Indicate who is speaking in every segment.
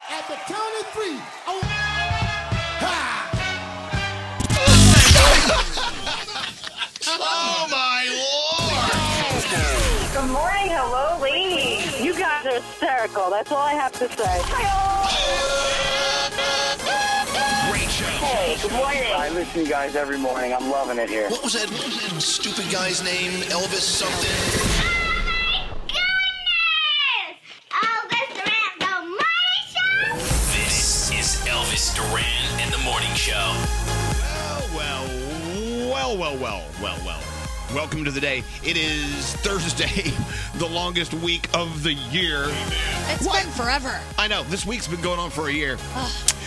Speaker 1: the count of three. Oh. Ha!
Speaker 2: Oh my
Speaker 3: Good morning, hello, ladies. You guys are hysterical. That's all I have to say.
Speaker 2: lord! Great show.
Speaker 3: Hey, good
Speaker 4: I
Speaker 3: morning.
Speaker 4: listen to you guys every morning. I'm loving it here.
Speaker 2: What was that, what was that stupid guy's name? Elvis something?
Speaker 5: This is Elvis Duran in the morning show.
Speaker 2: Well, well, well, well, well, well, well. Welcome to the day. It is Thursday, the longest week of the year.
Speaker 6: It's been forever.
Speaker 2: I know this week's been going on for a year.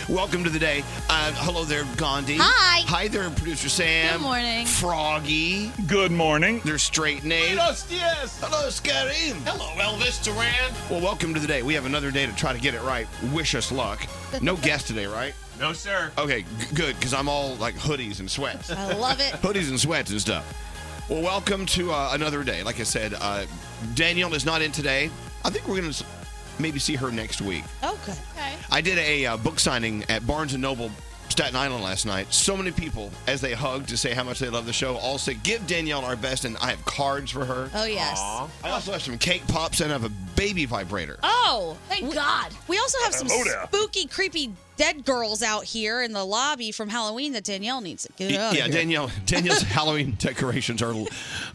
Speaker 2: Welcome to the day. Uh, hello there, Gandhi.
Speaker 6: Hi.
Speaker 2: Hi there, producer Sam.
Speaker 6: Good morning.
Speaker 2: Froggy.
Speaker 7: Good morning.
Speaker 2: There's straight name.
Speaker 7: yes.
Speaker 2: Hello, Scary. Hello, Elvis Duran. Well, welcome to the day. We have another day to try to get it right. Wish us luck. No guest today, right?
Speaker 7: No, sir.
Speaker 2: Okay, g- good, because I'm all like hoodies and sweats.
Speaker 6: I love it.
Speaker 2: hoodies and sweats and stuff. Well, welcome to uh, another day. Like I said, uh, Danielle is not in today. I think we're going to maybe see her next week.
Speaker 6: Oh, good. Okay.
Speaker 2: I did a uh, book signing at Barnes and Noble, Staten Island last night. So many people, as they hugged to say how much they love the show, all said, "Give Danielle our best," and I have cards for her.
Speaker 6: Oh, yes.
Speaker 2: I also have some cake pops and I have a baby vibrator.
Speaker 8: Oh,
Speaker 6: Thank
Speaker 8: we-
Speaker 6: God.
Speaker 8: We also have some
Speaker 7: Hello there.
Speaker 8: spooky, creepy dead girls out here in the lobby from Halloween that Danielle needs to get out.
Speaker 2: yeah, Danielle. Danielle's Halloween decorations are,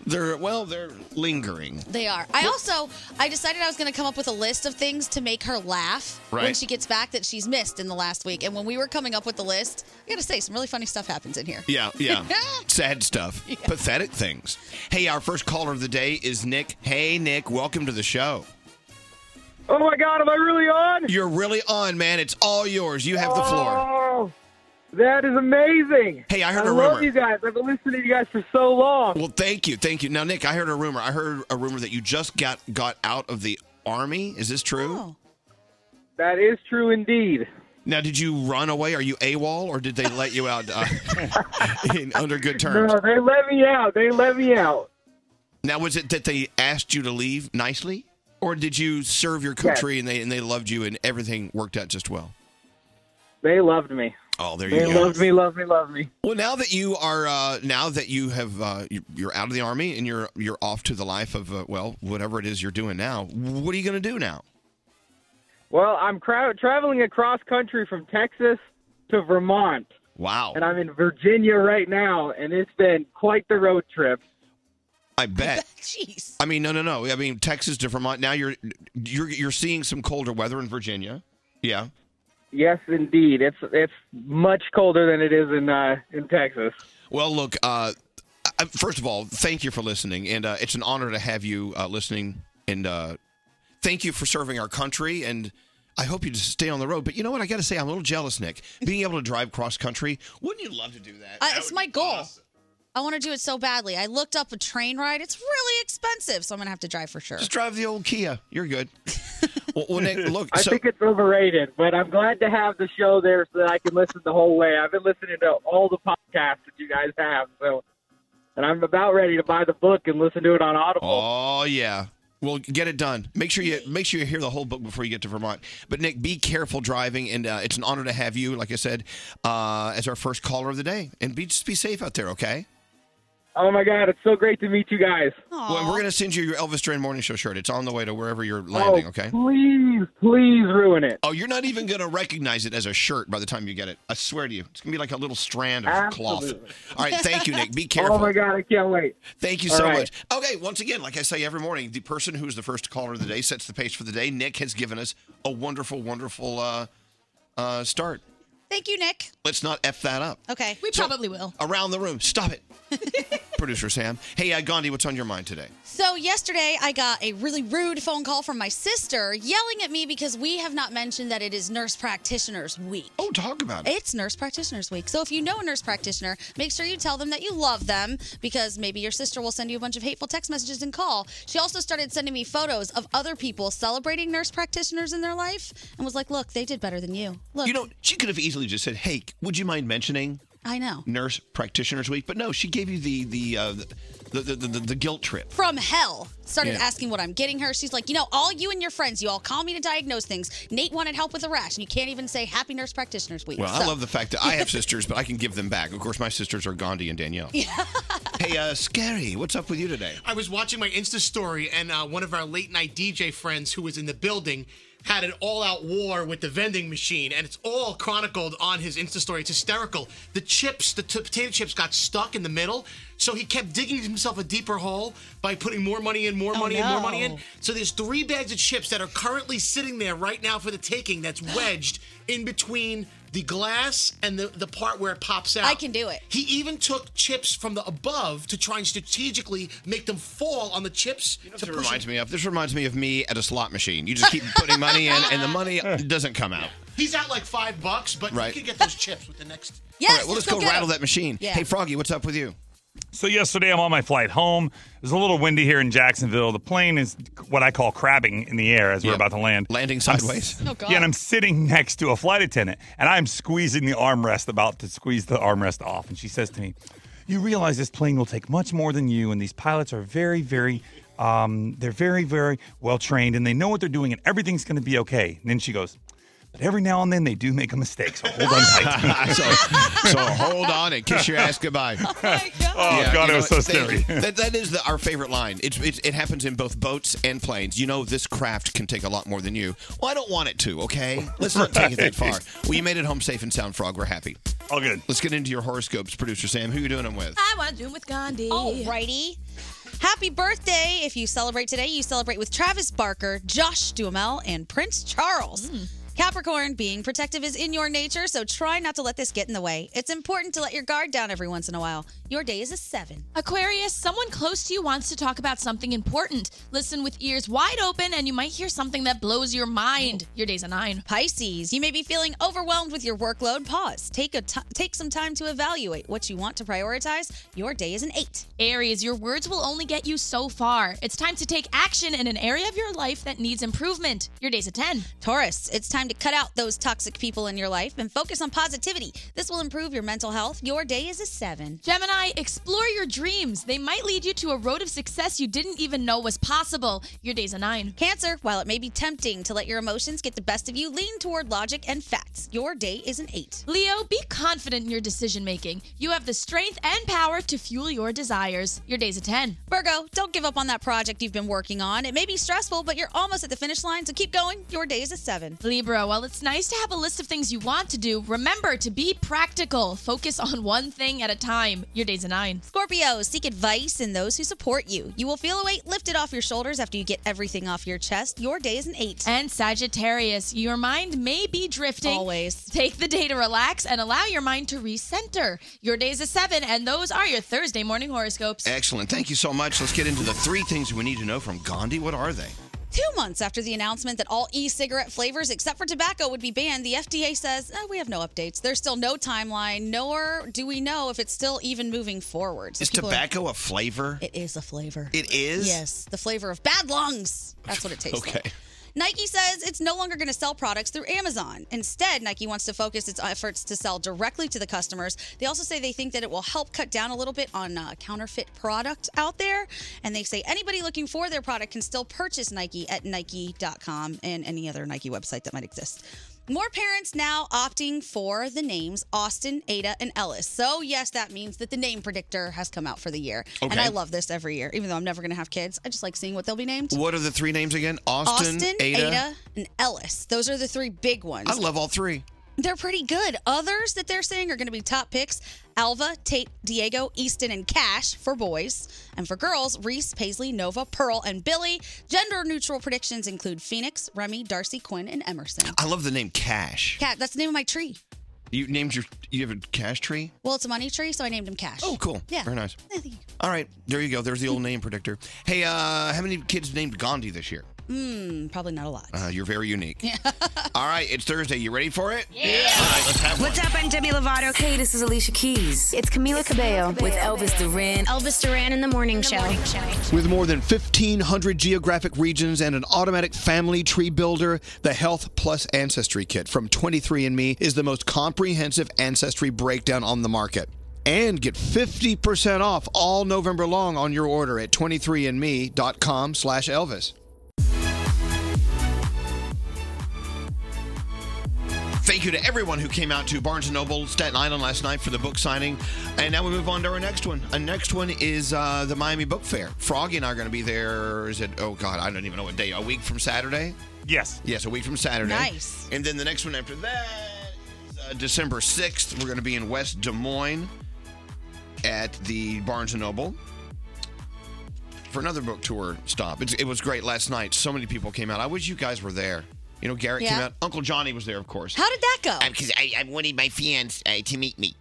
Speaker 2: they're well, they're lingering.
Speaker 6: They are. I also I decided I was going to come up with a list of things to make her laugh when
Speaker 2: Right.
Speaker 6: she gets back that she's missed in the last week. And when we were coming up with the list, I got to say some really funny stuff happens in here.
Speaker 2: Yeah, yeah. Sad stuff, pathetic things. Hey, our first caller of the day is Nick. Hey, Nick, welcome to the show.
Speaker 9: Oh my God, am I really on?
Speaker 2: You're really on, man. It's all yours. You have the floor.
Speaker 9: Oh, that is amazing.
Speaker 2: Hey, I heard
Speaker 9: I
Speaker 2: a
Speaker 9: love
Speaker 2: rumor.
Speaker 9: you guys. I've been listening to you guys for so long.
Speaker 2: Well, thank you, thank you. Now, Nick, I heard a rumor. I heard a rumor that you just got got out of the army. Is this true?
Speaker 8: Oh.
Speaker 9: That is true indeed.
Speaker 2: Now, did you run away? Are you AWOL, or did they let you out uh, in, under good terms?
Speaker 9: No, they let me out. They let me out.
Speaker 2: Now, was it that they asked you to leave nicely, or did you serve your country and they and they loved you and everything worked out just well?
Speaker 9: They loved me.
Speaker 2: Oh, there
Speaker 9: They
Speaker 2: you go.
Speaker 9: loved me, loved me, loved me.
Speaker 2: Well, now that you are uh, now that you have uh, you- you're out of the army and you're you're off to the life of uh, well whatever it is you're doing now. What are you going to do now?
Speaker 9: Well, I'm cra- traveling across country from Texas to Vermont,
Speaker 2: Wow,
Speaker 9: and I'm in Virginia right now, and it's been quite the road trip.
Speaker 2: I bet.
Speaker 8: Jeez.
Speaker 2: I mean, no, no, no. I mean, Texas to Vermont. Now you're you're you're seeing some colder weather in Virginia. Yeah.
Speaker 9: Yes, indeed. It's it's much colder than it is in uh, in Texas.
Speaker 2: Well, look. Uh, I- first of all, thank you for listening, and uh, it's an honor to have you uh, listening. And uh, thank you for serving our country. And I hope you just stay on the road. But you know what? I got to say, I'm a little jealous, Nick. Being able to drive cross country. Wouldn't you love to do that?
Speaker 8: I, it's my goal. I want to do it so badly. I looked up a train ride. It's really expensive, so I'm going to have to drive for sure.
Speaker 2: Just drive the old Kia. You're good. well, well, Nick, look.
Speaker 9: I
Speaker 2: so,
Speaker 9: think it's overrated, but I'm glad to have the show there so that I can listen the whole way. I've been listening to all the podcasts that you guys have, so and I'm about ready to buy the book and listen to it on Audible.
Speaker 2: Oh yeah. Well, get it done. Make sure you make sure you hear the whole book before you get to Vermont. But Nick, be careful driving, and uh, it's an honor to have you. Like I said, uh, as our first caller of the day, and be just be safe out there, okay?
Speaker 9: Oh, my God, it's so great to meet you guys.
Speaker 2: Well, and we're gonna send you your Elvis Duran Morning Show shirt. It's on the way to wherever you're landing,
Speaker 9: oh,
Speaker 2: okay?
Speaker 9: please, please ruin it.
Speaker 2: Oh, you're not even gonna recognize it as a shirt by the time you get it. I swear to you, it's gonna be like a little strand of
Speaker 9: Absolutely.
Speaker 2: cloth. All right, thank you, Nick. Be careful.
Speaker 9: Oh my God, I can't wait.
Speaker 2: Thank you
Speaker 9: All
Speaker 2: so
Speaker 9: right.
Speaker 2: much. Okay, once again, like I say every morning, the person who's the first caller of the day sets the pace for the day. Nick has given us a wonderful, wonderful uh, uh, start.
Speaker 8: Thank you, Nick.
Speaker 2: Let's not F that up.
Speaker 8: Okay.
Speaker 6: We probably will.
Speaker 2: Around the room. Stop it. Producer Sam. Hey, uh, Gandhi, what's on your mind today?
Speaker 8: So yesterday, I got a really rude phone call from my sister yelling at me because we have not mentioned that it is Nurse Practitioners Week.
Speaker 2: Oh, talk about it.
Speaker 8: It's Nurse Practitioners Week. So if you know a nurse practitioner, make sure you tell them that you love them because maybe your sister will send you a bunch of hateful text messages and call. She also started sending me photos of other people celebrating nurse practitioners in their life and was like, look, they did better than you. Look.
Speaker 2: You know, she could have easily just said, hey, would you mind mentioning?
Speaker 6: I know.
Speaker 2: Nurse Practitioners Week, but no, she gave you the the uh, the, the, the, the the guilt trip.
Speaker 6: From hell, started
Speaker 2: Yeah.
Speaker 6: asking what I'm getting her. She's like, you know, all you and your friends, you all call me to diagnose things. Nate wanted help with a rash, and you can't even say Happy Nurse Practitioners Week.
Speaker 2: Well, I
Speaker 6: So-
Speaker 2: love the fact that I have sisters, but I can give them back. Of course, my sisters are Gandhi and Danielle. hey, uh, Scary, what's up with you today?
Speaker 10: I was watching my Insta story, and uh, one of our late night DJ friends who was in the building had an all out war with the vending machine, and it's all chronicled on his Insta story. It's hysterical. The chips, the t- potato chips, got stuck in the middle, so he kept digging himself a deeper hole by putting more money in, more
Speaker 11: Oh,
Speaker 10: money in, more money
Speaker 11: no.
Speaker 10: in. So there's three bags of chips that are currently sitting there right now for the taking that's wedged in between the glass and the, the part where it pops out.
Speaker 6: I can do it.
Speaker 10: He even took chips from the above to try and strategically make them fall on the chips to
Speaker 2: This
Speaker 10: push
Speaker 2: reminds me of this reminds me of me at a slot machine. You just keep putting money in, and the money doesn't come out.
Speaker 10: He's out like five bucks, but
Speaker 2: Right.
Speaker 10: you can get those chips with the next.
Speaker 2: All right, well, let's, go, rattle that machine.
Speaker 10: Yeah.
Speaker 2: Hey, Froggy, what's up with you?
Speaker 7: So yesterday, I'm on my flight home. It was a little windy here in Jacksonville. The plane is what I call crabbing in the air as we're about to land, landing
Speaker 2: sideways. Oh, God.
Speaker 7: Yeah, and I'm sitting next to a flight attendant, and I'm squeezing the armrest, about to squeeze the armrest off, and she says to me, "You realize this plane will take much more than you, and these pilots are very, very." Um, they're very, very well trained and they know what they're doing, and everything's going to be okay. And then she goes, But every now and then they do make a mistake, so hold on tight.
Speaker 2: so, so hold on and kiss your ass goodbye. Oh,
Speaker 7: God, it
Speaker 2: you know
Speaker 7: was so
Speaker 2: what? They-
Speaker 7: scary.
Speaker 2: that, that is the, our favorite line. It's, it's, it happens in both boats and planes. You know, this craft can take a lot more than you. Well, I don't want it to, okay? Let's not take it that far.
Speaker 7: Right.
Speaker 2: Well, you made it home safe and sound, Frog. We're happy.
Speaker 7: All good.
Speaker 2: Let's get into your horoscopes, producer Sam. Who you doing them with?
Speaker 6: I want to do with Gandhi. Alrighty. Happy birthday. If you celebrate today, you celebrate with Travis Barker, Josh Duhamel, and Prince Charles. Capricorn, being protective is in your nature, so try not to let this get in the way. It's important to let your guard down every once in a while. Your day is a seven.
Speaker 12: Aquarius, someone close to you wants to talk about something important. Listen with ears wide open, and you might hear something that blows your mind. Your day's a nine.
Speaker 6: Pisces, you may be feeling overwhelmed with your workload. Pause. Take a t- take some time to evaluate what you want to prioritize. Your day is an eight.
Speaker 12: Aries, your words will only get you so far. It's time to take action in an area of your life that needs improvement. Your day's a 10.
Speaker 6: Taurus, it's time to cut out those toxic people in your life and focus on positivity. This will improve your mental health. Your day is a seven.
Speaker 12: Gemini, explore your dreams. They might lead you to a road of success you didn't even know was possible. Your day's a 9.
Speaker 6: Cancer, while it may be tempting to let your emotions get the best of you, lean toward logic and facts. Your day is an eight.
Speaker 12: Leo, be confident in your decision making. You have the strength and power to fuel your desires. Your day's a 10.
Speaker 6: Virgo, don't give up on that project you've been working on. It may be stressful, but you're almost at the finish line, so keep going. Your day is a seven.
Speaker 12: Libra, while it's nice to have a list of things you want to do, remember to be practical. Focus on one thing at a time. Your day's a nine.
Speaker 6: Scorpio, seek advice in those who support you. You will feel a weight lifted off your shoulders after you get everything off your chest. Your day is an eight.
Speaker 12: And Sagittarius, your mind may be drifting. Always. Take the day to relax and allow your mind to recenter. Your day's a seven, and those are your Thursday morning horoscopes.
Speaker 2: Excellent. Thank you so much. Let's get into the three things we need to know from Gandhi. What are they?
Speaker 6: Two months after the announcement that all e cigarette flavors except for tobacco would be banned, the FDA says, "Oh, we have no updates. There's still no timeline, nor do we know if it's still even moving forward. So
Speaker 2: Is
Speaker 6: people are-
Speaker 2: tobacco a flavor?
Speaker 6: It is a flavor.
Speaker 2: It is?
Speaker 6: Yes, the flavor of bad lungs. That's what it tastes
Speaker 2: Okay.
Speaker 6: like. Nike says it's no longer going to sell products through Amazon. Instead, Nike wants to focus its efforts to sell directly to the customers. They also say they think that it will help cut down a little bit on uh, counterfeit product out there. And they say anybody looking for their product can still purchase Nike at Nike.com and any other Nike website that might exist. More parents now opting for the names Austin, Ada, and Ellis. So, yes, that means that the name predictor has come out for the year. And
Speaker 2: Okay.
Speaker 6: I love this every year, even though I'm never going to have kids. I just like seeing what they'll be named.
Speaker 2: What are the three names again? Austin,
Speaker 6: Ada. and Ellis. Those are the three big ones.
Speaker 2: I love all three.
Speaker 6: They're pretty good. Others that they're saying are going to be top picks Alva, Tate, Diego, Easton, and Cash for boys. And for girls, Reese, Paisley, Nova, Pearl, and Billy. Gender neutral predictions include Phoenix, Remy, Darcy, Quinn, and Emerson.
Speaker 2: I love the name Cash.
Speaker 6: Cat, that's the name of my tree.
Speaker 2: You named your you have a cash tree?
Speaker 6: Well, it's a money tree, so I named him Cash.
Speaker 2: Oh, cool.
Speaker 6: Yeah.
Speaker 2: Very nice. All right, there you go. There's the old name predictor. Hey, uh, how many kids named Gandhi this year?
Speaker 6: Mm, probably not a lot.
Speaker 2: Uh, you're very unique. All right, it's Thursday. You ready for it? Yeah. All right, let's have
Speaker 11: What's up? I'm Demi Lovato. Hey, this is Alicia Keys. It's Camila Cabello, with Elvis Duran. Elvis Duran in the morning, show.
Speaker 2: With more than 1,500 geographic regions and an automatic family tree builder, the Health Plus Ancestry Kit from 23andMe is the most comprehensive ancestry breakdown on the market. And get 50% off all November long on your order at 23andme.com slash Elvis. Thank you to everyone who came out to Barnes & Noble, Staten Island last night for the book signing. And now we move on to our next one. Our next one is uh, the Miami Book Fair. Froggy and I are going to be there, is it, oh God, I don't even know what day, a week from Saturday?
Speaker 7: Yes.
Speaker 2: Yes, a week from Saturday.
Speaker 6: Nice.
Speaker 2: And then the next one after that is uh, December 6th. We're going to be in West Des Moines at the Barnes & Noble for another book tour stop. It's, it was great last night. So many people came out. I wish you guys were there. You know, Garrett came
Speaker 6: Yeah.
Speaker 2: out. Uncle Johnny was there, of course.
Speaker 6: How did that go?
Speaker 2: Because I, I wanted my fiance uh, to meet me.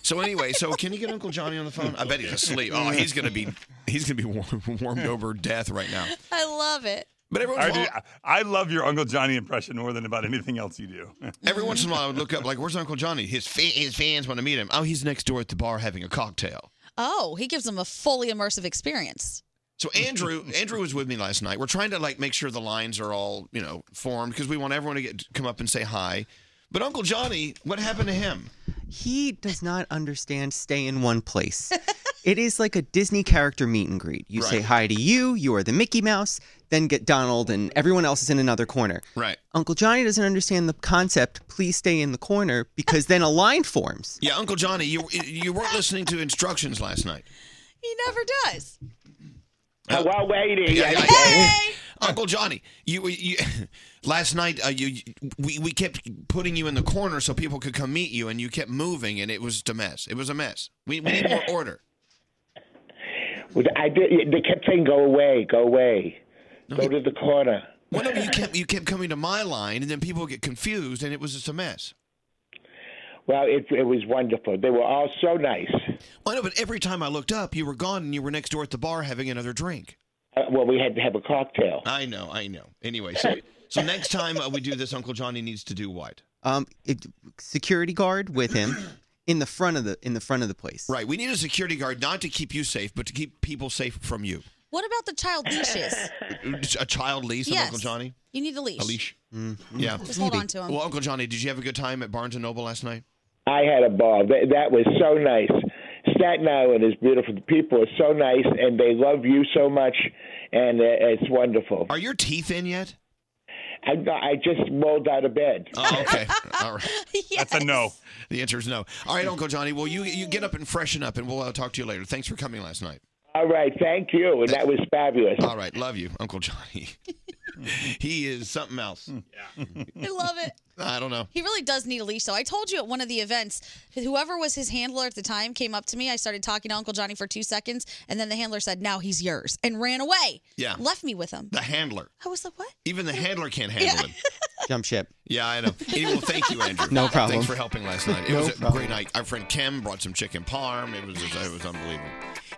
Speaker 2: So anyway, so can you get Uncle Johnny on the phone? I bet he's asleep. Oh, he's gonna be he's gonna be warm, warmed over death right now.
Speaker 6: I love it.
Speaker 2: But everyone,
Speaker 7: I, do- I love your Uncle Johnny impression more than about anything else you do.
Speaker 2: Every once in a while, I would look up like, "Where's Uncle Johnny?" His fa- his fans want to meet him. Oh, he's next door at the bar having a cocktail.
Speaker 6: Oh, he gives them a fully immersive experience.
Speaker 2: So Andrew, Andrew was with me last night. We're trying to like make sure the lines are all you know formed because we want everyone to get to come up and say hi. But Uncle Johnny, what happened to him?
Speaker 13: He does not understand stay in one place. it is like a Disney character meet and greet. You say
Speaker 2: Right.
Speaker 13: hi to you, you are the Mickey Mouse, then get Donald, and everyone else is in another corner.
Speaker 2: Right.
Speaker 13: Uncle Johnny doesn't understand the concept, please stay in the corner, because then a line forms.
Speaker 2: Yeah, Uncle Johnny, you you weren't listening to instructions last night.
Speaker 6: He never does.
Speaker 2: Uh,
Speaker 4: well, waiting.
Speaker 2: Yeah, yeah, yeah. Uncle Johnny, you, you last night uh, you, you- we we kept putting you in the corner so people could come meet you, and you kept moving, and it was just a mess. It was a mess. We, we need more order.
Speaker 4: I did, they kept saying, "Go away, go away, go to the corner."
Speaker 2: Well, no, but you kept you kept coming to my line, and then people get confused, and it was just a mess.
Speaker 4: Well, it it was wonderful. They were all so nice.
Speaker 2: Well, I know, but every time I looked up, you were gone, and you were next door at the bar having another drink.
Speaker 4: Uh, well, we had to have a cocktail.
Speaker 2: I know, I know. Anyway, so so next time uh, we do this, Uncle Johnny needs to do what?
Speaker 13: Um, it, security guard with him in the front of the in the front of the place.
Speaker 2: Right, we need a security guard not to keep you safe, but to keep people safe from you.
Speaker 6: What about the child leashes?
Speaker 2: A child leash,
Speaker 6: Yes.
Speaker 2: Uncle Johnny.
Speaker 6: You need a leash.
Speaker 2: A leash.
Speaker 13: Mm-hmm.
Speaker 2: Yeah.
Speaker 6: Just hold on to 'em.
Speaker 2: Well, Uncle Johnny, did you have a good time at Barnes and Noble last night?
Speaker 4: I had a ball. That, that was so nice. Staten Island is beautiful. The people are so nice, and they love you so much, and uh, it's wonderful.
Speaker 2: Are your teeth in yet?
Speaker 4: I, I just rolled out of bed.
Speaker 2: Oh, okay. All right.
Speaker 7: That's a no.
Speaker 2: The answer is no. All right, Uncle Johnny. Well, you you get up and freshen up, and we'll uh, talk to you later. Thanks for coming last night.
Speaker 4: All right, thank you, and that was fabulous.
Speaker 2: All right, love you, Uncle Johnny. he is something else.
Speaker 6: I love it.
Speaker 2: I don't know.
Speaker 6: He really does need a leash, though. I told you at one of the events, whoever was his handler at the time came up to me. I started talking to Uncle Johnny for two seconds, and then the handler said, "Now he's yours," and ran away.
Speaker 2: Yeah.
Speaker 6: left me with him.
Speaker 2: The handler.
Speaker 6: I was like, "What?"
Speaker 2: Even the handler can't handle him.
Speaker 13: Jump ship.
Speaker 2: Yeah, I know. Anyway, well, thank you, Andrew.
Speaker 13: No problem.
Speaker 2: Thanks for helping last night. It
Speaker 13: No
Speaker 2: was a
Speaker 13: problem.
Speaker 2: great night. Our friend Kim brought some chicken parm. It was just, it was unbelievable.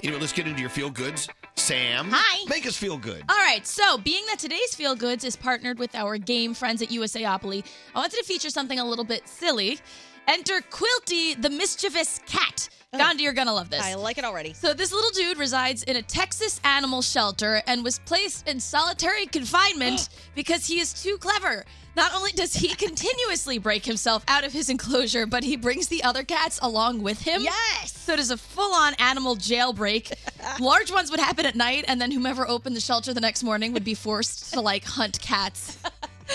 Speaker 2: Anyway, let's get into your feel goods. Sam,
Speaker 12: Hi.
Speaker 2: Make us feel good.
Speaker 13: Uh,
Speaker 12: All right, so being that today's Feel Goods is partnered with our game friends at USAopoly, I wanted to feature something a little bit silly. Enter Quilty, the mischievous cat. Gandhi, you're gonna love this.
Speaker 6: I like it already.
Speaker 12: So this little dude resides in a Texas animal shelter and was placed in solitary confinement because he is too clever. Not only does he continuously break himself out of his enclosure, but he brings the other cats along with him. Yes. So it is a full-on animal jailbreak. Large ones would happen at night, and then whomever opened the shelter the next morning would be forced to like hunt cats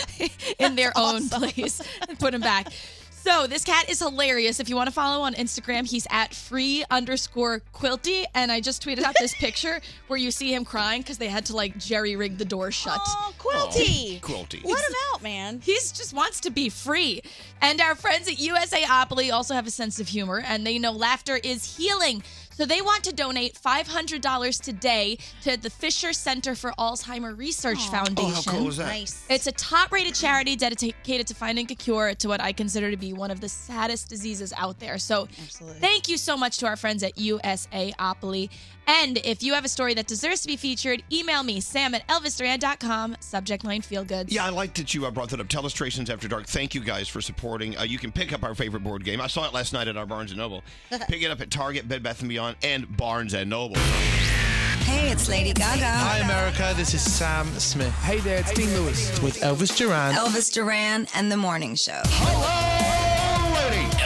Speaker 12: in their own place and put him back. So this cat is hilarious. If you want to follow on Instagram, he's at free underscore quilty. And I just tweeted out this picture where you see him crying because they had to like jerry rig the door shut.
Speaker 6: Oh, Quilty.
Speaker 2: Aw, Quilty.
Speaker 6: Let him out, man.
Speaker 12: He just wants to be free. And our friends at USAopoly also have a sense of humor, and they know laughter is healing. So they want to donate $500 today to the Fisher Center for Alzheimer Research Foundation.
Speaker 2: Oh, how cool is that?
Speaker 6: Nice.
Speaker 12: It's a top rated charity dedicated to finding a cure to what I consider to be one of the saddest diseases out there. So,
Speaker 6: Absolutely.
Speaker 12: thank you so much to our friends at USAopoly. And if you have a story that deserves to be featured, email me, sam at elvisduran.com, subject line feel goods.
Speaker 2: Yeah, I like that you uh, brought that up. Telestrations After Dark. Thank you guys for supporting. Uh, you can pick up our favorite board game. I saw it last night at our Barnes and Noble. pick it up at Target, Bed Bath and Beyond, and Barnes and Noble.
Speaker 8: Hey, it's Lady Gaga.
Speaker 14: Hi, America. This is Sam Smith. Hey there, it's Dean Lewis with Elvis Duran.
Speaker 8: Elvis Duran and the Morning Show.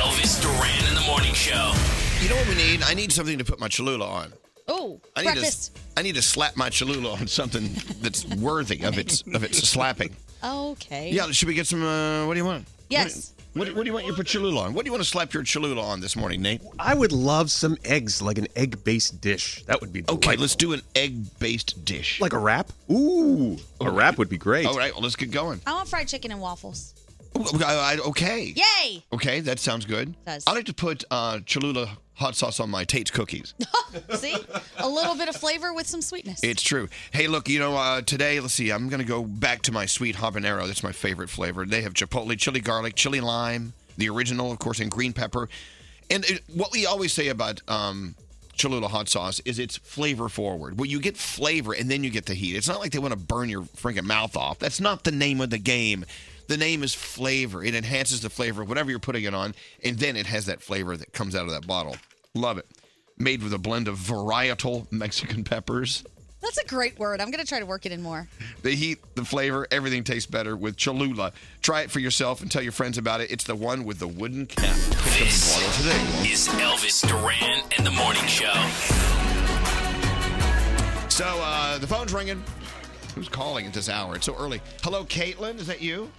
Speaker 5: Elvis Duran in the morning show.
Speaker 2: You know what we need? I need something to put my Cholula on.
Speaker 6: Oh,
Speaker 2: I need
Speaker 6: breakfast.
Speaker 2: To, I need to slap my Cholula on something that's worthy of its of its slapping.
Speaker 6: Okay.
Speaker 2: Yeah, should we get some? Uh, what do you want?
Speaker 6: Yes.
Speaker 2: What, what do you want your Cholula on? What do you want to slap your Cholula on this morning, Nate?
Speaker 15: I would love some eggs, like an egg-based dish. That would be delightful.
Speaker 2: Okay, let's do an egg-based dish.
Speaker 15: Like a wrap? Ooh, a wrap would be great.
Speaker 2: All right, well, let's get going.
Speaker 6: I want fried chicken and waffles.
Speaker 2: Ooh, I- I- Okay.
Speaker 6: Yay!
Speaker 2: Okay, that sounds good.
Speaker 6: Does.
Speaker 2: I like to put uh, Cholula hot sauce on my Tate's cookies.
Speaker 6: See? A little bit of flavor with some sweetness.
Speaker 2: It's true. Hey, look, you know, uh, today, let's see, I'm going to go back to my sweet habanero. That's my favorite flavor. They have chipotle, chili garlic, chili lime, the original, of course, and green pepper. And it, what we always say about um, Cholula hot sauce is it's flavor forward. Well, you get flavor and then you get the heat. It's not like they want to burn your freaking mouth off. That's not the name of the game. The name is flavor. It enhances the flavor of whatever you're putting it on, and then it has that flavor that comes out of that bottle. Love it. Made with a blend of varietal Mexican peppers.
Speaker 6: That's a great word. I'm going to try to work it in more.
Speaker 2: The heat, the flavor, everything tastes better with Cholula. Try it for yourself and tell your friends about it. It's the one with the wooden cap. Pick up the bottle today.
Speaker 5: Is Elvis Duran in the morning show?
Speaker 2: So uh, the phone's ringing. Who's calling at this hour? It's so early. Hello, Caitlin. Is that you?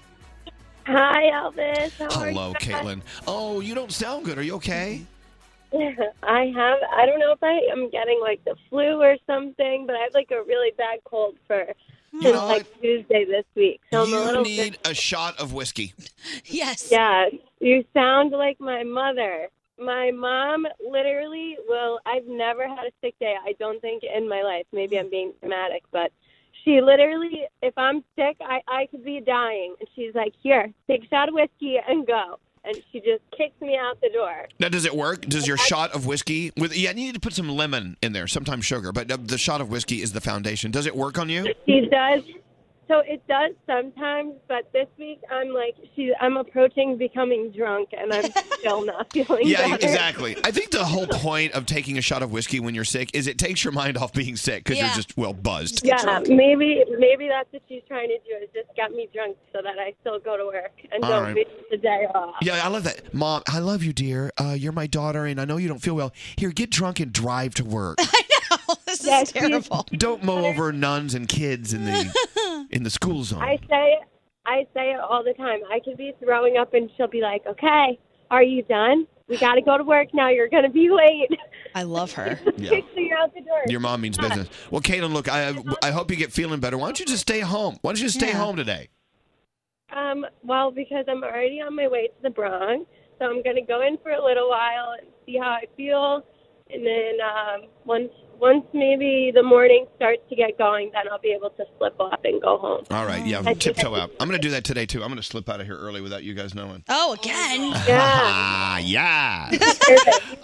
Speaker 16: Hi, Elvis. How are
Speaker 2: Hello,
Speaker 16: you?
Speaker 2: Caitlin. Oh, you don't sound good. Are you okay?
Speaker 16: I have. I don't know if I am getting like the flu or something, but I have like a really bad cold for since
Speaker 2: know
Speaker 16: like Tuesday this week. So I'm a
Speaker 2: you
Speaker 16: little
Speaker 2: need a shot of whiskey.
Speaker 6: Yes.
Speaker 16: Yeah, you sound like my mother. My mom literally will. I've never had a sick day, I don't think, in my life. Maybe I'm being dramatic, but she literally, if I'm sick, I, I could be dying. And she's like, here, take a shot of whiskey and go. And she just kicks me out the door.
Speaker 2: Now, does it work? Does your shot of whiskey with yeah? You need to put some lemon in there, sometimes sugar, but the- the shot of whiskey is the foundation. Does it work on you?
Speaker 16: She does. So it does sometimes, but this week I'm like, she, I'm approaching becoming drunk, and I'm still not feeling
Speaker 2: Yeah,
Speaker 16: better.
Speaker 2: exactly. I think the whole point of taking a shot of whiskey when you're sick is it takes your mind off being sick because
Speaker 16: Yeah.
Speaker 2: you're just well buzzed.
Speaker 16: Yeah, maybe maybe that's what she's trying to do is just get me drunk so that I still go to work and
Speaker 2: All
Speaker 16: don't
Speaker 2: right.
Speaker 16: miss the day off.
Speaker 2: Yeah, I love that. Mom, I love you, dear. Uh, you're my daughter, and I know you don't feel well. Here, get drunk and drive to work.
Speaker 6: this
Speaker 16: is
Speaker 6: terrible.
Speaker 2: don't mow over nuns and kids in the in the school zone.
Speaker 16: I say I say it all the time. I could be throwing up, and she'll be like, "Okay, are you done? We got to go to work now. You're going to be late."
Speaker 6: I love her.
Speaker 2: Yeah.
Speaker 16: Kicks me out the door.
Speaker 2: Your mom means business. Well, Caitlin, look, I I hope you get feeling better. Why don't you just stay home? Why don't you just stay
Speaker 16: Yeah.
Speaker 2: home today?
Speaker 16: Um, well, because I'm already on my way to the Bronx, so I'm gonna go in for a little while and see how I feel, and then um, once once maybe the morning starts to get going, then I'll be able to slip off and go home.
Speaker 2: All right, yeah,
Speaker 16: I think
Speaker 2: tiptoe
Speaker 16: I-
Speaker 2: out. I'm gonna do that today too. I'm gonna slip out of here early without you guys knowing.
Speaker 6: Oh, again.
Speaker 2: Ah, yeah.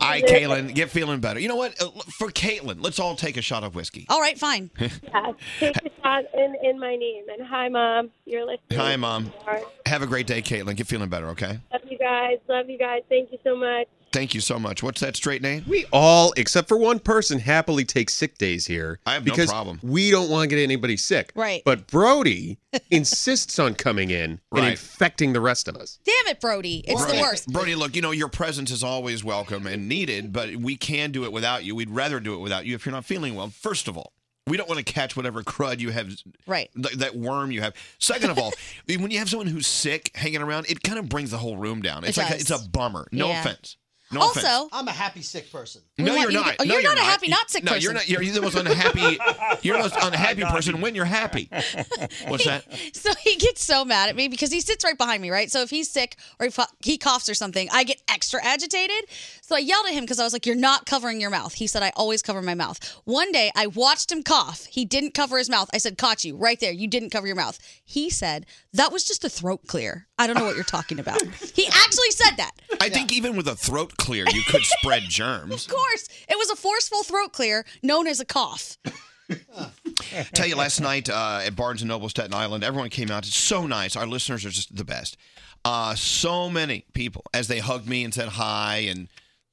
Speaker 2: All right, Caitlin, get feeling better. You know what? Uh, For Caitlin, let's all take a shot of whiskey.
Speaker 6: All right, fine.
Speaker 16: Yeah, take a shot in in my name. And hi, mom, you're listening.
Speaker 2: Hi, Mom.
Speaker 16: All right.
Speaker 2: Have a great day, Caitlin. Get feeling better, okay?
Speaker 16: Love you guys. Love you guys. Thank you so much.
Speaker 2: Thank you so much. What's that straight name?
Speaker 15: We all, except for one person, happily take sick days here. I
Speaker 2: have no
Speaker 15: because
Speaker 2: problem.
Speaker 15: We don't want to get anybody sick.
Speaker 6: Right.
Speaker 15: But Brody insists on coming in and infecting the rest of us.
Speaker 6: Damn it, Brody. It's the
Speaker 2: Brody-
Speaker 6: worst.
Speaker 2: Brody, look, you know, your presence is always welcome and needed, but we can do it without you. We'd rather do it without you if you're not feeling well. First of all, we don't want to catch whatever crud you have,
Speaker 6: Right.
Speaker 2: th- that worm you have. Second of all, when you have someone who's sick hanging around, it kind of brings the whole room down.
Speaker 6: It
Speaker 2: It's like a,
Speaker 6: does.
Speaker 2: it's a bummer. No
Speaker 6: Yeah.
Speaker 2: offense. No offense.
Speaker 6: also,
Speaker 17: I'm a happy sick person.
Speaker 6: We
Speaker 2: No,
Speaker 6: want
Speaker 2: you're
Speaker 6: you to-
Speaker 2: not.
Speaker 6: oh,
Speaker 2: no,
Speaker 6: you're
Speaker 2: you're
Speaker 6: not a happy, not sick
Speaker 2: no, you're
Speaker 6: person.
Speaker 2: not. You're the most unhappy. You're the most unhappy person when you're happy. What's that?
Speaker 6: So he gets so mad at me because he sits right behind me, right? So if he's sick or if he coughs or something, I get extra agitated. So I yelled at him because I was like, You're not covering your mouth. He said, I always cover my mouth. One day I watched him cough. He didn't cover his mouth. I said, Caught you right there. You didn't cover your mouth. He said, That was just a throat clear. I don't know what you're talking about. He actually said that.
Speaker 2: I think even with a throat clear, you could spread germs.
Speaker 6: Of course, it was a forceful throat clear known as a cough.
Speaker 2: Tell you last night uh, at Barnes and Noble, Staten Island, everyone came out. It's so nice. Our listeners are just the best. Uh, so many people as they hugged me and said hi and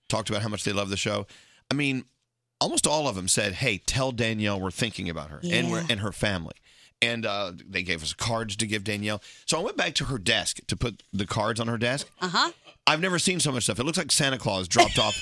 Speaker 2: talked about how much they love the show. I mean, almost all of them said, "Hey, tell Danielle we're thinking about her and we're,
Speaker 14: Yeah.
Speaker 2: and her family." And uh, they gave us cards to give Danielle. So I went back to her desk to put the cards on her desk.
Speaker 6: Uh huh.
Speaker 2: I've never seen so much stuff. It looks like Santa Claus dropped off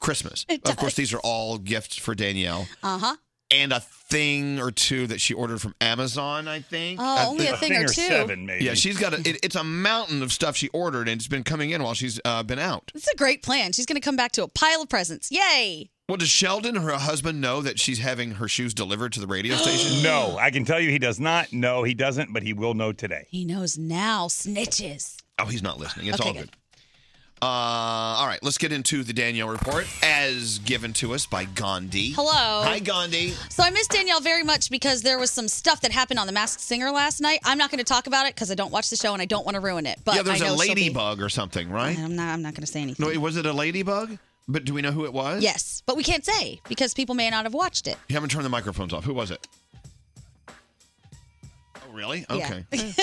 Speaker 2: Christmas.
Speaker 6: It
Speaker 2: Of course, these are all gifts for Danielle
Speaker 6: Uh huh.
Speaker 2: and a thing or two that she ordered from Amazon. I think.
Speaker 6: Oh,
Speaker 2: I
Speaker 6: only
Speaker 2: think-
Speaker 6: a thing or A thing or two. seven,
Speaker 7: maybe.
Speaker 2: Yeah, she's got a. It, it's a mountain of stuff she ordered, and it's been coming in while she's uh, been out.
Speaker 6: This is a great plan. She's going to come back to a pile of presents. Yay!
Speaker 2: Well, does Sheldon, her uh, husband, know that she's having her shoes delivered to the radio station?
Speaker 7: no, I can tell you he does not. No, he doesn't, but he will know today.
Speaker 6: He knows now. Snitches.
Speaker 2: Oh, he's not listening. It's
Speaker 6: Okay,
Speaker 2: all good. Uh, all right, let's get into the Danielle report as given to us by Gandhi.
Speaker 6: Hello.
Speaker 2: Hi, Gandhi.
Speaker 6: So I miss Danielle very much because there was some stuff that happened on The Masked Singer last night. I'm not going to talk about it because I don't watch the show and I don't want to ruin it. But
Speaker 2: yeah, there's
Speaker 6: I know
Speaker 2: a
Speaker 6: she'll be-
Speaker 2: ladybug or something, right?
Speaker 6: I'm not. I'm not going to say anything.
Speaker 2: No, was it a ladybug? But do we know who it was?
Speaker 6: Yes, but we can't say because people may not have watched it.
Speaker 2: You haven't turned the microphones off. Who was it? Oh, really?
Speaker 6: Yeah.
Speaker 2: Okay.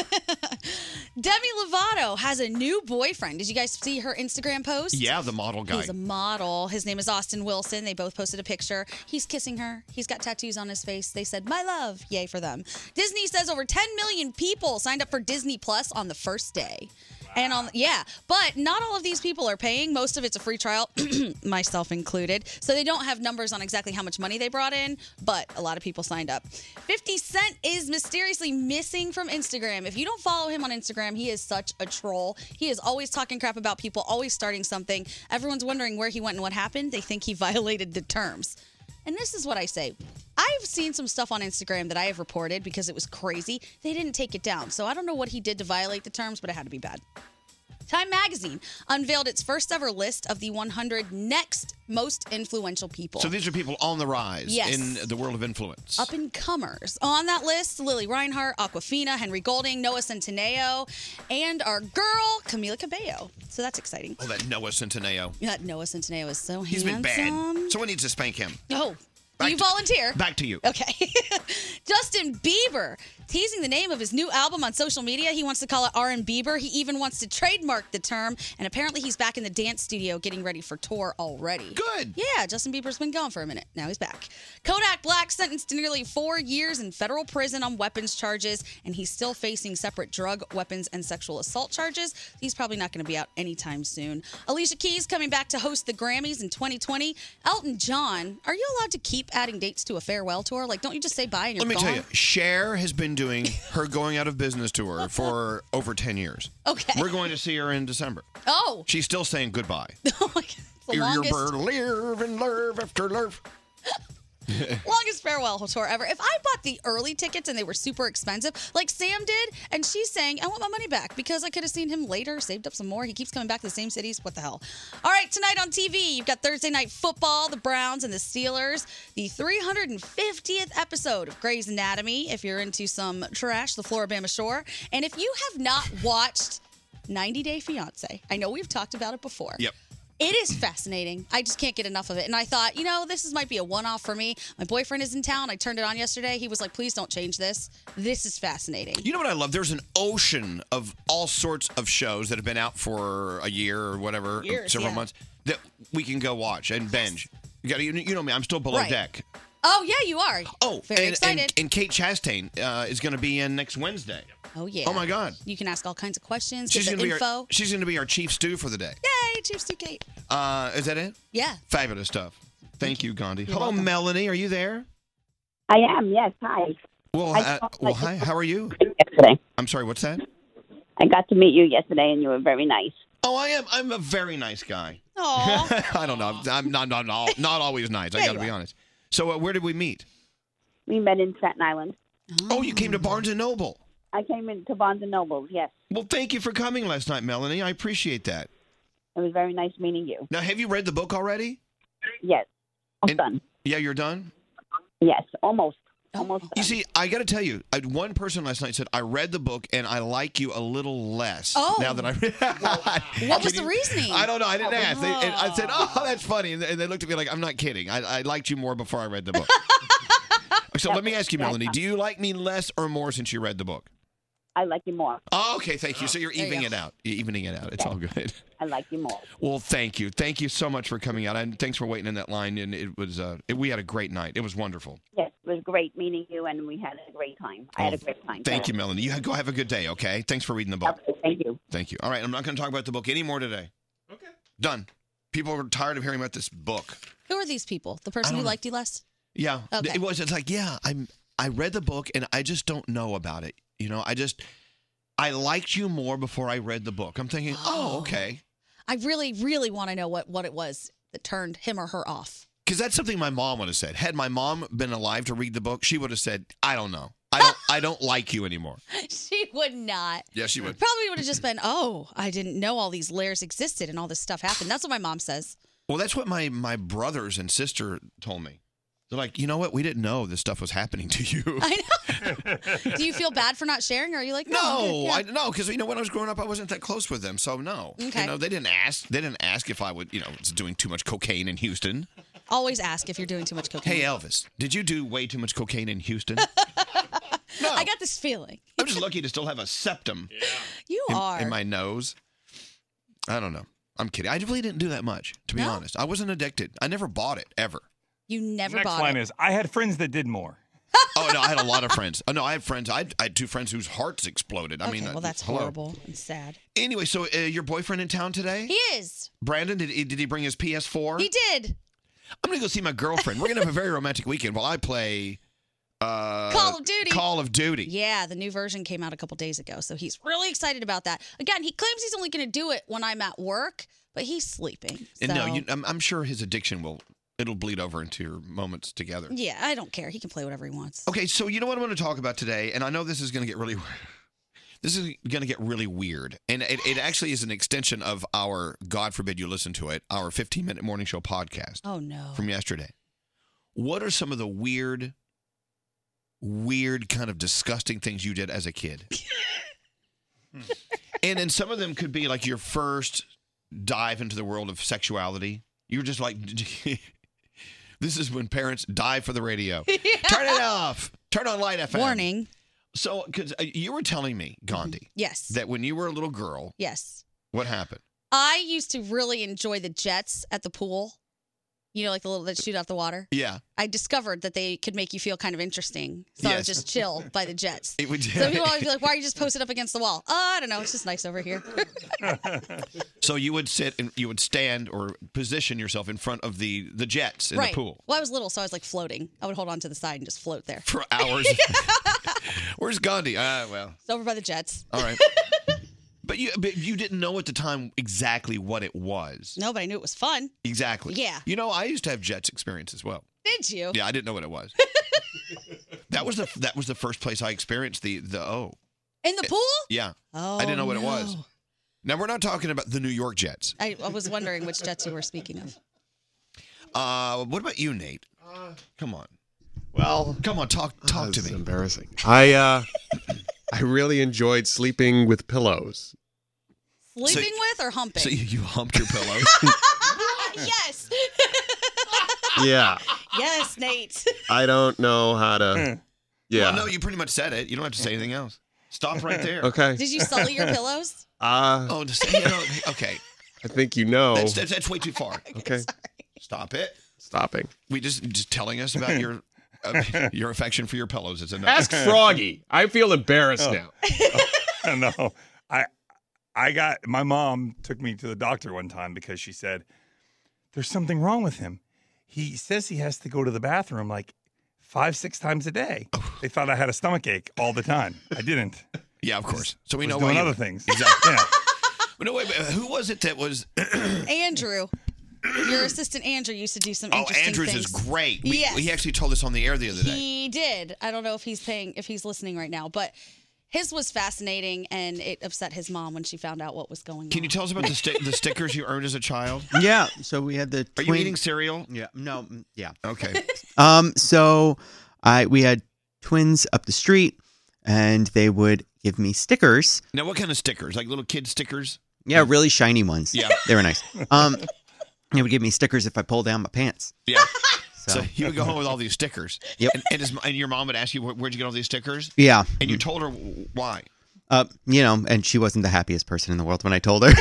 Speaker 6: Demi Lovato has a new boyfriend. Did you guys see her Instagram post?
Speaker 2: Yeah, the model guy.
Speaker 6: He's a model. His name is Austin Wilson. They both posted a picture. He's kissing her. He's got tattoos on his face. They said, My love. Yay for them. Disney says over 10 million people signed up for Disney Plus on the first day. And on, yeah, but not all of these people are paying. Most of it's a free trial, myself included. So they don't have numbers on exactly how much money they brought in, but a lot of people signed up. 50 Cent is mysteriously missing from Instagram. If you don't follow him on Instagram, he is such a troll. He is always talking crap about people, always starting something. Everyone's wondering where he went and what happened. They think he violated the terms. And this is what I say. I've seen some stuff on Instagram that I have reported because it was crazy. They didn't take it down. So I don't know what he did to violate the terms, but it had to be bad. Time magazine unveiled its first ever list of the 100 next most influential people.
Speaker 2: So these are people on the rise
Speaker 6: Yes.
Speaker 2: in the world of influence.
Speaker 6: Up and comers. On that list, Lily Reinhart, Aquafina, Henry Golding, Noah Centineo, and our girl, Camila Cabello. So that's exciting.
Speaker 2: Oh, that Noah Centineo.
Speaker 6: That Noah Centineo is so
Speaker 2: He's been
Speaker 6: handsome.
Speaker 2: bad. Someone needs to spank him.
Speaker 6: Oh, do you volunteer?
Speaker 2: Back to you.
Speaker 6: Okay. Justin Bieber teasing the name of his new album on social media. He wants to call it R and Bieber. He even wants to trademark the term, and apparently he's back in the dance studio getting ready for tour already.
Speaker 2: Good.
Speaker 6: Yeah, Justin Bieber's been gone for a minute. Now he's back. Kodak Black sentenced to nearly four years in federal prison on weapons charges, and he's still facing separate drug, weapons, and sexual assault charges. He's probably not going to be out anytime soon. Alicia Keys coming back to host the Grammys in 2020. Elton John, are you allowed to keep adding dates to a farewell tour? Like, don't you just say bye and you're
Speaker 2: Let me
Speaker 6: gone?
Speaker 2: tell you, Cher has been doing her going out of business tour for over 10 years.
Speaker 6: Okay.
Speaker 2: We're going to see her in December.
Speaker 6: Oh,
Speaker 2: She's still saying goodbye.
Speaker 6: it's
Speaker 2: Ear,
Speaker 6: the
Speaker 2: ear,
Speaker 6: longest.
Speaker 2: bird, lirv, and lurv after lurv.
Speaker 6: longest farewell tour ever. If I bought the early tickets and they were super expensive, like Sam did, and she's saying, I want my money back because I could have seen him later, saved up some more. He keeps coming back to the same cities. What the hell? All right, tonight on TV, you've got Thursday Night Football, the Browns and the Steelers, the 350th episode of Grey's Anatomy, if you're into some trash, the Floribama Shore. And if you have not watched 90 Day Fiancé, I know we've talked about it before.
Speaker 2: Yep.
Speaker 6: It is fascinating. I just can't get enough of it. And I thought, you know, this is, might be a one off for me. My boyfriend is in town. I turned it on yesterday. He was like, please don't change this. This is fascinating.
Speaker 2: You know what I love? There's an ocean of all sorts of shows that have been out for a year or whatever,
Speaker 6: Years,
Speaker 2: several
Speaker 6: yeah.
Speaker 2: months, that we can go watch and binge. You, gotta, you you know me, I'm still below
Speaker 6: Right.
Speaker 2: deck.
Speaker 6: Oh, yeah, you are.
Speaker 2: Oh,
Speaker 6: very
Speaker 2: and,
Speaker 6: excited.
Speaker 2: And, and Kate Chastain uh, is going to be in next Wednesday.
Speaker 6: oh, yeah.
Speaker 2: Oh, my God.
Speaker 6: You can ask all kinds of questions, get
Speaker 2: gonna
Speaker 6: the
Speaker 2: be
Speaker 6: info.
Speaker 2: our, she's going to be our chief stew for the day.
Speaker 6: Yay, Chiefs 2K.
Speaker 2: Uh, is that it?
Speaker 6: Yeah.
Speaker 2: Fabulous stuff. Thank, you, Gandhi. Hello, Melanie. Are you there?
Speaker 18: I am, yes. Hi.
Speaker 2: Well,
Speaker 18: I
Speaker 2: uh,
Speaker 18: just-
Speaker 2: well, hi. How are you?
Speaker 18: Yesterday.
Speaker 2: I'm sorry. What's that?
Speaker 18: I got to meet you yesterday, and you were very nice.
Speaker 2: Oh, I am. I'm a very nice guy.
Speaker 6: Oh.
Speaker 2: I don't know. I'm not not all, not always nice. I
Speaker 18: Yeah,
Speaker 2: got to
Speaker 18: you
Speaker 2: be
Speaker 18: are.
Speaker 2: honest. So, uh, where did we meet?
Speaker 18: We met in Staten Island.
Speaker 2: Oh, you
Speaker 18: Ah.
Speaker 2: came to Barnes and Noble.
Speaker 18: I came into Barnes and Noble. Yes,
Speaker 2: Well, thank you for coming last night, Melanie. I appreciate that.
Speaker 18: it was very nice meeting you.
Speaker 2: Now, have you read the book already?
Speaker 18: Yes, I'm
Speaker 2: done. Yeah, you're done.
Speaker 18: Yes, almost. Almost
Speaker 2: You see, I got to tell you, I, one person last night said, I read the book and I like you a little less.
Speaker 6: Oh.
Speaker 2: Now that I read
Speaker 6: What was the reasoning? Oh,
Speaker 2: I don't know. I didn't
Speaker 18: Oh.
Speaker 2: ask. They, and I said, oh, that's funny. And they, and they looked at me like, I'm not kidding. I, I liked you more before I read the book. so let me ask you, Melanie, do you like me less or more since you read the book?
Speaker 18: I like you more.
Speaker 2: Oh, okay, thank you. So you're
Speaker 18: There you
Speaker 2: evening
Speaker 18: go.
Speaker 2: it out. You're evening it out. It's all good.
Speaker 18: I like you more.
Speaker 2: Well, thank you. Thank you so much for coming out. And thanks for waiting in that line. And it was, uh, it, we had a great night. It was wonderful.
Speaker 18: Yes, it was great meeting you, and we had a great time. I had a great time.
Speaker 2: Oh, Thank you, Melanie. You ha- go have a good day, okay? Thanks for reading the book.
Speaker 18: Thank you.
Speaker 2: Thank you. All right, I'm not going to talk about the book anymore today. Okay. Done. People are tired of hearing about this book.
Speaker 6: Who are these people? The
Speaker 2: I
Speaker 6: person who
Speaker 2: don't-
Speaker 6: liked you less?
Speaker 2: Yeah.
Speaker 6: Okay.
Speaker 2: It was it's like, yeah, I'm I read the book and I just don't know about it. You know, I just I liked you more before I read the book. I'm thinking, "Oh, okay."
Speaker 6: I really, really want to know what, what it was that turned him or her off.
Speaker 2: Cuz that's something my mom would have said. Had my mom been alive to read the book, she would have said, "I don't know. I don't I don't like you anymore."
Speaker 6: she would not.
Speaker 2: Yeah, she would.
Speaker 6: Probably would have just been, oh, I didn't know all these layers existed and all this stuff happened. That's what my mom says.
Speaker 2: Well, that's what my my brothers and sister told me. They're like, "You know what? We didn't know this stuff was happening to you."
Speaker 6: Do you feel bad for not sharing? Or are you like, no? I'm good,
Speaker 2: No,
Speaker 6: yeah.
Speaker 2: I no, because you know when I was growing up, I wasn't that close with them, so no.
Speaker 6: Okay.
Speaker 2: You know, they didn't ask. They didn't ask if I would, you know, was doing too much cocaine in Houston.
Speaker 6: Always ask if you're doing too much cocaine.
Speaker 2: Hey, Elvis, did you do way too much cocaine in Houston?
Speaker 6: I got this feeling.
Speaker 2: I'm just lucky to still have a septum.
Speaker 6: You
Speaker 2: in,
Speaker 6: are.
Speaker 2: in my nose. I don't know. I'm kidding. I really didn't do that much, to be
Speaker 6: No?
Speaker 2: honest. I wasn't addicted. I never bought it ever.
Speaker 6: you never
Speaker 7: Next
Speaker 6: bought
Speaker 7: line
Speaker 6: it.
Speaker 7: is I had friends that did more.
Speaker 2: oh no, I had a lot of friends. Oh no, I had friends. I had, I had two friends whose hearts exploded. I
Speaker 6: okay,
Speaker 2: mean, uh,
Speaker 6: well, that's
Speaker 2: hello.
Speaker 6: horrible and sad.
Speaker 2: Anyway, so uh, your boyfriend in town today?
Speaker 6: He is.
Speaker 2: Brandon, did, did he bring his PS4?
Speaker 6: He did.
Speaker 2: I'm gonna go see my girlfriend. We're gonna have a very romantic weekend while I play uh,
Speaker 6: Call of Duty.
Speaker 2: Call of Duty.
Speaker 6: Yeah, the new version came out a couple days ago, so he's really excited about that. Again, he claims he's only going to do it when I'm at work, but he's sleeping. So.
Speaker 2: And no, you, I'm, I'm sure his addiction will it'll bleed over into your moments together.
Speaker 6: Yeah, I don't care. He can play whatever he wants.
Speaker 2: Okay, so you know what I want to talk about today, and I know this is going to get really, this is going to get really weird, and it, it actually is an extension of our God forbid you listen to it, our 15 minute morning show podcast
Speaker 6: Oh no.
Speaker 2: from yesterday. What are some of the weird, weird kind of disgusting things you did as a kid? and then some of them could be like your first dive into the world of sexuality. You were just like, this is when parents die for the radio. Turn it off. Turn on Light FM.
Speaker 6: Warning.
Speaker 2: So, because you were telling me, Gandhi,
Speaker 6: Yes.
Speaker 2: that when you were a little girl,
Speaker 6: Yes.
Speaker 2: what happened?
Speaker 6: I used to really enjoy the jets at the pool. You know, like the little that shoot out the water.
Speaker 2: Yeah.
Speaker 6: I discovered that they could make you feel kind of interesting. So I would
Speaker 2: Yes.
Speaker 6: just chill by the jets.
Speaker 2: It would.
Speaker 6: So people always be like, why are you just posted up against the wall? Oh, I don't know. It's just nice over here.
Speaker 2: So you would sit and you would stand or position yourself in front of the the jets in
Speaker 6: right.
Speaker 2: the pool
Speaker 6: Well, I was little, so I was like floating. I would hold on to the side and just float there.
Speaker 2: for hours. Where's Gandhi? Ah, well,
Speaker 6: It's over by the jets.
Speaker 2: all right. but you but you didn't know at the time exactly what it was.
Speaker 6: No, but I knew it was fun.
Speaker 2: Exactly.
Speaker 6: Yeah.
Speaker 2: You know, I used to have jets experience as well.
Speaker 6: Did you?
Speaker 2: Yeah, I didn't know what it was. that was the that was the first place I experienced the the oh.
Speaker 6: In the pool?
Speaker 2: Yeah.
Speaker 6: Oh,
Speaker 2: I didn't know what it
Speaker 6: no.
Speaker 2: was. Now we're not talking about the New York Jets.
Speaker 6: I, I was wondering which jets you were speaking of.
Speaker 2: Uh, what about you, Nate? Come on. Well, come on, talk talk to me.
Speaker 15: Embarrassing. I uh, I really enjoyed sleeping with pillows.
Speaker 6: Sleeping with or humping?
Speaker 2: So you, you humped your pillow.
Speaker 6: yes.
Speaker 15: yeah,
Speaker 6: Yes, Nate.
Speaker 15: I don't know how to. Yeah.
Speaker 2: Hmm. Well, no, you pretty much said it. You don't have to say anything else. Stop right there.
Speaker 15: Okay.
Speaker 6: Did you sully your pillows?
Speaker 15: Uh,
Speaker 2: oh, just, you know, okay.
Speaker 15: I think you know.
Speaker 2: That's, that's, that's way too far.
Speaker 15: okay.
Speaker 2: Stop it.
Speaker 15: Stopping.
Speaker 2: We just just telling us about your uh, your affection for your pillows is enough.
Speaker 15: Ask Froggy. I feel embarrassed
Speaker 7: Oh.
Speaker 15: now.
Speaker 7: no, I I got my mom took me to the doctor one time because she said there's something wrong with him. He says he has to go to the bathroom like five six times a day. They thought I had a stomach ache all the time. I didn't.
Speaker 2: Yeah, of course. So we
Speaker 7: was
Speaker 2: know
Speaker 7: doing
Speaker 2: why you-
Speaker 7: other things.
Speaker 2: Exactly.
Speaker 7: Yeah.
Speaker 2: But no, wait, but who was it that was?
Speaker 6: Andrew, your assistant Andrew used to do some
Speaker 2: Oh,
Speaker 6: interesting
Speaker 2: Andrews
Speaker 6: things.
Speaker 2: is great. We,
Speaker 6: Yes.
Speaker 2: He actually told us on the air the other day.
Speaker 6: He did. I don't know if he's paying, if he's listening right now, but his was fascinating, and it upset his mom when she found out what was going on.
Speaker 2: Can you tell us about the sti- the stickers you earned as a child?
Speaker 13: Yeah. So we had the.
Speaker 2: Are
Speaker 13: Twin- mm,
Speaker 2: you eating cereal?
Speaker 13: Yeah. No. Yeah.
Speaker 2: Okay.
Speaker 13: Um. So, I we had twins up the street, and they would give me stickers.
Speaker 2: Now, what kind of stickers? Like little kid stickers?
Speaker 13: Yeah, really shiny ones.
Speaker 2: Yeah.
Speaker 13: they were nice. Um, they would give me stickers if I pulled down my pants.
Speaker 2: Yeah. So you would go home with all these stickers.
Speaker 13: Yep.
Speaker 2: And, and, his, and your mom would ask you, "Where- where'd you get all these stickers?
Speaker 13: Yeah.
Speaker 2: And you told her w- why.
Speaker 13: Uh, you know, and she wasn't the happiest person in the world when I told her.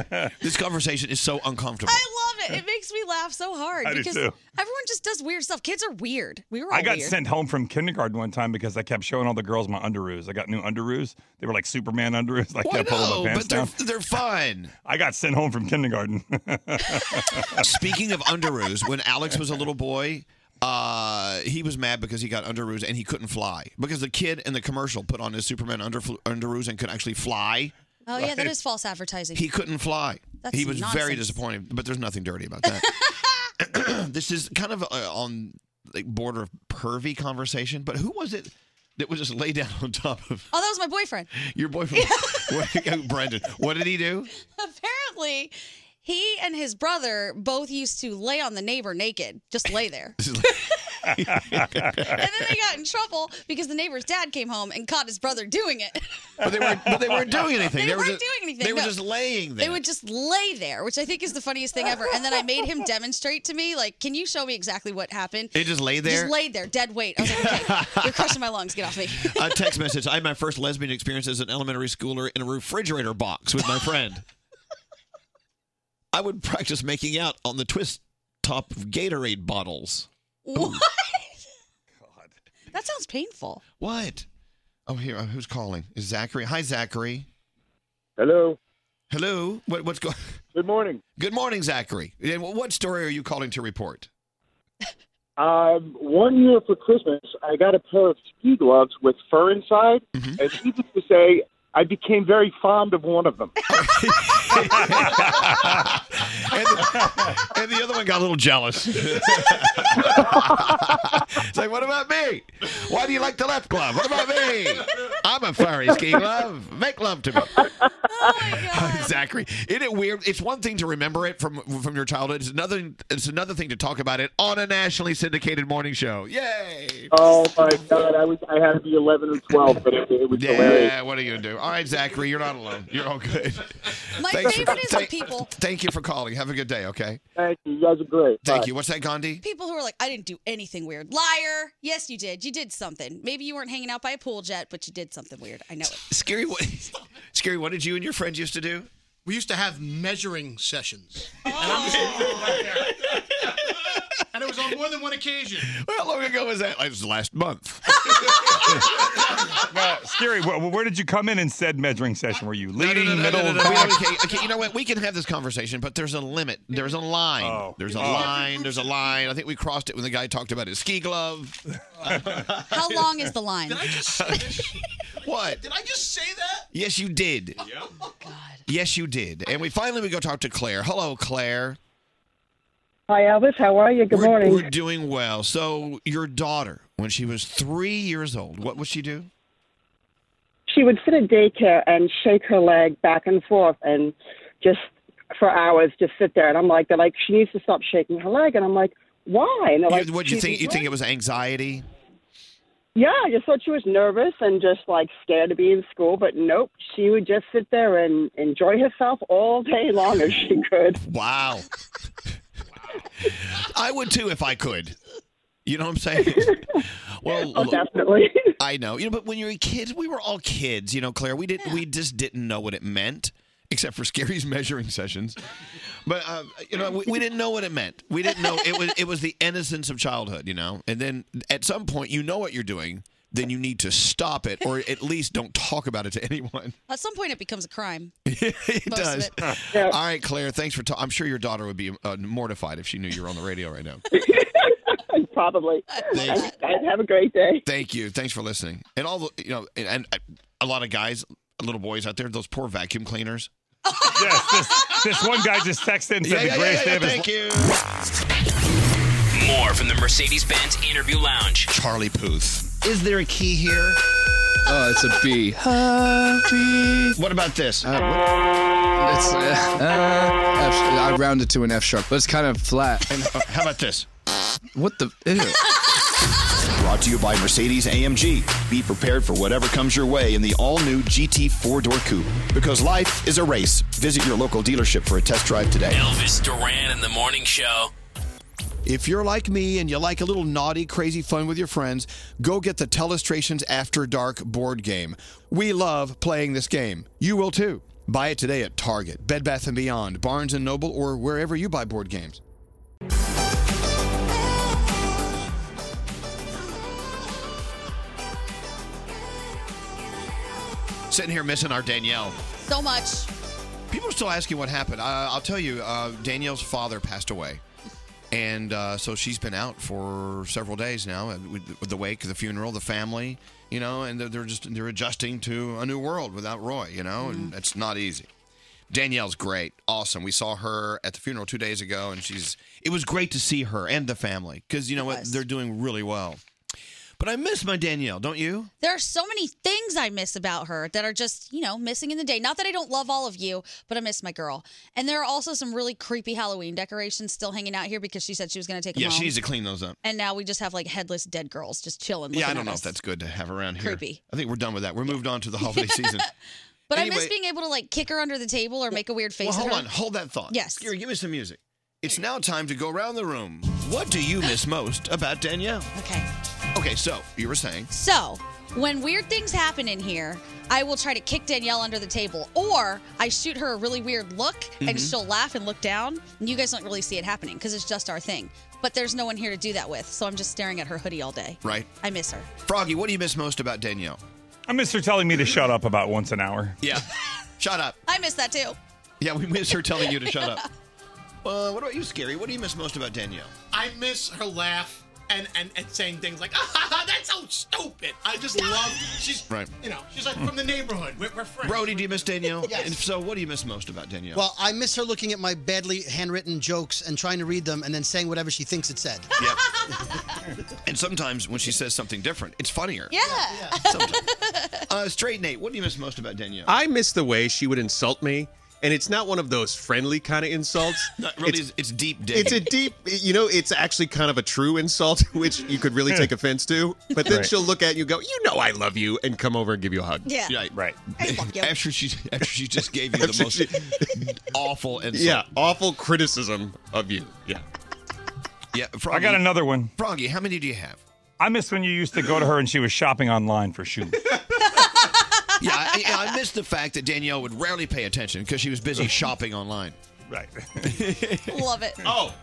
Speaker 2: this conversation is so uncomfortable.
Speaker 6: I love it. It makes me laugh so hard
Speaker 7: I do
Speaker 6: because
Speaker 7: too.
Speaker 6: everyone just does weird stuff. Kids are weird. We were all
Speaker 7: I got
Speaker 6: weird.
Speaker 7: sent home from kindergarten one time because I kept showing all the girls my underoos. I got new underoos. They were like Superman underoos. Like
Speaker 2: Well, I
Speaker 7: kept pulling
Speaker 2: know,
Speaker 7: my pants
Speaker 2: but
Speaker 7: down.
Speaker 2: they're- they're fun.
Speaker 7: I got sent home from kindergarten.
Speaker 2: Speaking of underoos, when Alex was a little boy, uh, he was mad because he got underoos and he couldn't fly because the kid in the commercial put on his Superman under, underoos and could actually fly.
Speaker 6: Oh yeah, that is false advertising.
Speaker 2: He couldn't fly.
Speaker 6: That's
Speaker 2: he was very
Speaker 6: nonsense.
Speaker 2: disappointed, but there's nothing dirty about that. this is kind of uh, on like border of pervy conversation, but who was it that was just laid down on top of
Speaker 6: Oh, that was my boyfriend.
Speaker 2: your boyfriend? What- Brandon, what did he do?
Speaker 6: Apparently, he and his brother both used to lay on the neighbor naked, just lay there. and then they got in trouble because the neighbor's dad came home and caught his brother doing it.
Speaker 2: But they weren't. But they weren't doing anything.
Speaker 6: They,
Speaker 2: were
Speaker 6: weren't
Speaker 2: just,
Speaker 6: doing anything.
Speaker 2: They were
Speaker 6: no.
Speaker 2: just laying there.
Speaker 6: They would just lay there, which I think is the funniest thing ever. And then I made him demonstrate to me, like, can you show me exactly what happened?
Speaker 2: They just lay there?
Speaker 6: Just laid there, dead weight. I was like, okay, you're crushing my lungs. Get off me.
Speaker 2: a text message. I had my first lesbian experience as an elementary schooler in a refrigerator box with my friend. I would practice making out on the twist top of Gatorade bottles. Oh
Speaker 6: What? That sounds painful.
Speaker 2: What? Oh, here, uh, who's calling? Is Zachary? Hi, Zachary.
Speaker 14: Hello.
Speaker 2: Hello. What, what's going?
Speaker 14: Good morning.
Speaker 2: Good morning, Zachary. And wh- What story are you calling to report?
Speaker 14: Um, one year for Christmas, I got a pair of ski gloves with fur inside,
Speaker 2: Mm-hmm.
Speaker 14: and needless to say, I became very fond of one of them.
Speaker 2: And the, and the other one got a little jealous. it's like, what about me? Why do you like the left glove? What about me? I'm a furry ski glove. Make love to me. Zachary, isn't it weird? It's one thing to remember it from from your childhood. It's another. It's another thing to talk about it on a nationally syndicated morning show. Yay!
Speaker 14: Oh my god, I was I had to be eleven or twelve, but it, it was
Speaker 2: Yeah,
Speaker 14: hilarious.
Speaker 2: what are you gonna do? All right, Zachary, you're not alone. You're all good.
Speaker 6: My
Speaker 2: Thanks
Speaker 6: favorite is when
Speaker 2: thank-
Speaker 6: people
Speaker 2: Thank you for calling. Have a good day. Okay.
Speaker 14: Thank you. You guys are great.
Speaker 2: Thank
Speaker 14: Bye.
Speaker 2: you. What's that, Gandhi?
Speaker 6: people who are like, I didn't do anything weird. Liar. Yes, you did. You did something. Maybe you weren't hanging out by a pool jet, but you did something weird. I know it.
Speaker 2: Scary, what, Scary, what did you and your friends used to do?
Speaker 10: We used to have measuring sessions. And I'm just right there. And it was on more than one occasion.
Speaker 2: How long ago was that? It was last month.
Speaker 7: well, Scary, where, where did you come in and said measuring session? Were you leading,
Speaker 2: No, no,
Speaker 7: middle,
Speaker 2: no, no, no,
Speaker 7: back?
Speaker 2: we- okay, okay, you know what? We can have this conversation, but there's a limit. There's a line. There's a
Speaker 7: Oh.
Speaker 2: line. There's a line. I think we crossed it when the guy talked about his ski glove.
Speaker 6: How long is the line?
Speaker 2: what?
Speaker 10: Did I just say that?
Speaker 2: Yes, you did. Yes, you did. And we finally we go talk to Claire. Hello, Claire.
Speaker 19: Hi, Elvis. How are you? Good morning.
Speaker 2: We're doing well. So your daughter, when she was three years old, what would she do?
Speaker 19: She would sit at daycare and shake her leg back and forth and just for hours just sit there. And I'm like, they're like, she needs to stop shaking her leg. And I'm like, why? And they're like,
Speaker 2: What do you
Speaker 19: "She's
Speaker 2: think? You think
Speaker 19: nervous."
Speaker 2: it was anxiety?
Speaker 19: Yeah, I just thought she was nervous and just like scared to be in school. But nope, she would just sit there and enjoy herself all day long if she could.
Speaker 2: Wow. I would too if I could. You know what I'm saying? Well,
Speaker 19: Oh,
Speaker 2: look,
Speaker 19: definitely.
Speaker 2: I know. You know, but when you were kids, we were all kids. You know, Claire, we didn't. We just didn't know what it meant, except for Scary's measuring sessions. But uh, you know, we, we didn't know what it meant. We didn't know it was. It was the innocence of childhood. You know, and then at some point, you know what you're doing. Then you need to stop it, or at least don't talk about it to anyone.
Speaker 6: At some point, it becomes a crime.
Speaker 2: it
Speaker 6: Most of
Speaker 2: does. All right, Claire. Thanks for. Ta- I'm sure your daughter would be uh, mortified if she knew you were on the radio right now.
Speaker 19: Probably.
Speaker 2: Thanks.
Speaker 19: Guys, have a great day.
Speaker 2: Thank you. Thanks for listening. And all the you know, and, and uh, a lot of guys, little boys out there, those poor vacuum cleaners.
Speaker 7: yes, this, this one guy just texted and said
Speaker 2: Yeah, yeah,
Speaker 7: the greatest
Speaker 2: yeah, yeah,
Speaker 7: day of his
Speaker 2: thank you.
Speaker 5: More from the Mercedes Benz Interview Lounge.
Speaker 2: Charlie Puth. Is there a key here?
Speaker 15: Oh, it's a B. Uh,
Speaker 2: What about this?
Speaker 15: it's, uh, uh, F- I rounded to an F sharp, but it's kind of flat.
Speaker 2: How about this?
Speaker 15: What the? Ew.
Speaker 20: Brought to you by Mercedes AMG. Be prepared for whatever comes your way in the all new GT four door coupe. Because life is a race. Visit your local dealership for a test drive today.
Speaker 5: Elvis Duran in the morning show.
Speaker 2: If you're like me and you like a little naughty, crazy fun with your friends, go get the Telestrations After Dark board game. We love playing this game. You will too. Buy it today at Target, Bed Bath & Beyond, Barnes & Noble, or wherever you buy board games. Sitting here missing our Danielle.
Speaker 6: So much.
Speaker 2: People are still asking what happened. Uh, I'll tell you, uh, Danielle's father passed away. And uh, so she's been out for several days now uh, with, with the wake, the funeral, the family, you know, and they're, they're just they're adjusting to a new world without Roy, you know,
Speaker 6: Mm-hmm.
Speaker 2: and it's not easy. Danielle's great, awesome. We saw her at the funeral two days ago, and she's it was great to see her and the family because you know what they're doing really well. But I miss my Danielle, don't you?
Speaker 6: There are so many things I miss about her that are just, you know, missing in the day. Not that I don't love all of you, but I miss my girl. And there are also some really creepy Halloween decorations still hanging out here because she said she was going to take them
Speaker 2: yeah,
Speaker 6: home.
Speaker 2: she needs to clean those up.
Speaker 6: and now we just have like headless dead girls just chilling.
Speaker 2: yeah, I
Speaker 6: looking
Speaker 2: don't
Speaker 6: at
Speaker 2: know
Speaker 6: us.
Speaker 2: if that's good to have around here.
Speaker 6: Creepy.
Speaker 2: I think we're done with that. We're moved on to the holiday season.
Speaker 6: But I
Speaker 2: Anyway-
Speaker 6: miss being able to like kick her under the table or make a weird face.
Speaker 2: Well,
Speaker 6: at
Speaker 2: hold
Speaker 6: her.
Speaker 2: on. Hold that thought.
Speaker 6: Yes.
Speaker 2: Here, give me some music. It's now time to go around the room. What do you miss most about Danielle?
Speaker 6: Okay.
Speaker 2: Okay, so you were saying.
Speaker 6: So, when weird things happen in here, I will try to kick Danielle under the table, or I shoot her a really weird look, and
Speaker 2: Mhm.
Speaker 6: she'll laugh and look down. And you guys don't really see it happening because it's just our thing. But there's no one here to do that with, so I'm just staring at her hoodie all day.
Speaker 2: Right.
Speaker 6: I miss her.
Speaker 2: Froggy, what do you miss most about Danielle?
Speaker 7: I miss her telling me to shut up about once an hour.
Speaker 2: Yeah. shut up.
Speaker 6: I miss that too.
Speaker 2: Yeah, we miss her telling you to shut up. Uh, what about you, Scary? What do you miss most about Danielle?
Speaker 10: I miss her laugh and, and, and saying things like, ah, ha, ha, that's so stupid. I just love, she's,
Speaker 2: Right.
Speaker 10: you know, she's like from the neighborhood. We're, we're friends.
Speaker 2: Brody, do you miss Danielle?
Speaker 10: Yes.
Speaker 2: And if so, what do you miss most about Danielle?
Speaker 17: Well, I miss her looking at my badly handwritten jokes and trying to read them and then saying whatever she thinks it said.
Speaker 2: yeah. and sometimes when she says something different, it's funnier.
Speaker 6: Yeah.
Speaker 2: Uh, straight Nate, what do you miss most about Danielle?
Speaker 15: I miss the way she would insult me, and it's not one of those friendly kind of insults.
Speaker 2: No, really, it's, it's deep dig.
Speaker 15: It's a deep, you know, it's actually kind of a true insult, which you could really take offense to. But then
Speaker 2: Hmm. Right.
Speaker 15: she'll look at you and go, You know, I love you, and come over and give you a hug.
Speaker 6: Yeah.
Speaker 2: Right. After she after she just gave you the
Speaker 15: After
Speaker 2: most
Speaker 15: she-
Speaker 2: awful insult.
Speaker 15: Yeah, awful criticism of you. Yeah.
Speaker 2: Yeah,
Speaker 7: I got another one.
Speaker 2: Froggy, how many do you have?
Speaker 7: I miss when you used to go to her and she was shopping online for shoes.
Speaker 2: Yeah, I, yeah, I missed the fact that Danielle would rarely pay attention because she was busy shopping online.
Speaker 7: Right.
Speaker 6: Love it.
Speaker 2: Oh.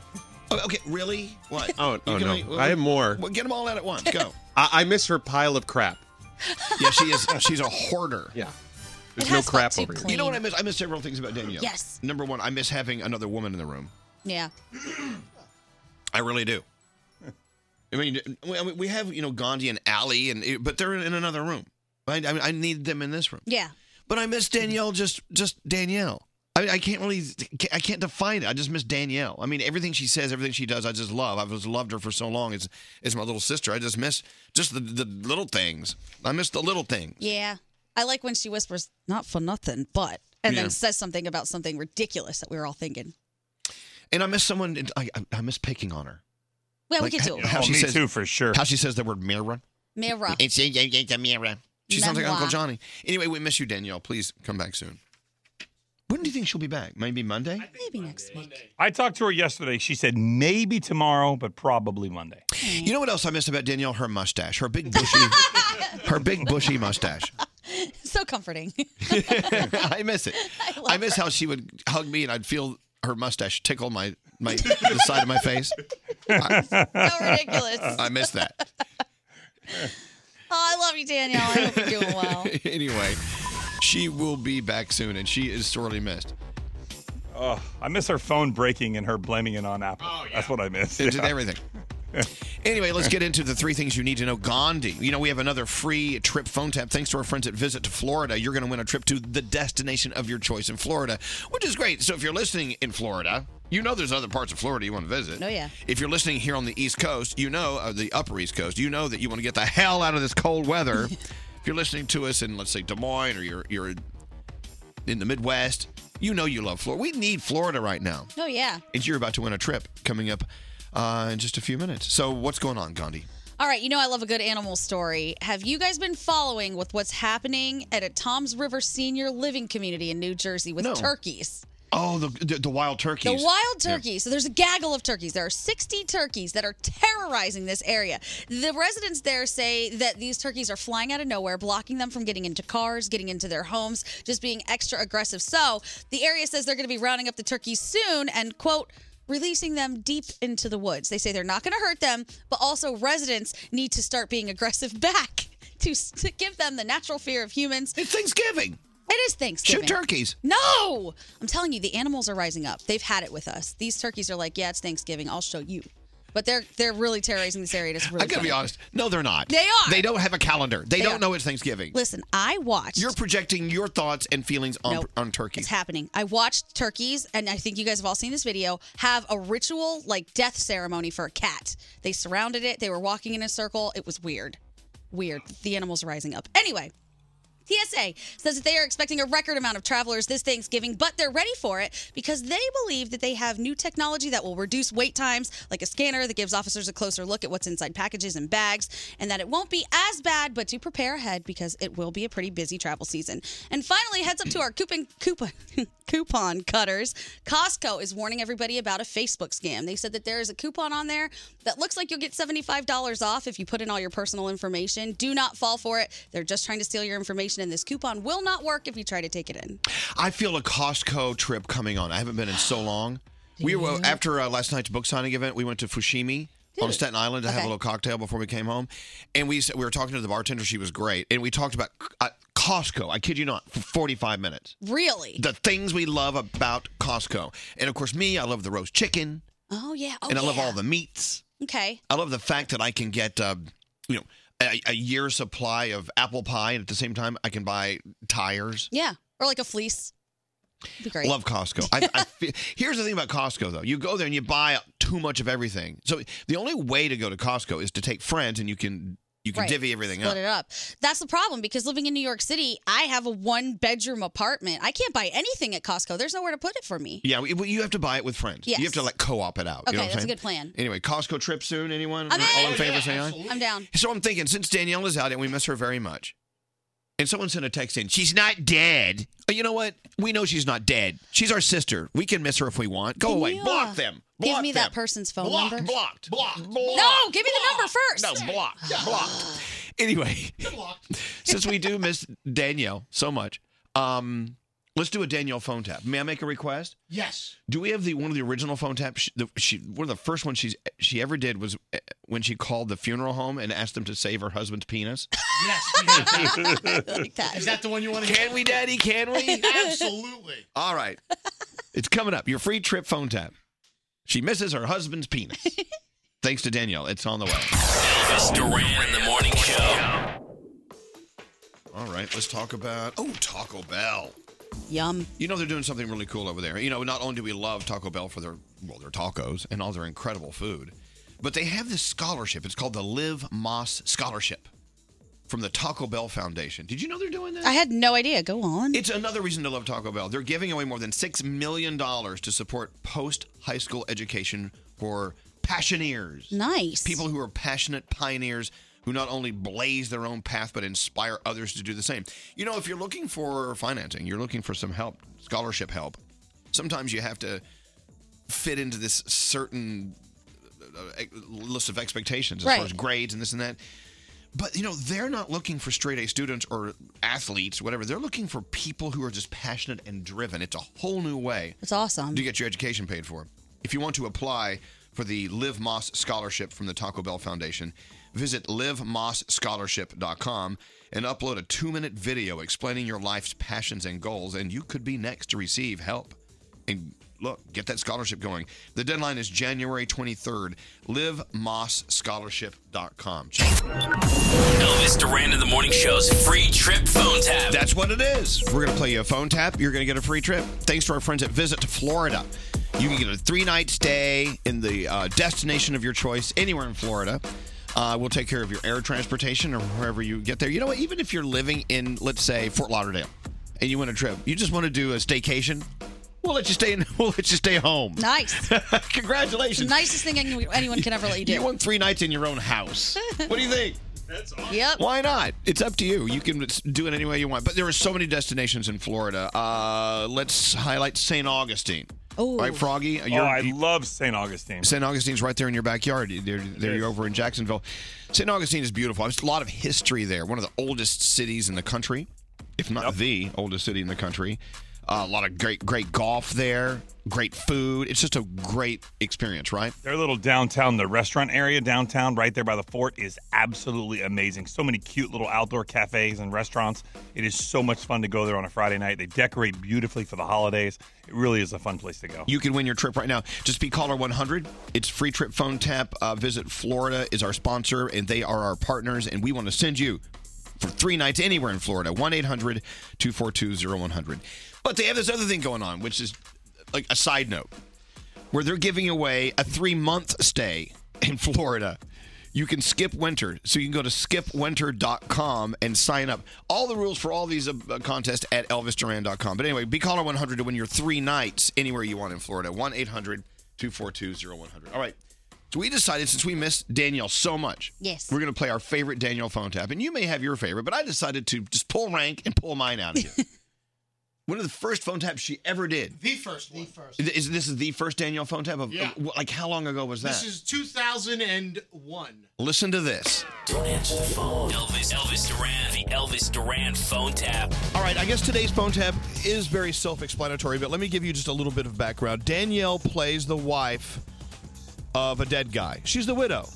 Speaker 2: Okay, really? What?
Speaker 15: Oh,
Speaker 2: You
Speaker 15: oh
Speaker 2: can
Speaker 15: no.
Speaker 2: only-
Speaker 15: I have more.
Speaker 2: Well, get them all out at once. Go.
Speaker 15: I, I miss her pile of crap.
Speaker 2: Yeah, she is. She's a hoarder.
Speaker 15: Yeah. There's no crap over here.
Speaker 2: You know what I miss? I miss several things about Danielle.
Speaker 6: Yes.
Speaker 2: Number one, I miss having another woman in the room.
Speaker 6: Yeah.
Speaker 2: I really do. I mean, we- I mean, we have you know Gandhi and Ali, and eh, but they're in another room. I, I mean, I need them in this room.
Speaker 6: Yeah.
Speaker 2: But I miss Danielle. Just just Danielle. I, I can't really. I can't define it. I just miss Danielle. I mean, everything she says, everything she does, I just love. I've just loved her for so long. It's it's my little sister. I just miss just the, the little things. I miss the little thing.
Speaker 6: Yeah. I like when she whispers, not for nothing, but, and
Speaker 2: Yeah.
Speaker 6: then says something about something ridiculous that we were all thinking.
Speaker 2: And I miss someone. I I- I miss picking on her.
Speaker 6: Yeah,
Speaker 2: Like,
Speaker 6: we could do it.
Speaker 2: she says-
Speaker 7: Oh, for sure.
Speaker 2: How she says the word mirror.
Speaker 6: Mira.
Speaker 2: It's a, it's a mirror. She sounds like
Speaker 6: Memoir.
Speaker 2: Uncle Johnny. Anyway, we miss you, Danielle. Please come back soon. When do you think she'll be back? Maybe Monday?
Speaker 6: Maybe next week.
Speaker 7: I talked to her yesterday. She said maybe tomorrow, but probably Monday.
Speaker 2: You know what else I miss about Danielle? Her mustache. Her big bushy her big bushy mustache.
Speaker 6: So comforting.
Speaker 2: I miss it. I, miss how she would hug me and I'd feel her mustache tickle my, my the side of my face. I,
Speaker 6: so ridiculous.
Speaker 2: I miss that.
Speaker 6: Oh, I love you, Danielle. I hope you're doing well.
Speaker 2: anyway, she will be back soon and she is sorely missed.
Speaker 7: Oh, I miss her phone breaking and her blaming it on Apple. That's what I miss.
Speaker 2: It did Oh, everything. Anyway, let's get into the three things you need to know. Gandhi. You know, we have another free trip phone tap thanks to our friends at Visit to Florida. You're going to win a trip to the destination of your choice in Florida, which is great. So if you're listening in Florida, you know there's other parts of Florida you want to visit.
Speaker 6: Oh, yeah.
Speaker 2: If you're listening here on the East Coast, you know, uh, the Upper East Coast, you know that you want to get the hell out of this cold weather. if you're listening to us in, let's say, Des Moines or you're, you're in the Midwest, you know you love Florida. We need Florida right now.
Speaker 6: Oh, yeah.
Speaker 2: And you're about to win a trip coming up uh, in just a few minutes. So, what's going on, Gandhi?
Speaker 6: All right, you know I love a good animal story. Have you guys been following with what's happening at a Tom's River senior living community in New Jersey with
Speaker 2: No.
Speaker 6: turkeys?
Speaker 2: Oh, the the, the wild turkeys.
Speaker 6: The wild
Speaker 2: Yeah.
Speaker 6: turkeys. So there's a gaggle of turkeys. There are 60 turkeys that are terrorizing this area. The residents there say that these turkeys are flying out of nowhere, blocking them from getting into cars, getting into their homes, just being extra aggressive. So the area says they're going to be rounding up the turkeys soon and, quote, releasing them deep into the woods. They say they're not going to hurt them, but also residents need to start being aggressive back to, to give them the natural fear of humans.
Speaker 2: It's Thanksgiving.
Speaker 6: It is Thanksgiving.
Speaker 2: turkeys.
Speaker 6: No! I'm telling you, the animals are rising up. They've had it with us. These turkeys are like, yeah, it's Thanksgiving. I'll show you. But they're they're really terrorizing this area. and It's really
Speaker 2: I gotta be
Speaker 6: funny.
Speaker 2: honest. No, they're not.
Speaker 6: They are.
Speaker 2: They don't have a calendar. They,
Speaker 6: They
Speaker 2: don't
Speaker 6: are.
Speaker 2: know it's Thanksgiving.
Speaker 6: Listen, I watched.
Speaker 2: You're projecting your thoughts and feelings on
Speaker 6: Nope.
Speaker 2: on turkeys.
Speaker 6: It's happening. I watched turkeys, and I think you guys have all seen this video, have a ritual like death ceremony for a cat. They surrounded it, they were walking in a circle. It was weird. Weird. The animals are rising up. Anyway. TSA says that they are expecting a record amount of travelers this Thanksgiving, but they're ready for it because they believe that they have new technology that will reduce wait times, like a scanner that gives officers a closer look at what's inside packages and bags, and that it won't be as bad, but do prepare ahead because it will be a pretty busy travel season. And finally, heads up to our coupon coupon coupon cutters. Costco is warning everybody about a Facebook scam. They said that there is a coupon on there that looks like you'll get $75 off if you put in all your personal information. Do not fall for it. They're just trying to steal your information, and this coupon will not work if you try to take it in.
Speaker 2: I feel a Costco trip coming on. I haven't been in so long. We were after uh, last night's book signing event. We went to Fushimi on
Speaker 6: Dude.
Speaker 2: Staten Island to have
Speaker 6: Okay.
Speaker 2: a little cocktail before we came home, and we s- we were talking to the bartender. She was great, and we talked about uh, Costco. I kid you not, for forty five minutes.
Speaker 6: Really?
Speaker 2: The things we love about Costco, and of course me, I love the roast chicken,
Speaker 6: Oh, yeah. Oh,
Speaker 2: and I love
Speaker 6: yeah.
Speaker 2: all the meats.
Speaker 6: Okay.
Speaker 2: I love the fact that I can get, uh, you know, a, a year's supply of apple pie, and at the same time, I can buy tires.
Speaker 6: Yeah. Or like a fleece. It'd be great.
Speaker 2: Love Costco. I, I feel, here's the thing about Costco, though. You go there and you buy too much of everything. So the only way to go to Costco is to take friends, and you can you can
Speaker 6: Right.
Speaker 2: divvy everything
Speaker 6: Split
Speaker 2: up.
Speaker 6: it up. That's the problem because living in New York City, I have a one bedroom apartment. I can't buy anything at Costco. There's nowhere to put it for me.
Speaker 2: Yeah, well, you have to buy it with friends.
Speaker 6: Yes.
Speaker 2: You have to like co-op it out.
Speaker 6: Okay,
Speaker 2: you know what I'm
Speaker 6: that's a
Speaker 2: saying?
Speaker 6: good plan.
Speaker 2: Anyway, Costco trip soon. Anyone?
Speaker 6: I'm
Speaker 2: Mm-hmm. All
Speaker 6: in.
Speaker 2: in favor? say aye.
Speaker 6: I'm down.
Speaker 2: So I'm thinking, since Danielle is out and we miss her very much, and someone sent a text in, she's not dead. Uh, You know what? We know she's not dead. She's our sister. We can miss her if we want. Go
Speaker 6: Can
Speaker 2: away.
Speaker 6: you, uh,
Speaker 2: block them. Block
Speaker 6: give me
Speaker 2: them.
Speaker 6: that person's phone
Speaker 2: blocked,
Speaker 6: number.
Speaker 2: Blocked. Blocked. Blocked.
Speaker 6: No, give me the number first.
Speaker 2: No, blocked. blocked. Anyway, since we do miss Danielle so much, um, let's do a Danielle phone tap. May I make a request?
Speaker 10: Yes.
Speaker 2: Do we have the one of the original phone taps? She, the, she one of the first ones she's she ever did was uh, when she called the funeral home and asked them to save her husband's penis.
Speaker 10: Yes. we
Speaker 2: I
Speaker 10: do.
Speaker 2: like that.
Speaker 10: Is that the one you want to?
Speaker 2: Can we, Daddy? Can we?
Speaker 10: Absolutely.
Speaker 2: All right, it's coming up. Your free trip phone tap. She misses her husband's penis. Thanks to Danielle, it's on the way.
Speaker 5: Elvis Duran in the morning show.
Speaker 2: All right, let's talk about oh Taco Bell.
Speaker 6: Yum.
Speaker 2: You know they're doing something really cool over there. You know, not only do we love Taco Bell for their well, their tacos and all their incredible food, but they have this scholarship. It's called the Live Moss Scholarship from the Taco Bell Foundation. Did you know they're doing that?
Speaker 6: I had Oh, no idea. Go on.
Speaker 2: It's another reason to love Taco Bell. They're giving away more than $6 million to support post high school education for passioneers.
Speaker 6: Nice.
Speaker 2: People who are passionate pioneers who not only blaze their own path but inspire others to do the same. You know, if you're looking for financing, you're looking for some help, scholarship help, sometimes you have to fit into this certain uh, uh, list of expectations as
Speaker 1: Right.
Speaker 2: far as grades and this and that. But you know, they're not looking for straight A students or athletes, whatever. They're looking for people who are just passionate and driven. It's a whole new way.
Speaker 6: It's awesome.
Speaker 2: to get your education paid for. If you want to apply for the Live Moss Scholarship from the Taco Bell Foundation, visit livemossscholarship.com and upload a two-minute video explaining your life's passions and goals, and you could be next to receive help. And look, get that scholarship going. The deadline is January 23rd. LiveMossScholarship.com. Check it out.
Speaker 5: Elvis Duran in the morning show's free trip phone tap.
Speaker 2: That's what it is. We're going to play you a phone tap. You're going to get a free trip. Thanks to our friends at Visit to Florida. You can get a three night stay in the uh, destination of your choice anywhere in Florida. Uh, we'll take care of your air transportation or wherever you get there. You know what? Even if you're living in, let's say, Fort Lauderdale and you want a trip, you just want to do a staycation. We'll let you stay in. We'll let you stay home.
Speaker 6: Nice.
Speaker 2: Congratulations.
Speaker 6: Nicest thing any- anyone can ever let you do.
Speaker 2: You won three nights in your own house. What do you think?
Speaker 6: Yep.
Speaker 2: Why not? It's up to you. You can do it any way you want. But there are so many destinations in Florida. Uh, let's highlight St. Augustine.
Speaker 6: Oh,
Speaker 2: right, Froggy.
Speaker 7: Oh, I love St. Augustine.
Speaker 2: St. Augustine's right there in your backyard. They're, they're over in Jacksonville. St. Augustine is beautiful. There's a lot of history there. One of the oldest cities in the country, if not the oldest city in the country. Uh, a lot of great, great golf there. Great food. It's just a great experience, right?
Speaker 7: Their little downtown, the restaurant area downtown, right there by the fort, is absolutely amazing. So many cute little outdoor cafes and restaurants. It is so much fun to go there on a Friday night. They decorate beautifully for the holidays. It really is a fun place to go.
Speaker 2: You can win your trip right now. Just be caller 100. It's free trip phone tap. Uh, Visit Florida is our sponsor, and they are our partners, and we want to send you for three nights anywhere in Florida. 1 800 242 0100. But they have this other thing going on, which is like a side note where they're giving away a three month stay in Florida. You can skip winter. So you can go to skipwinter.com and sign up. All the rules for all these uh, contests at elvisduran.com. But anyway, be caller 100 to win your three nights anywhere you want in Florida. 1 800 242 0100. All right. So we decided since we missed Danielle so much,
Speaker 6: Yes.
Speaker 2: we're going to play our favorite Danielle phone tap. And you may have your favorite, but I decided to just pull rank and pull mine out of you. One of the first phone taps she ever did.
Speaker 10: The first one. The first.
Speaker 2: Is this is the first Danielle phone tap of
Speaker 10: Yeah.
Speaker 2: uh, wh- like how long ago was that?
Speaker 10: This is 2001.
Speaker 2: Listen to this.
Speaker 5: Don't answer the phone. Elvis, Elvis Duran, the Elvis Duran phone tap.
Speaker 2: All right, I guess today's phone tap is very self-explanatory, but let me give you just a little bit of background. Danielle plays the wife of a dead guy. She's the widow,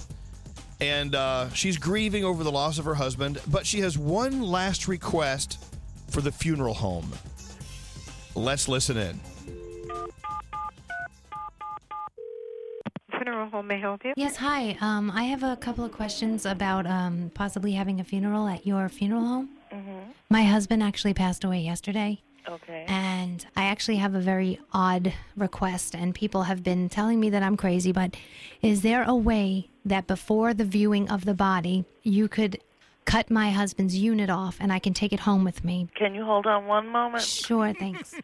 Speaker 2: and uh, she's grieving over the loss of her husband. But she has one last request for the funeral home. Let's listen in.
Speaker 1: Funeral home may help you.
Speaker 3: Yes, hi. Um, I have a couple of questions about um, possibly having a funeral at your funeral home. My husband actually passed away yesterday.
Speaker 1: Mm-hmm. Okay.
Speaker 3: And I actually have a very odd request, and people have been telling me that I'm crazy, but is there a way that before the viewing of the body, you could cut my husband's unit off and I can take it home with me?
Speaker 1: Can you hold on one moment?
Speaker 3: Sure, thanks.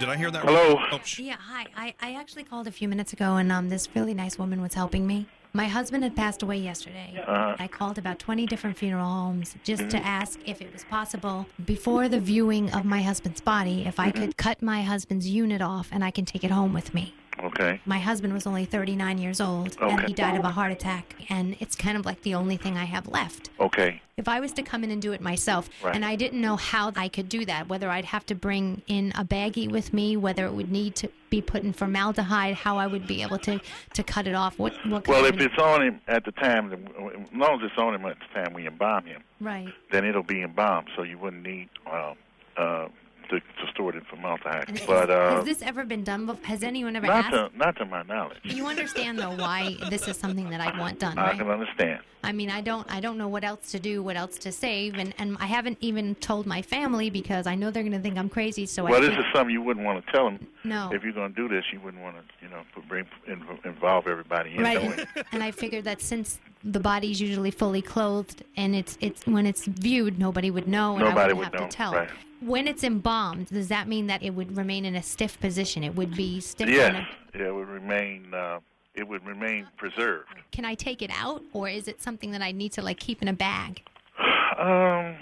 Speaker 2: Did I hear that?
Speaker 1: Hello.
Speaker 2: right? Oh, sh-
Speaker 3: Yeah, hi. I, I actually called a few minutes ago, and um, this really nice woman was helping me. My husband had passed away yesterday.
Speaker 1: Uh-huh. Mm-hmm.
Speaker 3: I called about 20 different funeral homes just to ask if it was possible, before the viewing of my husband's body, if I could
Speaker 1: Mm-hmm.
Speaker 3: cut my husband's unit off and I can take it home with me.
Speaker 1: Okay.
Speaker 3: My husband was only 39 years old, and
Speaker 1: Okay.
Speaker 3: he died of a heart attack, and it's kind of like the only thing I have left.
Speaker 1: Okay.
Speaker 3: If I was to come in and do it myself,
Speaker 1: Right.
Speaker 3: and I didn't know how I could do that, whether I'd have to bring in a baggie with me, whether it would need to be put in formaldehyde, how I would be able to, to cut it off, what what
Speaker 1: Well, if
Speaker 3: kind of-
Speaker 1: it's on him at the time, then- as long as it's on him at the time we embalm him,
Speaker 3: right,
Speaker 1: then it'll be embalmed, so you wouldn't need uh, uh, to, to store it in
Speaker 3: And
Speaker 1: formaldehyde.
Speaker 3: is-
Speaker 1: But uh,
Speaker 3: has this ever been done? Before? Has anyone ever
Speaker 1: not
Speaker 3: asked?
Speaker 1: to not to my knowledge.
Speaker 3: You understand though why this is something that I want done,
Speaker 1: I
Speaker 3: right?
Speaker 1: can understand.
Speaker 3: I mean, I don't, I don't know what else to do, what else to save, and, and I haven't even told my family because I know they're going to think I'm crazy. So I
Speaker 1: well, this
Speaker 3: can't-
Speaker 1: is something you wouldn't want to tell him.
Speaker 3: No.
Speaker 1: If you're going to do this, you wouldn't want to, you know, put- bring inv- involve everybody in
Speaker 3: right
Speaker 1: doing it.
Speaker 3: and, and i figured that since the body's usually fully clothed and it's it's when it's viewed nobody would know and i
Speaker 1: Nobody
Speaker 3: wouldn't
Speaker 1: would
Speaker 3: have
Speaker 1: know,
Speaker 21: to tell.
Speaker 1: right?
Speaker 3: when it's embalmed does that mean that it would remain in a stiff position it would be stiff
Speaker 1: Yes,
Speaker 3: and-
Speaker 1: yeah, it would remain. Uh, it would remain preserved.
Speaker 3: can i take it out or is it something that i need to like keep in a bag
Speaker 1: Um, I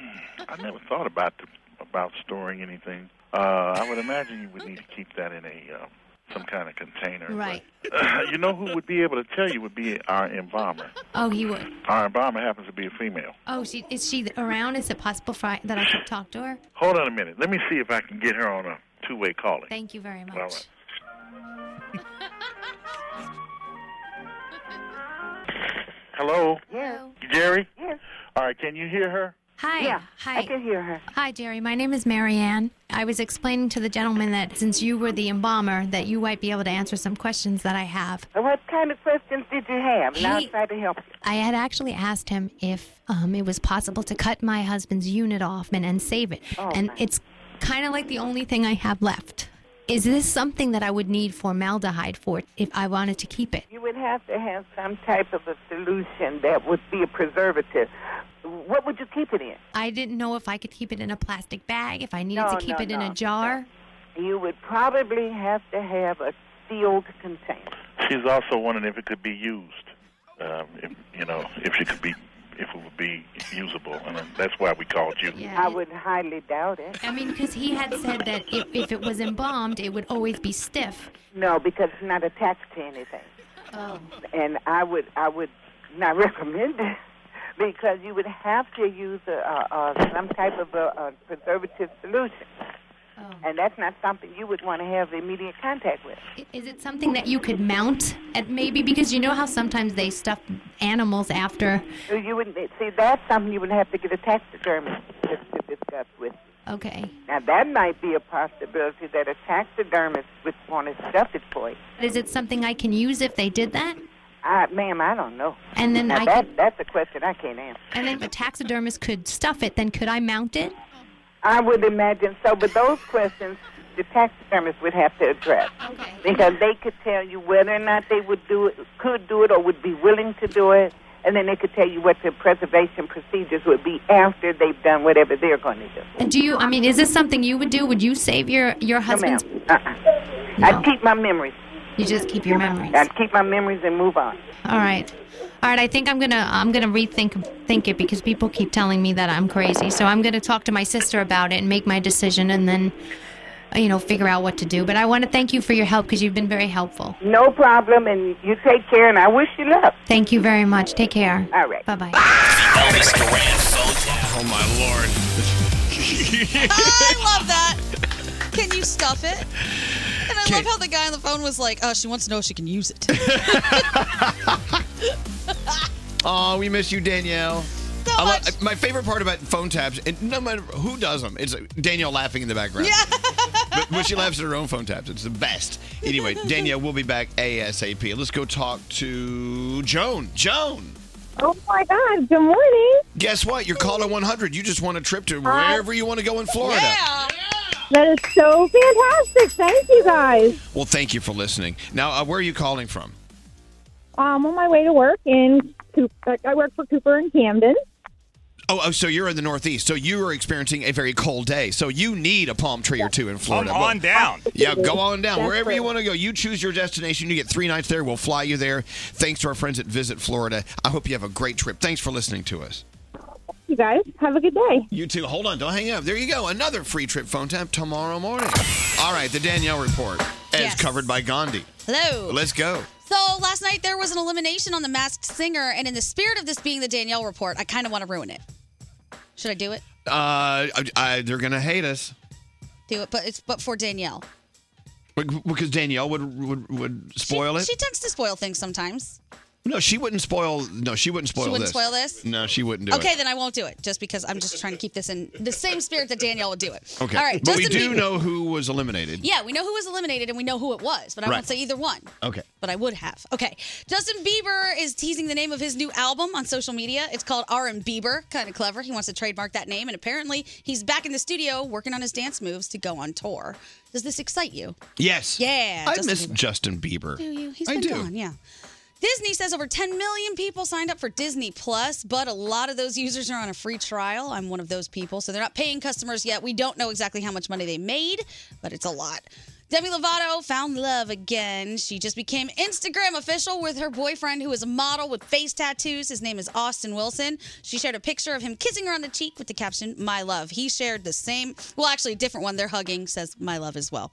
Speaker 1: never thought about the, about storing anything. Uh, I would imagine you would need to keep that in a uh, some kind of container. but-
Speaker 3: right
Speaker 1: you know who would be able to tell you would be our embalmer.
Speaker 3: oh he would
Speaker 1: Our embalmer happens to be a female.
Speaker 3: oh she is she around is it possible for I, that i could talk to her
Speaker 1: Hold on a minute. Let me see if I can get her on a two-way calling.
Speaker 3: thank you very much
Speaker 1: All right. Hello,
Speaker 3: Hello.
Speaker 1: Jerry. All right, can you hear her?
Speaker 3: Hi.
Speaker 1: Yeah,
Speaker 3: Hi.
Speaker 1: I can
Speaker 3: hear her. Hi, Jerry. My name is Marianne. I was explaining to the gentleman that since you were the embalmer, that you might be able to answer some questions that I have.
Speaker 22: What kind of questions did you have? And I'll
Speaker 3: He-
Speaker 22: try to help you.
Speaker 3: I had actually asked him if um, it was possible to cut my husband's unit off and, and save it.
Speaker 21: Oh,
Speaker 3: and it's kind of like the only thing I have left. Is this something that I would need formaldehyde for if I wanted to keep it?
Speaker 22: You would have to have some type of a solution that would be a preservative.
Speaker 21: What would you keep it in?
Speaker 3: I didn't know if I could keep it in a plastic bag, if I needed
Speaker 21: No,
Speaker 3: to keep
Speaker 21: no,
Speaker 3: it in
Speaker 21: no,
Speaker 3: a jar.
Speaker 21: You would probably have to have a sealed container.
Speaker 1: She's also wondering if it could be used. Um, if, you know, if she could be, if it would be usable, and then that's why we called you.
Speaker 21: I would highly doubt it.
Speaker 3: I mean, because he had said that if, if it was embalmed, it would always be stiff.
Speaker 21: No, because it's not attached to anything. And I would I would not recommend it because you would have to use a, a, a some type of a, a preservative solution. And that's not something you would want to have immediate contact with.
Speaker 3: Is it something that you could mount at maybe? Because you know how sometimes they stuff animals after.
Speaker 21: So you would see that's something you would have to get a taxidermist to, to discuss with.
Speaker 3: Okay.
Speaker 21: Now that might be a possibility that a taxidermist would want to stuff it for you.
Speaker 3: Is it something I can use if they did that?
Speaker 21: I, ma'am, I don't know.
Speaker 3: And then
Speaker 21: now
Speaker 3: I
Speaker 21: that that's a question I can't answer.
Speaker 3: And then the taxidermist could stuff it. Then could I mount it?
Speaker 21: I would imagine so, but those questions the taxidermist would have to address because they could tell you whether or not they would do it, could do it, or would be willing to do it, and then they could tell you what the preservation procedures would be after they've done whatever they're going to do.
Speaker 3: And do you? I mean, is this something you would do? Would you save your your husband's?
Speaker 21: I keep my memories.
Speaker 3: You just keep your memories.
Speaker 21: I keep my memories and move on.
Speaker 3: All right. All right, I think I'm gonna I'm gonna rethink think it because people keep telling me that I'm crazy. So I'm gonna talk to my sister about it and make my decision, and then uh, you know figure out what to do. But I want to thank you for your help because you've been very helpful.
Speaker 21: No problem, and you take care. And I wish you luck.
Speaker 3: Thank you very much. Take care.
Speaker 21: All right.
Speaker 3: Bye bye.
Speaker 5: Elvis Duran phone tap.
Speaker 2: Oh my lord.
Speaker 6: I love that. Can you stuff it? And I love how the guy on the phone was like, "Oh, she wants to know if she can use it."
Speaker 2: Oh, we miss you, Danielle. I lo- my favorite part about phone taps, and no matter who does them, it's Danielle laughing in the background. Yeah. but when she laughs at her own phone taps, it's the best. Anyway, Danielle, we'll be back ASAP. Let's go talk to Joan. Joan,
Speaker 8: Oh my God! Good morning.
Speaker 2: guess what? You're caller 100. You just won a trip to
Speaker 8: Hi.
Speaker 2: wherever you want to go in Florida.
Speaker 8: That is so fantastic. Thank you guys.
Speaker 2: Well, thank you for listening. Now, uh, where are you calling from?
Speaker 8: I'm Um, on my way to work in. Coop- I work for Cooper and Camden.
Speaker 2: Oh, oh, so you're in the Northeast. So you are experiencing a very cold day. So you need a palm tree or two in Florida.
Speaker 7: Come on down.
Speaker 2: Yeah, go on down.
Speaker 7: That's
Speaker 2: Wherever you
Speaker 7: right.
Speaker 2: want to go, you choose your destination. You get three nights there. We'll fly you there. Thanks to our friends at Visit Florida. I hope you have a great trip. Thanks for listening to us.
Speaker 8: You guys have a good day.
Speaker 2: You too. Hold on. Don't hang up. There you go. Another free trip phone tap tomorrow morning. All right, the Danielle Report, as
Speaker 6: Yes.
Speaker 2: covered by Gandhi.
Speaker 6: Hello.
Speaker 2: Let's go.
Speaker 6: So last night there was an elimination on The Masked Singer, and in the spirit of this being the Danielle report, I kind of want to ruin it. Should I do it?
Speaker 2: Uh, I, I- they're going to hate us
Speaker 6: Do it, but it's but for Danielle.
Speaker 2: Be- because Danielle would would, would spoil it.
Speaker 6: She tends to spoil things sometimes.
Speaker 2: no, she wouldn't spoil. No, she wouldn't spoil
Speaker 6: wouldn't
Speaker 2: this.
Speaker 6: spoil this?
Speaker 2: No, she wouldn't do
Speaker 6: okay,
Speaker 2: it.
Speaker 6: then I won't do it, just because I'm just trying to keep this in the same spirit that Danielle would do it.
Speaker 2: Okay.
Speaker 6: All right.
Speaker 2: But we
Speaker 6: Justin
Speaker 2: do
Speaker 6: Bieber-
Speaker 2: know who was eliminated.
Speaker 6: Yeah, we know who was eliminated and we know who it was, but I
Speaker 2: Right.
Speaker 6: won't say either one.
Speaker 2: Okay.
Speaker 6: But I would have. Okay. Justin Bieber is teasing the name of his new album on social media. It's called R and Bieber. Kind of clever. He wants to trademark that name, and apparently he's back in the studio working on his dance moves to go on tour. Does this excite you?
Speaker 2: Yes.
Speaker 6: Yeah,
Speaker 2: I
Speaker 6: Justin
Speaker 2: miss Justin Bieber.
Speaker 6: Do you? He's
Speaker 2: I
Speaker 6: been
Speaker 2: do.
Speaker 6: gone, yeah. Disney says over 10 million people signed up for Disney Plus, but a lot of those users are on a free trial. I'm one of those people, so they're not paying customers yet. We don't know exactly how much money they made, but it's a lot. Demi Lovato found love again. She just became Instagram official with her boyfriend, who is a model with face tattoos. His name is Austin Wilson. She shared a picture of him kissing her on the cheek with the caption, My Love. He shared the same, well, actually, a different one. They're hugging, says My Love as well.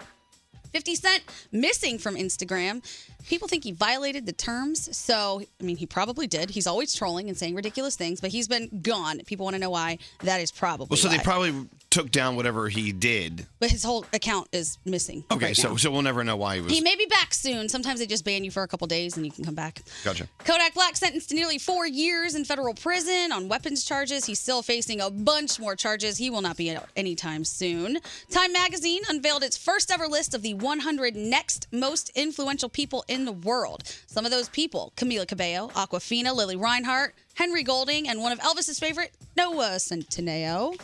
Speaker 6: 50 Cent missing from Instagram. People think he violated the terms. So, I mean, he probably did. He's always trolling and saying ridiculous things, but he's been gone. People want to know why. That is probably.
Speaker 2: Well, so they
Speaker 6: why.
Speaker 2: probably took down whatever he did.
Speaker 6: But his whole account is missing.
Speaker 2: Okay,
Speaker 6: right
Speaker 2: so
Speaker 6: now.
Speaker 2: so we'll never know why he was.
Speaker 6: He may be back soon. Sometimes they just ban you for a couple days and you can come back.
Speaker 2: gotcha.
Speaker 6: Kodak Black sentenced to nearly four years in federal prison on weapons charges. He's still facing a bunch more charges. He will not be out anytime soon. Time magazine unveiled its first ever list of the 100 next most influential people in the world. Some of those people Camila Cabello, Aquafina, Lily Reinhart, Henry Golding, and one of Elvis's favorite, Noah Centineo.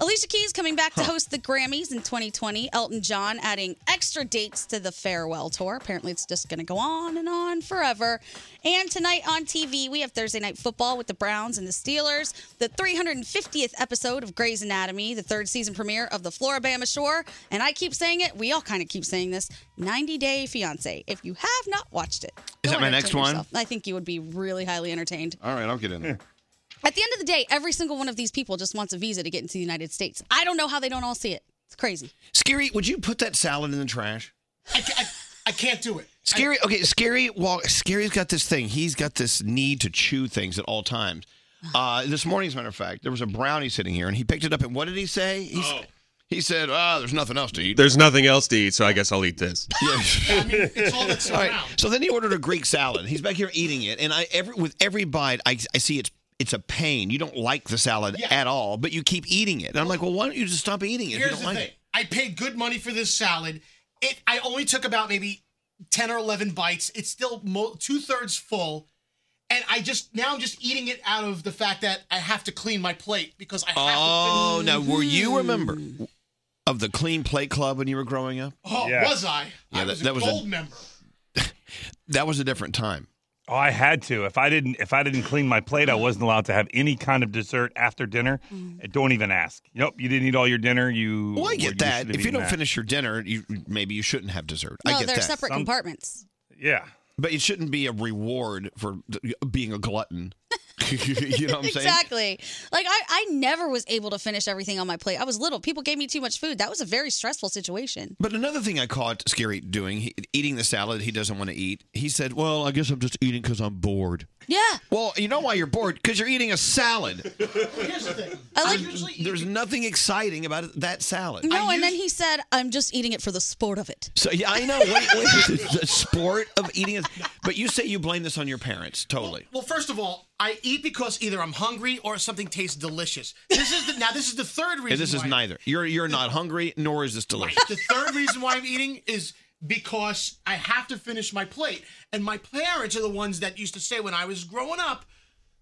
Speaker 6: Alicia Keys coming back to host the Grammys in 2020. Elton John adding extra dates to the farewell tour. Apparently, it's just going to go on and on forever. And tonight on TV, we have Thursday Night Football with the Browns and the Steelers, the 350th episode of Grey's Anatomy, the third season premiere of The Floribama Shore. And I keep saying it, we all kind of keep saying this 90 Day Fiancé. If you have not watched it,
Speaker 2: Is
Speaker 6: go
Speaker 2: that my
Speaker 6: entertain
Speaker 2: next one?
Speaker 6: yourself. I think you would be really highly entertained.
Speaker 2: All right, I'll get in there.
Speaker 6: At the end of the day, every single one of these people just wants a visa to get into the United States. I don't know how they don't all see it. It's crazy.
Speaker 2: Scary, would you put that salad in the trash?
Speaker 10: I can't do it.
Speaker 2: Scary. Okay, scary. Well, scary's got this thing. He's got this need to chew things at all times. Uh, this morning, as a matter of fact, there was a brownie sitting here, and he picked it up. And what did he say? He, s-
Speaker 10: Oh.
Speaker 2: he said, "Ah, there's nothing else to eat."
Speaker 15: There's nothing else to eat, so I guess I'll eat this.
Speaker 2: All right, So then he ordered a Greek salad. He's back here eating it, and I every with every bite, I, I see it's it's a pain. You don't like the salad at all, but you keep eating it. And I'm like, well, why don't you just stop eating it? if you
Speaker 10: Here's
Speaker 2: don't
Speaker 10: the
Speaker 2: like
Speaker 10: thing.
Speaker 2: it?
Speaker 10: I paid good money for this salad. It. I only took about maybe ten or eleven bites. It's still mo- two thirds full, and I just now I'm just eating it out of the fact that I have to clean my plate because I have
Speaker 2: Oh,
Speaker 10: to.
Speaker 2: now were you a member of the Clean Plate Club when you were growing up?
Speaker 10: Oh, was I?
Speaker 2: Yeah,
Speaker 10: I
Speaker 2: that-
Speaker 10: was a
Speaker 2: that was a-
Speaker 10: gold member.
Speaker 2: That was a different time.
Speaker 7: Oh, I had to. If I didn't, if I didn't clean my plate, I wasn't allowed to have any kind of dessert after dinner. Uh, Don't even ask. Nope, you didn't eat all your dinner. You.
Speaker 2: Well, Oh, I
Speaker 7: or
Speaker 2: get
Speaker 7: you should
Speaker 2: that.
Speaker 7: have
Speaker 2: If you
Speaker 7: eaten
Speaker 2: don't
Speaker 7: that.
Speaker 2: finish your dinner, you maybe you shouldn't have dessert. I
Speaker 6: No,
Speaker 2: get
Speaker 6: they're
Speaker 2: that.
Speaker 6: separate compartments.
Speaker 7: Yeah.
Speaker 2: But it shouldn't be a reward for being a glutton. you know what I'm saying?
Speaker 6: Exactly. Like I, I never was able to finish everything on my plate. I was little. People gave me too much food. That was a very stressful situation.
Speaker 2: But another thing I caught Scary doing, he, eating the salad he doesn't want to eat, he said, Well, I guess I'm just eating because I'm bored.
Speaker 6: Yeah.
Speaker 2: Well, you know why you're bored? Because you're eating a salad.
Speaker 10: Here's the thing.
Speaker 2: There's nothing exciting about it- that salad.
Speaker 6: No, and then he said, "I'm just eating it for the sport of it."
Speaker 2: So yeah, I know. Wait, wait, the sport of eating is, but you say you blame this on your parents. Totally.
Speaker 10: Well, first of all, I eat because either I'm hungry or something tastes delicious. This is the now. This is the third reason.
Speaker 2: And this is
Speaker 10: why-
Speaker 2: neither. You're you're not hungry, nor is this delicious.
Speaker 10: The third reason why I'm eating is because I have to finish my plate. And my parents are the ones that used to say when I was growing up,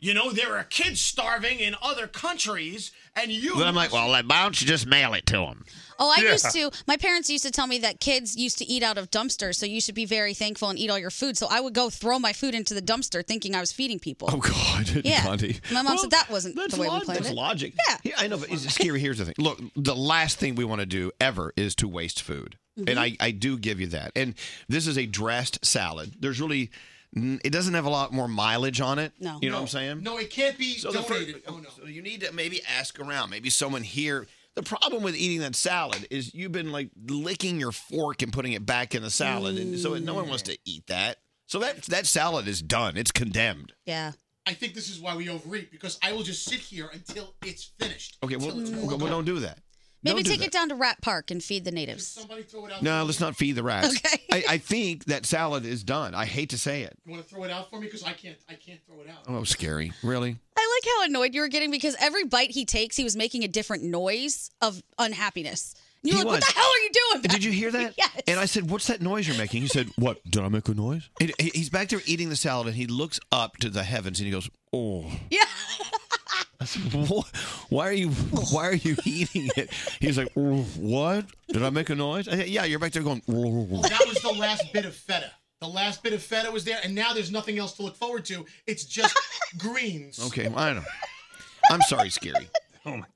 Speaker 10: you know, there are kids starving in other countries, and you.
Speaker 2: Then I'm like, well, why don't you just mail it to them?
Speaker 6: Oh, I used to. My parents used to tell me that kids used to eat out of dumpsters, so you should be very thankful and eat all your food. So I would go throw my food into the dumpster, thinking I was feeding people.
Speaker 2: Oh God,
Speaker 6: Yeah.
Speaker 2: Bundy.
Speaker 6: My mom said that wasn't the way we
Speaker 2: log-
Speaker 6: planned
Speaker 2: that's
Speaker 6: it.
Speaker 2: logic. Yeah. I know, but it's scary. Here's the thing. Look, the last thing we want to do ever is to waste food,
Speaker 6: Mhm.
Speaker 2: and I I do give you that. And this is a dressed salad. There's really. n- It doesn't have a lot more mileage on it.
Speaker 10: No.
Speaker 2: You know what I'm saying?
Speaker 10: No, it can't be
Speaker 2: So the fir-
Speaker 10: donated. oh no.
Speaker 2: So you need to maybe ask around. Maybe someone here. The problem with eating that salad is you've been like licking your fork and putting it back in the salad, and so no one
Speaker 6: Mm.
Speaker 2: wants to eat that. So that that salad is done. It's condemned.
Speaker 6: Yeah.
Speaker 10: I think this is why we overeat because I will just sit here until it's finished.
Speaker 2: Okay, well,
Speaker 10: Until it's all
Speaker 2: okay, well
Speaker 10: done.
Speaker 2: don't do that.
Speaker 6: Maybe
Speaker 2: Don't do
Speaker 6: take
Speaker 2: that.
Speaker 6: it down to Rat Park and feed the natives.
Speaker 2: No, let's not feed the rats.
Speaker 6: Okay.
Speaker 2: I, I think that salad is done. I hate to say it.
Speaker 10: You want to throw it out for me because I can't. I can't throw it out.
Speaker 2: Oh, scary. Really?
Speaker 6: I like how annoyed you were getting because every bite he takes, he was making a different noise of unhappiness. And you were
Speaker 2: He
Speaker 6: like,
Speaker 2: was.
Speaker 6: what the hell are you doing?
Speaker 2: Did you hear that?
Speaker 6: Yes.
Speaker 2: And I said, "What's that noise you're making?" He said, "What? Did I make a noise?" And he- he's back there eating the salad, and he looks up to the heavens, and he goes, "Oh."
Speaker 6: Yeah.
Speaker 2: I said, "Wha- Why are you Why are you eating it? He's like, "Oh, "What? Did I make a noise?" I said, yeah, you're back there going. "Oh."
Speaker 10: That was the last bit of feta. The last bit of feta was there, and now there's nothing else to look forward to. It's just greens.
Speaker 2: Okay, well, I know. I'm sorry, scary.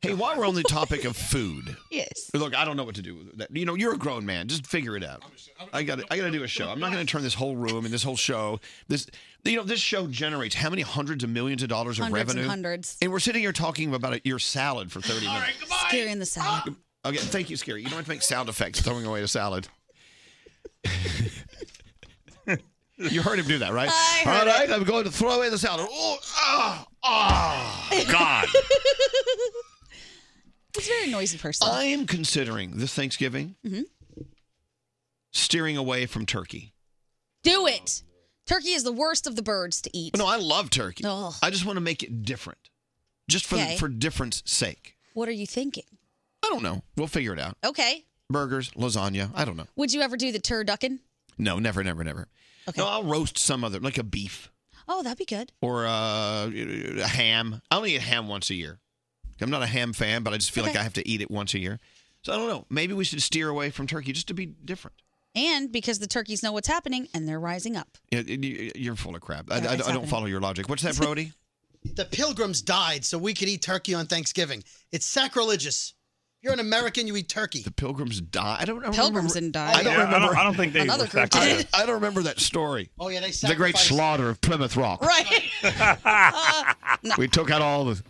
Speaker 2: Hey, while we're on the topic of food,
Speaker 6: Yes.
Speaker 2: Look, I don't know what to do with that. You know, you're a grown man. Just figure it out. I got I got to do a show. I'm not going to turn this whole room and this whole show. This you know, this show generates how many hundreds of millions of dollars of
Speaker 6: Hundreds and
Speaker 2: revenue?
Speaker 6: hundreds.
Speaker 2: And we're sitting here talking about it- your salad for 30 minutes.
Speaker 6: Scary in the
Speaker 2: Ah.
Speaker 6: salad.
Speaker 2: Okay, thank you, Scary. You don't have to make sound effects throwing away a salad. you heard him do that, right?
Speaker 6: I heard
Speaker 2: All right,
Speaker 6: it.
Speaker 2: I'm going to throw away the salad. Oh, ah, ah, God.
Speaker 6: He's a very noisy person.
Speaker 2: I am considering this Thanksgiving
Speaker 6: hmm
Speaker 2: steering away from turkey.
Speaker 6: Do it. Turkey is the worst of the birds to eat.
Speaker 2: No, I love turkey. I just want to make it different, just for
Speaker 6: Okay.
Speaker 2: for difference sake.
Speaker 6: What are you thinking?
Speaker 2: I don't know. We'll figure it out.
Speaker 6: Okay.
Speaker 2: Burgers, lasagna. I don't know.
Speaker 6: Would you ever do the turducken?
Speaker 2: No, never, never, never. No, I'll roast some other, like a beef
Speaker 6: Oh, that'd be good.
Speaker 2: or uh, a ham. I only eat ham once a year. I'm not a ham fan, but I just feel like I have to eat it once a year. So I don't know. Maybe we should steer away from turkey just to be different.
Speaker 6: And because the turkeys know what's happening and they're rising up.
Speaker 2: Yeah, you- You're full of crap. I,
Speaker 6: Yeah,
Speaker 2: I- I
Speaker 6: it's
Speaker 2: don't
Speaker 6: happening.
Speaker 2: follow your logic. What's that, Brody?
Speaker 17: The pilgrims died so we could eat turkey on Thanksgiving. It's sacrilegious. If you're an American, you eat turkey. The
Speaker 2: pilgrims died? I don't know.
Speaker 17: Pilgrims
Speaker 2: didn't
Speaker 6: die.
Speaker 2: I don't
Speaker 17: Yeah, I don't-
Speaker 2: remember.
Speaker 17: I don't think they Another were group sacrificed.
Speaker 2: I, I don't remember that story.
Speaker 17: Oh, yeah, they
Speaker 2: The great
Speaker 17: sacrificed-
Speaker 2: slaughter of Plymouth Rock.
Speaker 6: Right.
Speaker 2: We took out all the,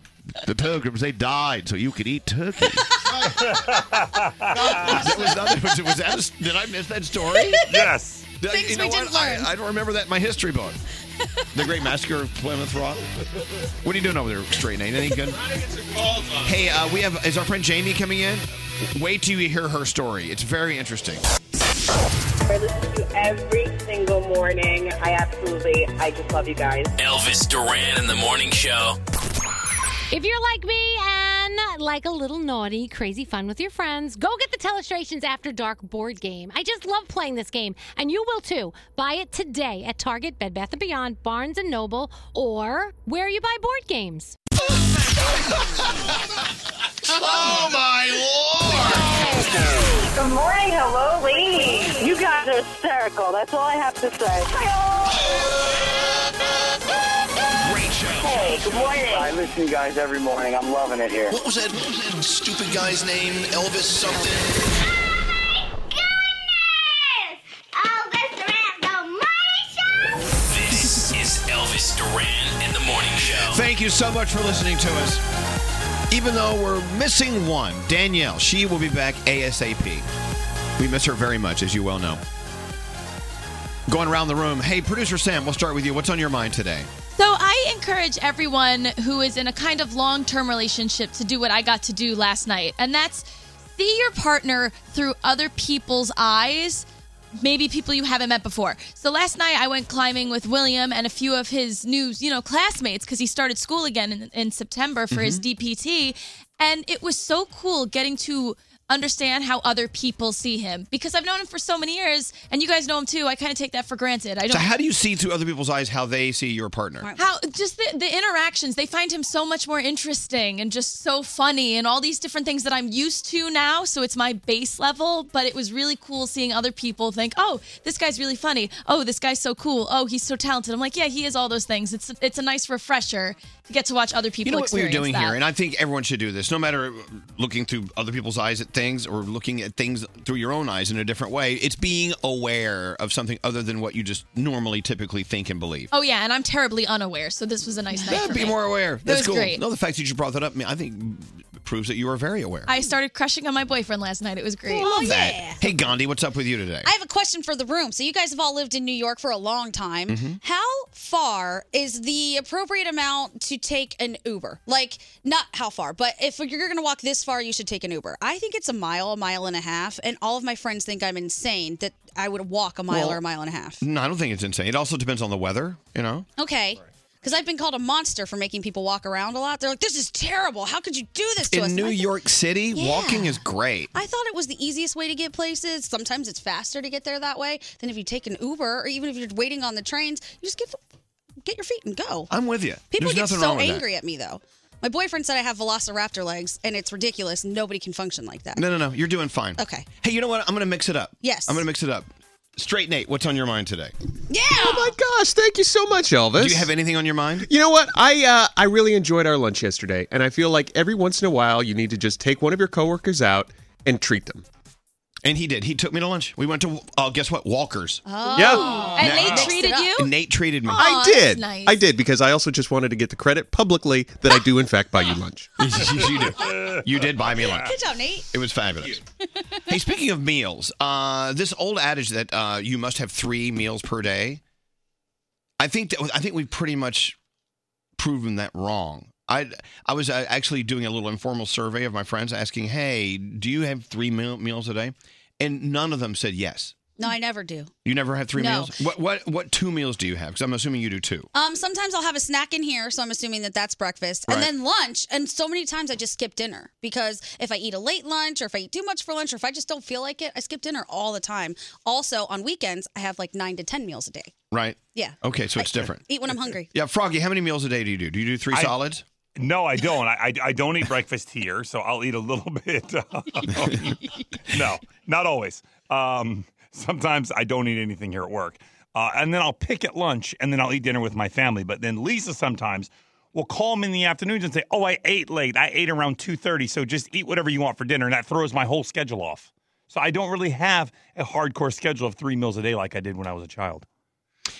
Speaker 2: the pilgrims. They died so you could eat turkey. That was another- was- was that a- did I miss that story?
Speaker 7: Yes.
Speaker 2: Did I-
Speaker 6: Things
Speaker 2: you know
Speaker 6: we
Speaker 2: what?
Speaker 6: didn't learn.
Speaker 2: I, I don't remember that in my history book. The Great Massacre of Plymouth Rock. What are you doing over there, straight Nate? Anything good? Hey, uh, we have is our friend Jamie coming in? Wait till you hear her story. It's very interesting.
Speaker 4: I listen to you every single morning. I absolutely, I just love you guys.
Speaker 5: Elvis Duran in the morning show.
Speaker 9: If you're like me and like a little naughty, crazy fun with your friends, go get the Telestrations After Dark board game. I just love playing this game, and you will too. Buy it today at Target, Bed Bath & Beyond, Barnes & Noble, or where you buy board games.
Speaker 2: Oh
Speaker 4: my lord! Good morning, hello, ladies. You guys are hysterical. That's all I have to say.
Speaker 2: Great show.
Speaker 4: Hey, good morning.
Speaker 11: I listen to you guys every morning. I'm loving it here.
Speaker 20: What was that? What was that stupid guy's name? Elvis something.
Speaker 5: This is Elvis Duran in the morning show.
Speaker 2: Thank you so much for listening to us. Even though we're missing one, Danielle, she will be back ASAP. We miss her very much, as you well know. Going around the room, hey, producer Sam, we'll start with you. What's on your mind today?
Speaker 12: So I encourage everyone who is in a kind of long term relationship to do what I got to do last night, and that's see your partner through other people's eyes. Maybe people you haven't met before. So last night I went climbing with William and a few of his new, you know, classmates because he started school again in, in September for
Speaker 2: Mm-hmm.
Speaker 12: his DPT, and it was so cool getting to understand how other people see him because I've known him for so many years, and you guys know him too. I kind of take that for granted. I don't.
Speaker 2: So, how do you see through other people's eyes how they see your partner?
Speaker 12: How just the, the interactions, they find him so much more interesting and just so funny and all these different things that I'm used to now. So it's my base level, but it was really cool seeing other people think, oh, this guy's really funny. Oh, this guy's so cool. Oh, he's so talented. I'm like, yeah, he is all those things. It's it's a nice refresher to get to watch other people
Speaker 2: You know what we're
Speaker 12: experience
Speaker 2: doing
Speaker 12: that.
Speaker 2: here, and I think everyone should do this, no matter looking through other people's eyes at things or looking at things through your own eyes in a different way. It's being aware of something other than what you just normally typically think and believe.
Speaker 12: oh, yeah. And I'm terribly unaware. So this was a nice night.
Speaker 2: Yeah,
Speaker 12: for
Speaker 2: be
Speaker 12: me.
Speaker 2: more aware.
Speaker 12: That
Speaker 2: That's
Speaker 12: was
Speaker 2: cool.
Speaker 12: great.
Speaker 2: No, the fact that you brought that up, I, mean, I think proves that you are very aware.
Speaker 12: I started crushing on my boyfriend last night. It was great.
Speaker 2: Love that. Hey, Gandhi, what's up with you today?
Speaker 6: I have a question for the room. So you guys have all lived in New York for a long time.
Speaker 2: Mhm.
Speaker 6: How far is the appropriate amount to take an Uber? Like not how far, but if you're going to walk this far, you should take an Uber. I think it's a mile, a mile and a half, and all of my friends think I'm insane that I would walk a mile
Speaker 2: Well-
Speaker 6: or a mile and a half.
Speaker 2: no, I don't think it's insane. It also depends on the weather, you know?
Speaker 6: Okay. Because I've been called a monster for making people walk around a lot. They're like, "This is terrible. How could you do this to us?"
Speaker 2: In
Speaker 6: And
Speaker 2: New
Speaker 6: I think-
Speaker 2: York City,
Speaker 6: Yeah.
Speaker 2: walking is great.
Speaker 6: I thought it was the easiest way to get places. Sometimes it's faster to get there that way than if you take an Uber or even if you're waiting on the trains. You just get get your feet and go.
Speaker 2: I'm with you.
Speaker 6: People
Speaker 2: There's
Speaker 6: get
Speaker 2: nothing
Speaker 6: so
Speaker 2: wrong with that.
Speaker 6: angry at me though. My boyfriend said I have velociraptor legs, and it's ridiculous. Nobody can function like that.
Speaker 2: No, no, no. You're doing fine.
Speaker 6: Okay.
Speaker 2: Hey, you know what? I'm going to mix it up.
Speaker 6: Yes.
Speaker 2: I'm going to mix it up. Straight Nate, what's on your mind today?
Speaker 6: Yeah.
Speaker 15: Oh my gosh! Thank you so much, Elvis.
Speaker 2: Do you have anything on your mind?
Speaker 15: You know what? I uh, I really enjoyed our lunch yesterday, and I feel like every once in a while you need to just take one of your coworkers out and treat them.
Speaker 2: And he did. He took me to lunch. We went to, uh, guess what? Walker's.
Speaker 6: Oh.
Speaker 15: Yeah.
Speaker 12: And
Speaker 2: Now-
Speaker 12: they treated you?
Speaker 2: And Nate Oh. treated me.
Speaker 15: I did. I did because I also just wanted to get the credit publicly that I do in fact buy you lunch.
Speaker 2: you did. You did buy me lunch.
Speaker 6: Good job, Nate.
Speaker 2: It was fabulous. hey, speaking of meals, uh, this old adage that uh, you must have three meals per day. I think that I think we've pretty much proven that wrong. I I was uh, actually doing a little informal survey of my friends, asking, "Hey, do you have three meal, meals a day?" And none of them said yes.
Speaker 6: No, I never do.
Speaker 2: You never have three
Speaker 6: No.
Speaker 2: meals. What what what two meals do you have? Because I'm assuming you do two.
Speaker 6: Um, sometimes I'll have a snack in here, so I'm assuming that that's breakfast, and
Speaker 2: Right.
Speaker 6: then lunch. And so many times I just skip dinner because if I eat a late lunch, or if I eat too much for lunch, or if I just don't feel like it, I skip dinner all the time. Also on weekends, I have like nine to ten meals a day.
Speaker 2: Right.
Speaker 6: Yeah.
Speaker 2: Okay, so it's different.
Speaker 6: Eat when I'm hungry.
Speaker 2: Yeah, Froggy, how many meals a day do you do? Do you do three
Speaker 7: I-
Speaker 2: solids?
Speaker 7: No, I don't. I, I, I don't eat breakfast here, so I'll eat a little bit. uh, no, not always. Um, sometimes I don't eat anything here at work. Uh, and then I'll pick at lunch and then I'll eat dinner with my family. But then Lisa sometimes will call me in the afternoons and say, Oh, I ate late. I ate around 2.30, so just eat whatever you want for dinner. And that throws my whole schedule off. So I don't really have a hardcore schedule of three meals a day like I did when I was a child.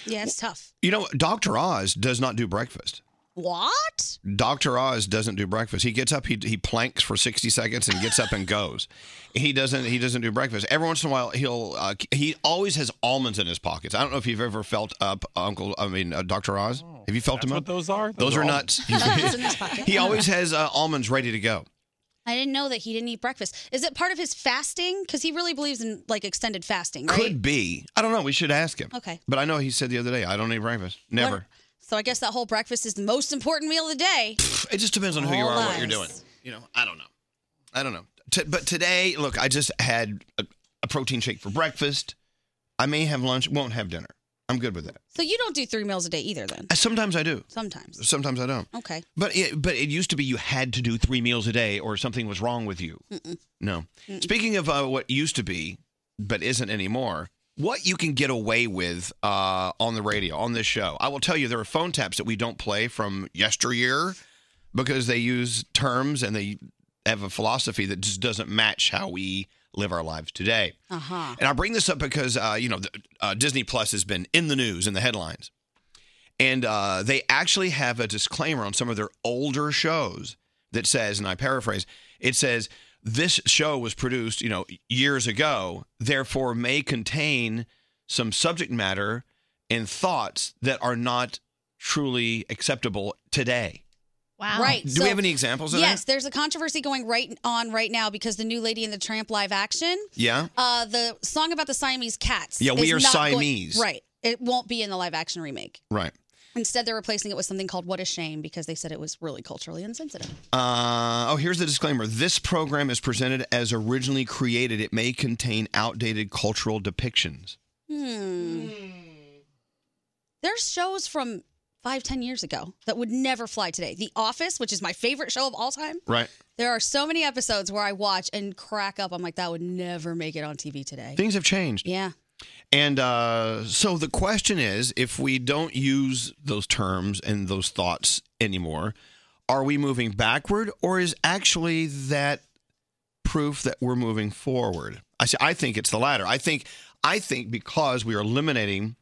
Speaker 6: Yeah, it's tough.
Speaker 2: You know, Dr. Oz does not do breakfast.
Speaker 6: What?
Speaker 2: Dr. Oz doesn't do breakfast. He gets up, he, he planks for 60 seconds and gets up and goes. He doesn't he doesn't do breakfast. Every once in a while he'll uh, he always has almonds in his pockets. I don't know if you've ever felt up Uncle I mean uh, Dr. Oz. Have you felt him up?
Speaker 7: those are?
Speaker 2: Those, are, nuts.
Speaker 6: Almonds in his pocket.
Speaker 2: he always has uh, almonds ready to go.
Speaker 6: I didn't know that he didn't eat breakfast. Is it part of his fasting? Because he really believes in like extended fasting, right?
Speaker 2: Could be. I don't know, we should ask him.
Speaker 6: Okay.
Speaker 2: But I know he said the other day, I don't eat breakfast. Never.
Speaker 6: So I guess that whole breakfast is the most important meal of the day.
Speaker 2: It just depends on who you
Speaker 6: All
Speaker 2: are and what you're
Speaker 6: lies.
Speaker 2: doing. You know, I don't know. I don't know. T- but today, look, I just had a, a protein shake for breakfast. I may have lunch, won't have dinner. I'm good with that.
Speaker 6: So you don't do three meals a day either, then?
Speaker 2: Uh, Sometimes I do.
Speaker 6: Sometimes.
Speaker 2: Sometimes I don't.
Speaker 6: Okay.
Speaker 2: But it, but it used to be you had to do three meals a day or something was wrong with you.
Speaker 6: Mm-mm.
Speaker 2: No.
Speaker 6: Mm-mm.
Speaker 2: Speaking of uh, what used to be, but isn't anymore, what you can get away with uh, on the radio, on this show. I will tell you, there are phone taps that we don't play from yesteryear because they use terms and they have a philosophy that just doesn't match how we live our lives today.
Speaker 6: Uh huh.
Speaker 2: And I bring this up because, uh, you know, the, uh, Disney Plus has been in the news, in the headlines. And uh, they actually have a disclaimer on some of their older shows that says, and I paraphrase, it says, this show was produced, you know, years ago, therefore may contain some subject matter and thoughts that are not truly acceptable today.
Speaker 6: Wow. Right.
Speaker 2: Do
Speaker 6: so-
Speaker 2: we have any examples of
Speaker 6: yes,
Speaker 2: that?
Speaker 6: there's a controversy going right on right now because the new Lady in the Tramp live action,
Speaker 2: Yeah.
Speaker 6: uh, the song about the Siamese cats.
Speaker 2: Yeah, we
Speaker 6: is
Speaker 2: are
Speaker 6: not going-
Speaker 2: Siamese.
Speaker 6: right. It won't be in the live action remake.
Speaker 2: Right.
Speaker 6: Instead, they're replacing it with something called "What a Shame" because they said it was really culturally insensitive.
Speaker 2: Uh, oh, here's the disclaimer. This program is presented as originally created. It may contain outdated cultural depictions.
Speaker 6: Hmm. There's shows from five, ten years ago that would never fly today. The Office, which is my favorite show of all time.
Speaker 2: Right.
Speaker 6: There are so many episodes where I watch and crack up. I'm like, that would never make it on TV today.
Speaker 2: Things have changed.
Speaker 6: Yeah.
Speaker 2: And uh, so the question is if we don't use those terms and those thoughts anymore, are we moving backward or is actually that proof that we're moving forward? I say I think it's the latter. I think I think because we are eliminating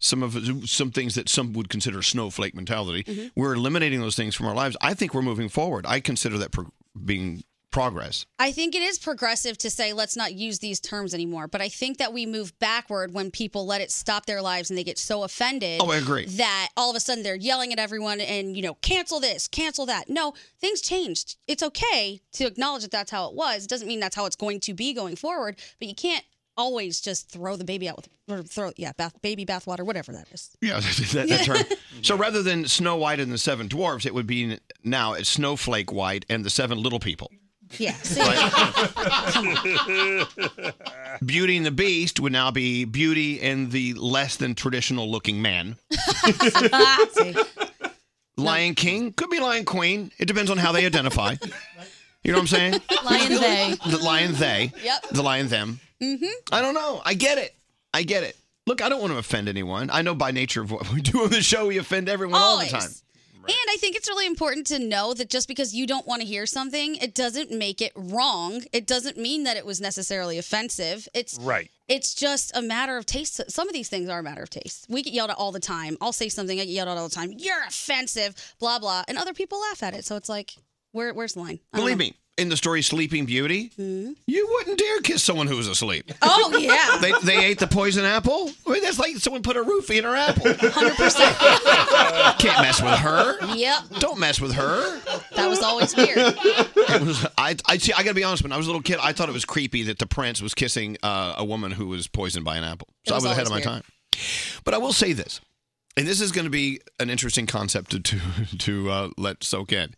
Speaker 2: some of some things that some would consider snowflake mentality,
Speaker 6: Mhm.
Speaker 2: we're eliminating those things from our lives. I think we're moving forward. I consider that pro- being progress.
Speaker 6: I think it is progressive to say let's not use these terms anymore, but I think that we move backward when people let it stop their lives and they get so offended.
Speaker 2: Oh, I agree.
Speaker 6: That all of a sudden they're yelling at everyone and you know cancel this, cancel that. No, things changed. It's okay to acknowledge that that's how it was. It doesn't mean that's how it's going to be going forward, but you can't always just throw the baby out with or throw yeah bath baby bathwater whatever that is.
Speaker 2: Yeah, that, that term. So rather than Snow White and the Seven Dwarfs, it would be now it's Snowflake White and the Seven Little People.
Speaker 6: Yeah. See?
Speaker 2: Beauty and the Beast would now be Beauty and the less than traditional looking man. Lion King could be Lion Queen. It depends on how they identify. You know what I'm saying?
Speaker 12: Lion they.
Speaker 2: The lion they.
Speaker 12: Yep.
Speaker 2: The lion them.
Speaker 12: Mm-hmm.
Speaker 2: I don't know. I get it. I get it. Look, I don't want to offend anyone. I know by nature of what we do on the show, we offend everyone all the time.
Speaker 6: Always. And I think it's really important to know that just because you don't want to hear something, it doesn't make it wrong. It doesn't mean that it was necessarily offensive. It's
Speaker 7: Right.
Speaker 6: It's just a matter of taste. Some of these things are a matter of taste. We get yelled at all the time. I'll say something, I get yelled at all the time. You're offensive, blah blah, and other people laugh at it. So it's like, where, where's the line? I don't
Speaker 2: Believe
Speaker 6: know.
Speaker 2: me, in the story Sleeping Beauty, you wouldn't dare kiss someone who was asleep.
Speaker 6: Oh yeah.
Speaker 2: They, they ate the poison apple. I mean, that's like someone put a roofie in her apple.
Speaker 6: 100%.
Speaker 2: Can't mess with her.
Speaker 6: Yep.
Speaker 2: Don't mess with her.
Speaker 6: That was always weird.
Speaker 2: It was, I, I see. I got to be honest. When I was a little kid, I thought it was creepy that the prince was kissing uh, a woman who was poisoned by an apple. So
Speaker 16: It
Speaker 2: I
Speaker 16: was
Speaker 2: was ahead of my
Speaker 16: always
Speaker 2: time. But I will say this, and this is going to be an interesting concept to to, to uh, let soak in.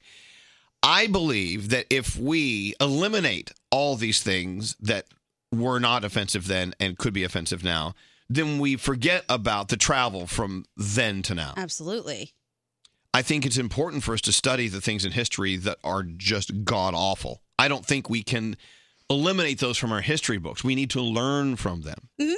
Speaker 2: I believe that if we eliminate all these things that were not offensive then and could be offensive now, then we forget about the travel from then to now.
Speaker 6: Absolutely.
Speaker 2: I think it's important for us to study the things in history that are just god awful. I don't think we can eliminate those from our history books. We need to learn from them.
Speaker 6: Mm-hmm.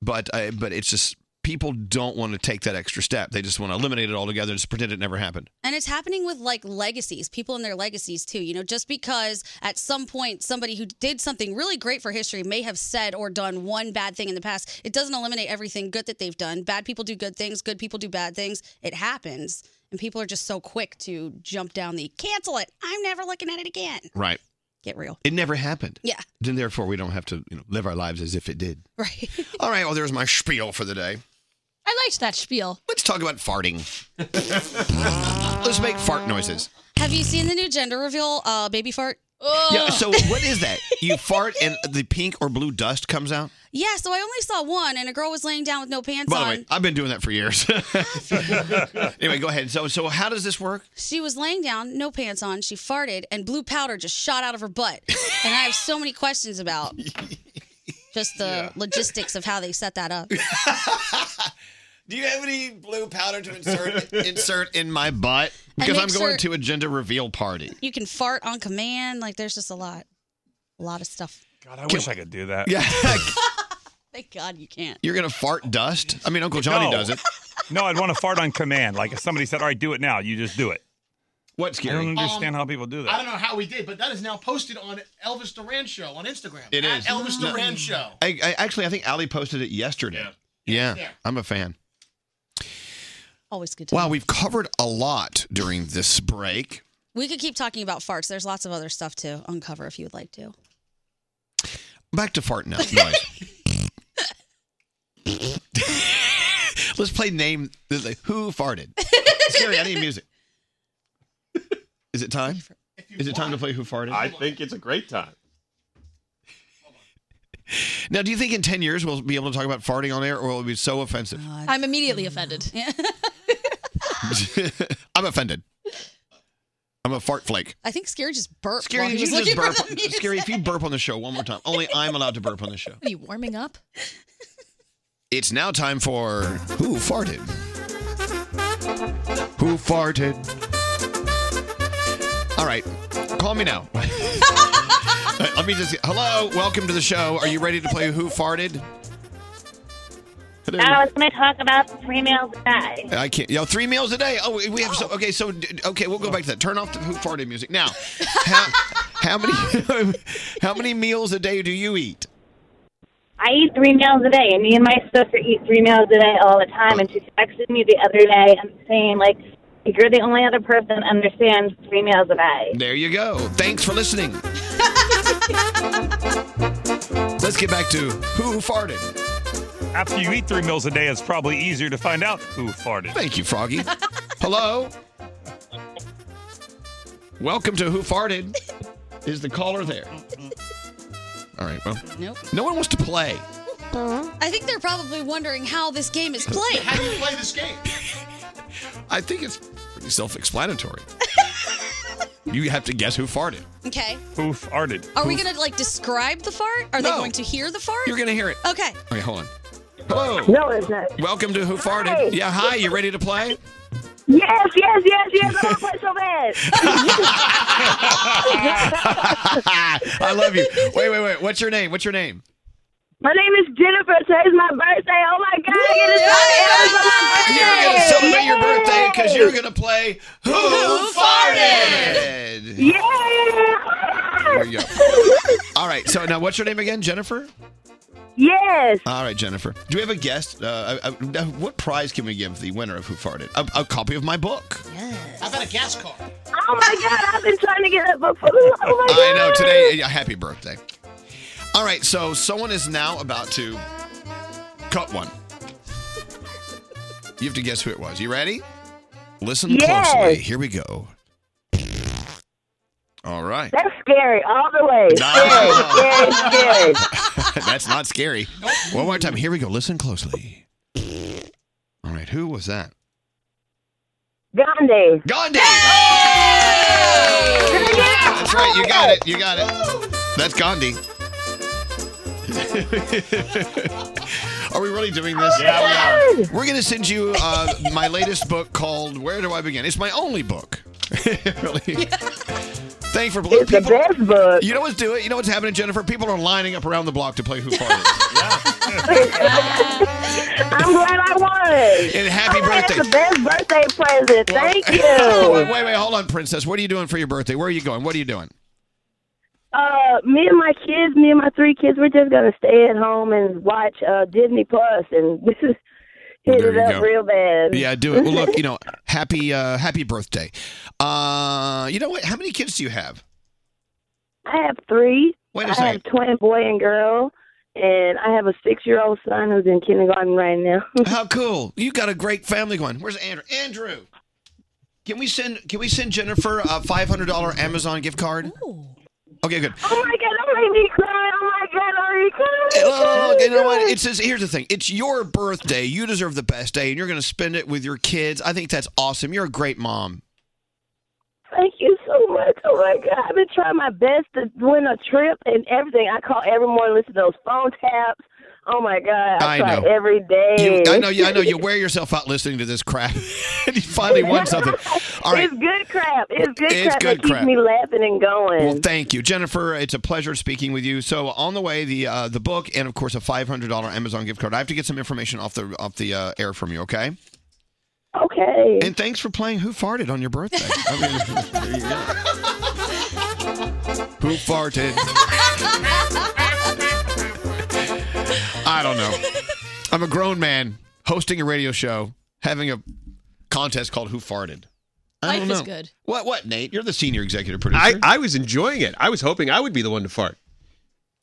Speaker 2: But uh, but it's just people don't want to take that extra step. They just want to eliminate it altogether and just pretend it never happened.
Speaker 6: And it's happening with like legacies, people and their legacies too. You know, just because at some point somebody who did something really great for history may have said or done one bad thing in the past, it doesn't eliminate everything good that they've done. Bad people do good things, good people do bad things. It happens. And people are just so quick to jump down the cancel it. I'm never looking at it again.
Speaker 2: Right.
Speaker 6: Get real.
Speaker 2: It never happened.
Speaker 6: Yeah.
Speaker 2: Then therefore we don't have to you know live our lives as if it did.
Speaker 6: Right.
Speaker 2: All right. Well, there's my spiel for the day.
Speaker 12: I liked that spiel.
Speaker 2: Let's talk about farting. Let's make fart noises.
Speaker 6: Have you seen the new gender reveal, uh, baby fart? Oh.
Speaker 2: Yeah. So what is that? You fart and the pink or blue dust comes out.
Speaker 6: Yeah, so I only saw one, and a girl was laying down with no pants
Speaker 2: By the
Speaker 6: on.
Speaker 2: way, I've been doing that for years. anyway, go ahead. So so how does this work?
Speaker 6: She was laying down, no pants on. She farted, and blue powder just shot out of her butt. and I have so many questions about just the logistics of how they set that up.
Speaker 2: Do you have any blue powder to insert insert in my butt?
Speaker 6: And
Speaker 2: Because
Speaker 6: make
Speaker 2: I'm going
Speaker 6: sure-
Speaker 2: to a gender reveal party.
Speaker 6: You can fart on command. Like, there's just a lot, a lot of stuff.
Speaker 7: God, I wish I could do that.
Speaker 2: Yeah.
Speaker 6: Thank God you can't.
Speaker 2: You're gonna fart dust? I mean, Uncle Johnny does it.
Speaker 7: No, I'd want to fart on command. Like if somebody said, "All right, do it now," you just do it.
Speaker 2: What's
Speaker 7: I
Speaker 2: Gary?
Speaker 7: don't understand
Speaker 17: Um,
Speaker 7: how people do that.
Speaker 17: I
Speaker 10: I don't know how we did, but that is now posted on Elvis Duran Show on Instagram.
Speaker 2: It
Speaker 10: At
Speaker 2: is.
Speaker 10: Elvis
Speaker 2: No.
Speaker 10: Duran Show.
Speaker 2: I, I actually I think Ali posted it yesterday. Yeah. Yeah,
Speaker 10: Yeah.
Speaker 2: I'm a fan.
Speaker 6: Always good. To
Speaker 2: Wow, we've covered a lot during this break.
Speaker 6: We could keep talking about farts. There's lots of other stuff to uncover if you would like to.
Speaker 2: Back to fart now. Noise. Let's play name. like, Who farted? Scary, I need music. Is it time? Is it time to play Who Farted? I think it's a great time. Now, do you think in 10 years we'll be able to talk about farting on air or will it be so offensive?
Speaker 6: Uh,
Speaker 12: I'm immediately offended.
Speaker 2: I'm offended. I'm a fart flake.
Speaker 6: I think Scary just burped.
Speaker 12: Scary,
Speaker 6: while he
Speaker 12: did
Speaker 6: was
Speaker 12: you
Speaker 6: looking
Speaker 12: just
Speaker 6: for
Speaker 2: burp-
Speaker 6: the music.
Speaker 2: Scary, if you burp on the show one more time, only I'm allowed to burp on the show.
Speaker 12: What are you warming up?
Speaker 2: It's now time for Who Farted? Who farted? All right, call me now. Let me just. Hello, welcome to the show. Are you ready to play Who Farted?
Speaker 16: I was going to talk about three meals a day.
Speaker 2: I can't. Yo, three meals a day. Oh, we we have. So, okay, so d- okay, we'll go back to that. Turn off the Who Farted music now. How, how many? how many meals a day do you eat?
Speaker 16: I eat three meals a day, and me and my sister eat three meals a day all the time. And she texted me the other day and saying, like, you're the only other person that understands three meals a day.
Speaker 2: There you go. Thanks for listening. Um, Let's get back to who farted.
Speaker 7: After you eat three meals a day, it's probably easier to find out who farted.
Speaker 2: Thank you, Froggy. Hello. Welcome to Who Farted. Is the caller there?
Speaker 6: Mm-hmm.
Speaker 2: All right. Well,
Speaker 6: Nope.
Speaker 2: no one wants to play.
Speaker 6: I think they're probably wondering how this game is played.
Speaker 10: How do you play this game?
Speaker 2: I think it's pretty self-explanatory. you have to guess who farted.
Speaker 6: Okay.
Speaker 7: Who farted?
Speaker 6: Are we going to like describe the fart? Are they
Speaker 2: No.
Speaker 6: going to hear the fart?
Speaker 2: You're gonna hear it.
Speaker 6: Okay.
Speaker 2: Okay, hold on. Hello.
Speaker 16: No, it's not.
Speaker 2: Welcome to Who Farted.
Speaker 16: Hi.
Speaker 2: Yeah, hi. You ready to play?
Speaker 16: Yes, yes, yes, yes. I want to play so bad.
Speaker 2: I love you. Wait, wait, wait. What's your name? What's your name?
Speaker 16: my name is Jennifer. Today's my birthday. Oh my God! I get to celebrate
Speaker 2: You're gonna
Speaker 16: my
Speaker 2: celebrate
Speaker 16: birthday.
Speaker 2: your birthday because you're
Speaker 16: Yay!
Speaker 2: gonna play Who,
Speaker 16: Who
Speaker 2: Farted.
Speaker 16: Yeah.
Speaker 2: There you go. All right. So now, what's your name again, Jennifer?
Speaker 16: Yes.
Speaker 2: All right, Jennifer. Do we have a guest? Uh, uh, uh, what prize can we give the winner of Who Farted? A, a copy of my book.
Speaker 10: How about a gas car?
Speaker 16: Oh my God! I've been trying to get that book for the oh my God.
Speaker 2: I know today. yeah, Happy birthday. All right. So someone is now about to cut one. You have to guess who it was. You ready? Listen
Speaker 16: Yes.
Speaker 2: closely. Here we go. All right.
Speaker 16: That's scary all the way. Scary, scary, scary.
Speaker 2: That's not scary. One more time. Here we go. Listen closely. All right. Who was that?
Speaker 16: Gandhi.
Speaker 2: Gandhi. That's right. You got it. You got it. That's Gandhi. Are we really doing this?
Speaker 13: Yeah, we
Speaker 2: are. We're going to send you uh, my latest book called Where Do I Begin? It's my only book. really. Thanks for it's people, the best book. You know what's do it. You know what's happening, Jennifer. People are lining up around the block to play Who Farted.
Speaker 13: I'm glad I won.
Speaker 2: And happy
Speaker 13: Oh, that's
Speaker 2: birthday.
Speaker 13: the best birthday present.
Speaker 2: Well-
Speaker 13: Thank you.
Speaker 2: wait, wait, wait, hold on, Princess. What are you doing for your birthday? Where are you going? What are you doing?
Speaker 13: Uh, me and my kids, me and my three kids, we're just gonna stay at home and watch uh, Disney Plus and hit
Speaker 2: There
Speaker 13: it
Speaker 2: you
Speaker 13: up
Speaker 2: go.
Speaker 13: real bad.
Speaker 2: Yeah, do it. Well, look, you know, happy uh, happy birthday. Uh, you know what? How many kids do you have?
Speaker 13: I have three.
Speaker 2: Wait a
Speaker 13: I have
Speaker 2: second.
Speaker 13: twin boy and girl, and I have a six-year-old son who's in kindergarten right now.
Speaker 2: How cool! You got a great family going. Where's Andrew? Andrew, can we send can we send Jennifer a five hundred dollar Amazon gift card? Okay, good.
Speaker 13: Oh my god, don't make me cry. Oh my god, are you crying?
Speaker 2: Look, look, look, Eh, oh, you know what? It's just, here's the thing. It's your birthday. You deserve the best day, and you're going to spend it with your kids. I think that's awesome. You're a great mom.
Speaker 13: Thank you so much. Oh my god, I've been trying my best to win a trip and everything. I call every morning, listen to those phone taps. Oh my god, I,
Speaker 2: I
Speaker 13: try
Speaker 2: know.
Speaker 13: every day.
Speaker 2: You, I know. You, I know. You wear yourself out listening to this crap, and you finally won something. All right.
Speaker 13: It's good crap. It's good
Speaker 2: It's
Speaker 13: crap
Speaker 2: good
Speaker 13: that
Speaker 2: crap.
Speaker 13: keeps me laughing and going.
Speaker 2: Well, thank you, Jennifer. It's a pleasure speaking with you. So on the way, the uh, the book, and of course, a five hundred dollar Amazon gift card. I have to get some information off the off the uh, air from you. Okay.
Speaker 13: Okay.
Speaker 2: And thanks for playing. Who farted on your birthday? I mean, there you go. Who farted? I don't know. I'm a grown man hosting a radio show, having a contest called Who Farted. I don't
Speaker 12: Life
Speaker 2: know.
Speaker 12: is good.
Speaker 2: What? What, Nate? You're the senior executive producer.
Speaker 15: I, I was enjoying it. I was hoping I would be the one to fart.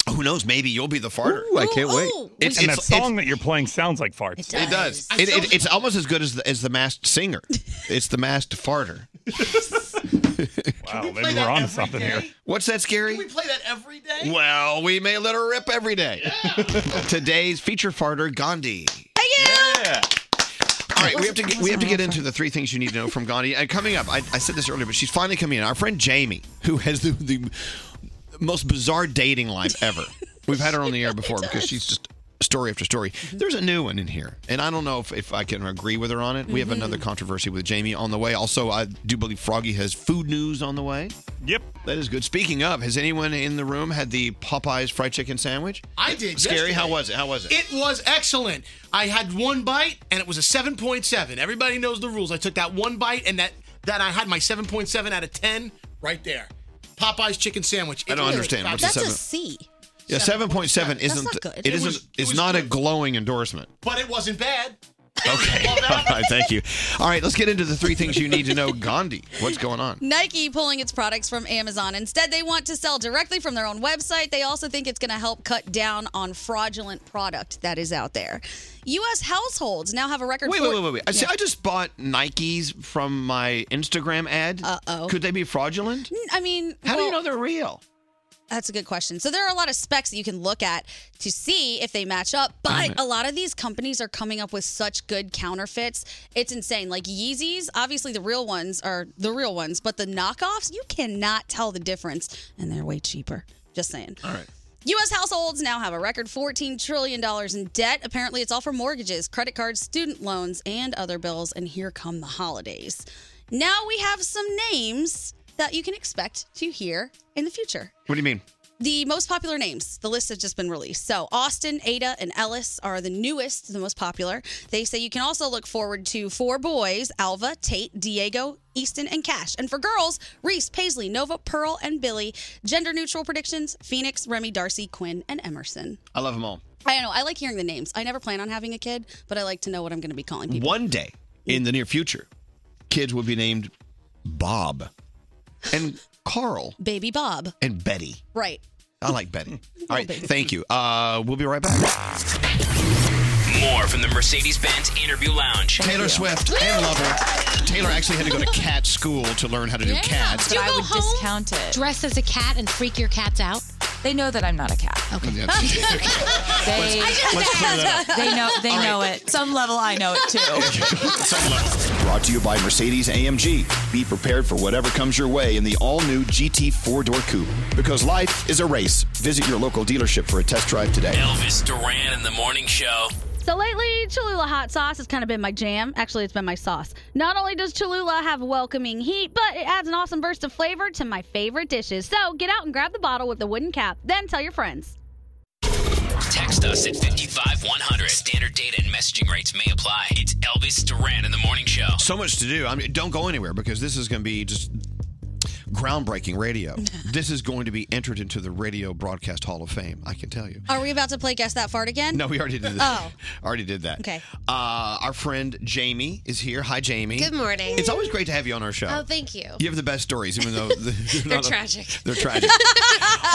Speaker 2: Who knows? Maybe you'll be the farter.
Speaker 15: I can't wait.
Speaker 7: It's, and that song that you're playing sounds like farts.
Speaker 2: It does. It, it, it's almost as good as the, as the masked singer. It's the masked farter.
Speaker 7: wow, maybe we're on something here.
Speaker 2: What's that scary?
Speaker 10: We play that every day.
Speaker 2: Well, we may let her rip every day. Today's feature farter, Gandhi.
Speaker 7: Yeah.
Speaker 2: All right, we have to get, we have to get into the three things you need to know from Gandhi. And coming up, I, I said this earlier, but she's finally coming in. Our friend Jamie, who has the, the most bizarre dating life ever. We've had her on the air before because she's just story after story.
Speaker 10: Mm-hmm.
Speaker 2: There's a new one in here, and I don't know if, if I can agree with her on it. We have
Speaker 7: Mhm.
Speaker 2: another
Speaker 10: Mm-hmm.
Speaker 2: controversy with Jamie on the way. Also, I do believe Froggy has food news on the way.
Speaker 7: Yep,
Speaker 2: that is good. Speaking of, has anyone in the room had the Popeyes fried chicken sandwich?
Speaker 10: I did.
Speaker 2: Scary.
Speaker 10: yesterday.
Speaker 2: How was it? How was it?
Speaker 10: It was excellent. I had one bite and it was a 7.7. Everybody knows the rules. I took that one bite and that that I had my 7.7 out of 10 right there. Popeye's chicken sandwich.
Speaker 2: I don't understand. What's a That's a seven-
Speaker 10: C.
Speaker 2: yeah, seven point seven
Speaker 10: That's
Speaker 2: isn't.
Speaker 10: not good.
Speaker 2: It
Speaker 10: It
Speaker 2: isn't.
Speaker 10: was- it
Speaker 2: it's
Speaker 10: was
Speaker 2: not a glowing endorsement.
Speaker 10: But it wasn't bad.
Speaker 2: Okay. All right. Thank you. All right. Let's get into the three things you need to know. Gandhi, what's going on?
Speaker 6: Nike pulling its products from Amazon. Instead, they want to sell directly from their own website. They also think it's going to help cut down on fraudulent product that is out there. U.S. households now have a record.
Speaker 2: Wait,
Speaker 6: for-
Speaker 2: wait, wait, wait, wait. I See, I just bought Nikes from my Instagram ad. Uh
Speaker 6: oh.
Speaker 2: Could they be fraudulent?
Speaker 6: Mm, I mean,
Speaker 2: How do you
Speaker 6: well,
Speaker 2: know they're real?
Speaker 6: That's a good question. So there are a lot of specs that you can look at to see if they match up,
Speaker 2: Damn
Speaker 6: but
Speaker 2: it.
Speaker 6: a lot of these companies are coming up with such good counterfeits. It's insane. Like Yeezys, obviously the real ones are the real ones, but the knockoffs, you cannot tell the difference and they're way cheaper. Just saying.
Speaker 2: All right.
Speaker 6: U.S. households now have a record $14 trillion in debt. Apparently, it's all for mortgages, credit cards, student loans, and other bills. And here come the holidays. Now we have some names that you can expect to hear in the future.
Speaker 2: What do you mean?
Speaker 6: The most popular names, the list has just been released. So, Austin, Ada, and Ellis are the newest, the most popular. They say you can also look forward to four boys Alva, Tate, Diego, Easton, and Cash. And for girls, Reese, Paisley, Nova, Pearl, and Billy. Gender neutral predictions Phoenix, Remy, Darcy, Quinn, and Emerson.
Speaker 2: I love them all.
Speaker 6: I know, I like hearing the names. I never plan on having a kid, but I like to know what I'm going to be calling people.
Speaker 2: One day in the near future, kids will be named Bob and Carl
Speaker 6: Baby Bob.
Speaker 2: and Betty.
Speaker 6: Right.
Speaker 2: I like Betty. All right. Thank you. Uh, we'll be right back.
Speaker 5: More from the Mercedes Benz Interview Lounge.
Speaker 2: Taylor Swift and Lover. Taylor actually had to go to cat school to learn how to do cats.
Speaker 9: Do you go home, discount it. Dress as a cat and freak your cats out? They know that I'm not a cat. Okay.
Speaker 12: They,
Speaker 20: let's clear that
Speaker 9: up.
Speaker 12: they know they know it. Some level I know it too.
Speaker 20: Brought to you by Mercedes AMG. Be prepared for whatever comes your way in the all new GT four door coupe because life is a race. Visit your local dealership for a test drive today.
Speaker 5: Elvis Duran in the morning show.
Speaker 6: So lately, Cholula hot sauce has kind of been my jam. Actually, it's been my sauce. Not only does Cholula have welcoming heat, but it adds an awesome burst of flavor to my favorite dishes. So get out and grab the bottle with the wooden cap, then tell your friends.
Speaker 5: Text us at 55100. Standard data and messaging rates may apply. It's Elvis Duran in the morning show.
Speaker 2: So much to do. I mean, don't go anywhere because this is going to be just groundbreaking radio. this is going to be entered into the Radio Broadcast Hall of Fame. I can tell you.
Speaker 6: Are we about to play Guess That Fart again?
Speaker 2: No, we already did that.
Speaker 6: Oh,
Speaker 2: already did that.
Speaker 6: okay.
Speaker 2: Uh, our friend Jamie is here. Hi, Jamie.
Speaker 23: Good morning.
Speaker 2: It's always great to have you on our show.
Speaker 23: Oh, thank you.
Speaker 2: You have the best stories, even though the,
Speaker 23: They're
Speaker 2: not a-
Speaker 23: tragic.
Speaker 2: they're tragic.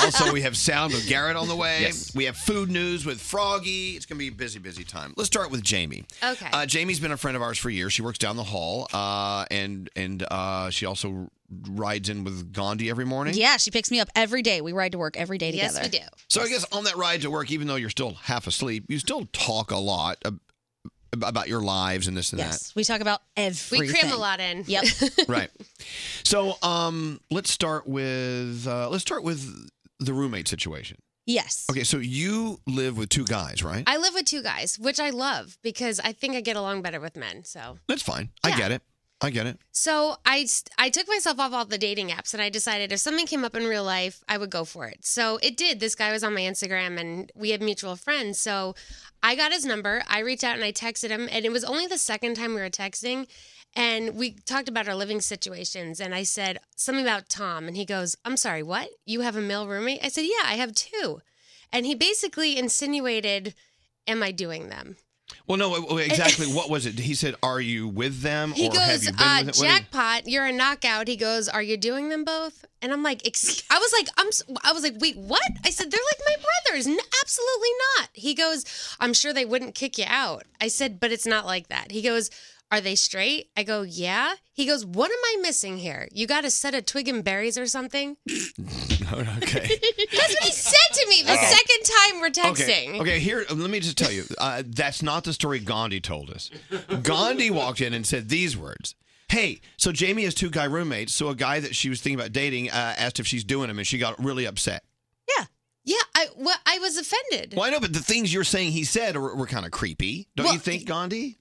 Speaker 2: also, we have sound with Garrett on the way. We have food news with Froggy. It's going to be a busy, busy time. Let's start with Jamie.
Speaker 23: Okay.
Speaker 2: Uh, Jamie's been a friend of ours for years. She works down the hall, uh, and and uh, she also rides in with Gandhi every morning.
Speaker 6: Yeah, she picks me up every day. We ride to work every day together.
Speaker 2: So I guess on that ride to work, even though you're still half asleep, you still talk a lot ab- about your lives and this and
Speaker 6: Yes, we talk about everything.
Speaker 23: We cram a lot in. Yep.
Speaker 2: that. right. So um, let's start with uh, let's start with the roommate situation.
Speaker 23: yes.
Speaker 2: Okay, so you live with two guys, right?
Speaker 23: I live with two guys, which I love because I think I get along better with men. So,
Speaker 2: That's fine. I get it. I get it.
Speaker 23: so I I took myself off all the dating apps and I decided if something came up in real life, I would go for it. So it did. This guy was on my Instagram and we had mutual friends. So I got his number. I reached out and I texted him and it was only the second time we were texting and we talked about our living situations and I said something about Tom and he goes, "I'm sorry, what? You have a male roommate?" I said, "Yeah, I have two. And he basically insinuated, "Am I doing them?"
Speaker 2: Well, no, wait, wait, exactly. what was it? He said, "Are you with them?"
Speaker 23: He
Speaker 2: or have
Speaker 23: goes,
Speaker 2: you been
Speaker 23: uh,
Speaker 2: with it? What did-
Speaker 23: jackpot, you're a knockout. He goes, are you doing them both? And I'm like, Ex-? I was like, I'm, s- I was like, wait, what? I said, they're like my brothers. N- absolutely not. He goes, I'm sure they wouldn't kick you out. I said, but it's not like that. He goes, are they straight? I go, yeah. He goes, what am I missing here? You got a set of twig and berries or something?
Speaker 2: Oh, okay.
Speaker 23: That's what he said to me the
Speaker 2: Okay.
Speaker 23: second time we're texting.
Speaker 2: Okay. Okay. Here, let me just tell you. Uh, that's not the story Gandhi told us. Gandhi walked in and said these words. Hey, so Jamie has two guy roommates. So a guy that she was thinking about dating uh, asked if she's doing him, and she got really upset.
Speaker 23: Yeah, I, well, I was offended.
Speaker 2: Well, I know, but the things you're saying he said were, were kind of creepy, don't you think, Gandhi?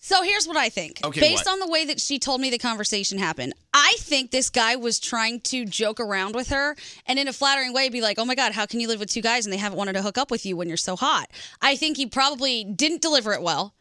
Speaker 6: So here's what I think.
Speaker 2: Okay,
Speaker 6: Based
Speaker 2: what?
Speaker 6: on the way that she told me the conversation happened, I think this guy was trying to joke around with her and in a flattering way be like, oh my God, how can you live with two guys and they haven't wanted to hook up with you when you're so hot? I think he probably didn't deliver it well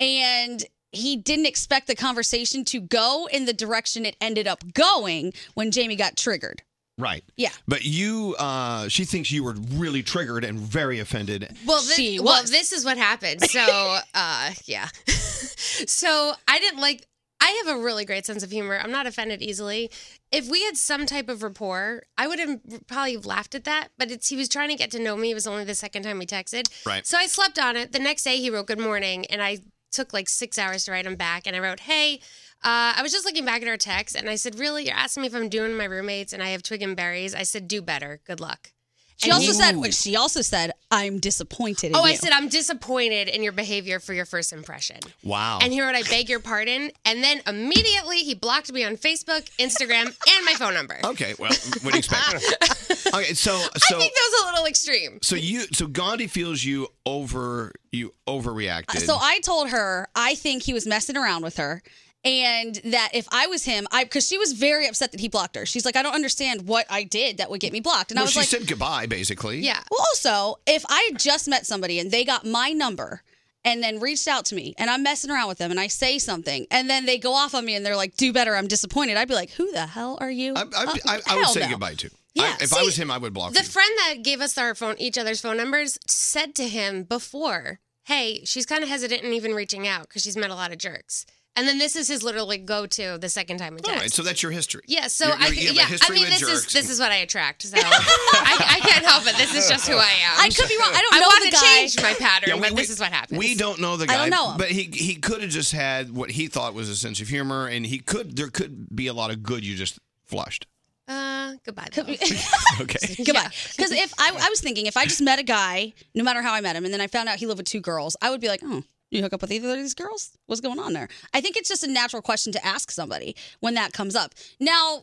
Speaker 6: and he didn't expect the conversation to go in the direction it ended up going when Jamie got triggered.
Speaker 2: Right.
Speaker 6: Yeah.
Speaker 2: But you, uh, she thinks you were really triggered and very offended.
Speaker 23: Well, this, well, this is what happened. So, uh, yeah. so I didn't like. I have a really great sense of humor. I'm not offended easily. If we had some type of rapport, I would have probably laughed at that. But it's he was trying to get to know me. It was only the second time we texted.
Speaker 14: Right.
Speaker 23: So I slept on it. The next day he wrote good morning, and I took like six hours to write him back. And I wrote, hey. Uh, I was just looking back at our text and I said, Really? You're asking me if I'm doing my roommates and I have twig and berries? I said, Do better. Good luck.
Speaker 6: She
Speaker 23: And
Speaker 6: also
Speaker 23: he-
Speaker 6: said she also said, I'm disappointed in
Speaker 23: Oh, I
Speaker 6: you."
Speaker 23: said I'm disappointed in your behavior for your first impression.
Speaker 2: Wow.
Speaker 23: And here wrote, I beg your pardon. And then immediately he blocked me on Facebook, Instagram, and my phone number.
Speaker 2: Okay. Well, what do you expect? okay. So, so
Speaker 23: I think that was a little extreme.
Speaker 2: So you, so Gandhi feels you over, you overreacted.
Speaker 6: Uh, So I told her I think he was messing around with her. And that if I was him, I because she was very upset that he blocked her. She's like, I don't understand what I did that would get me blocked. And
Speaker 2: well,
Speaker 6: I was
Speaker 2: she
Speaker 6: like,
Speaker 2: said goodbye, basically.
Speaker 6: Yeah. Well, also, if I had just met somebody and they got my number and then reached out to me and I'm messing around with them and I say something and then they go off on me and they're like, do better, I'm disappointed, I'd be like, who the hell are you?
Speaker 2: I, I,
Speaker 6: Uh,
Speaker 2: I, I would
Speaker 6: hell
Speaker 2: say
Speaker 6: no.
Speaker 2: goodbye too.
Speaker 23: Yeah,
Speaker 2: I, if I
Speaker 23: see,
Speaker 2: was him, I would block
Speaker 23: The
Speaker 2: you.
Speaker 23: friend that gave us our phone, each other's phone numbers, said to him before, "Hey, she's kind of hesitant in even reaching out because she's met a lot of jerks." And then this is his literally go-to the second time we
Speaker 2: All
Speaker 23: text.
Speaker 2: right. So that's your history.
Speaker 23: Yeah, so
Speaker 2: You're-
Speaker 23: I
Speaker 2: you're-
Speaker 23: think,
Speaker 2: you have a
Speaker 23: yeah, I
Speaker 2: history
Speaker 23: mean,
Speaker 2: with
Speaker 23: this
Speaker 2: jerks.
Speaker 23: is this is what I attract. So I, I can't help it. This is just who I am.
Speaker 6: I could be wrong. I don't know
Speaker 23: want
Speaker 6: the
Speaker 23: to
Speaker 6: guy.
Speaker 23: change my pattern,
Speaker 2: Yeah, we-
Speaker 23: but
Speaker 2: we-
Speaker 23: this is what happens.
Speaker 2: We don't know the
Speaker 23: I
Speaker 2: guy,
Speaker 23: don't know him.
Speaker 2: but he he could have just had what he thought was a sense of humor, and he could there could be a lot of good you just flushed.
Speaker 23: Uh, goodbye.
Speaker 2: Okay.
Speaker 6: Goodbye. Because if I, I was thinking, if I just met a guy, no matter how I met him, and then I found out he lived with two girls, I would be like, oh, you hook up with either of these girls? What's going on there? I think it's just a natural question to ask somebody when that comes up. Now,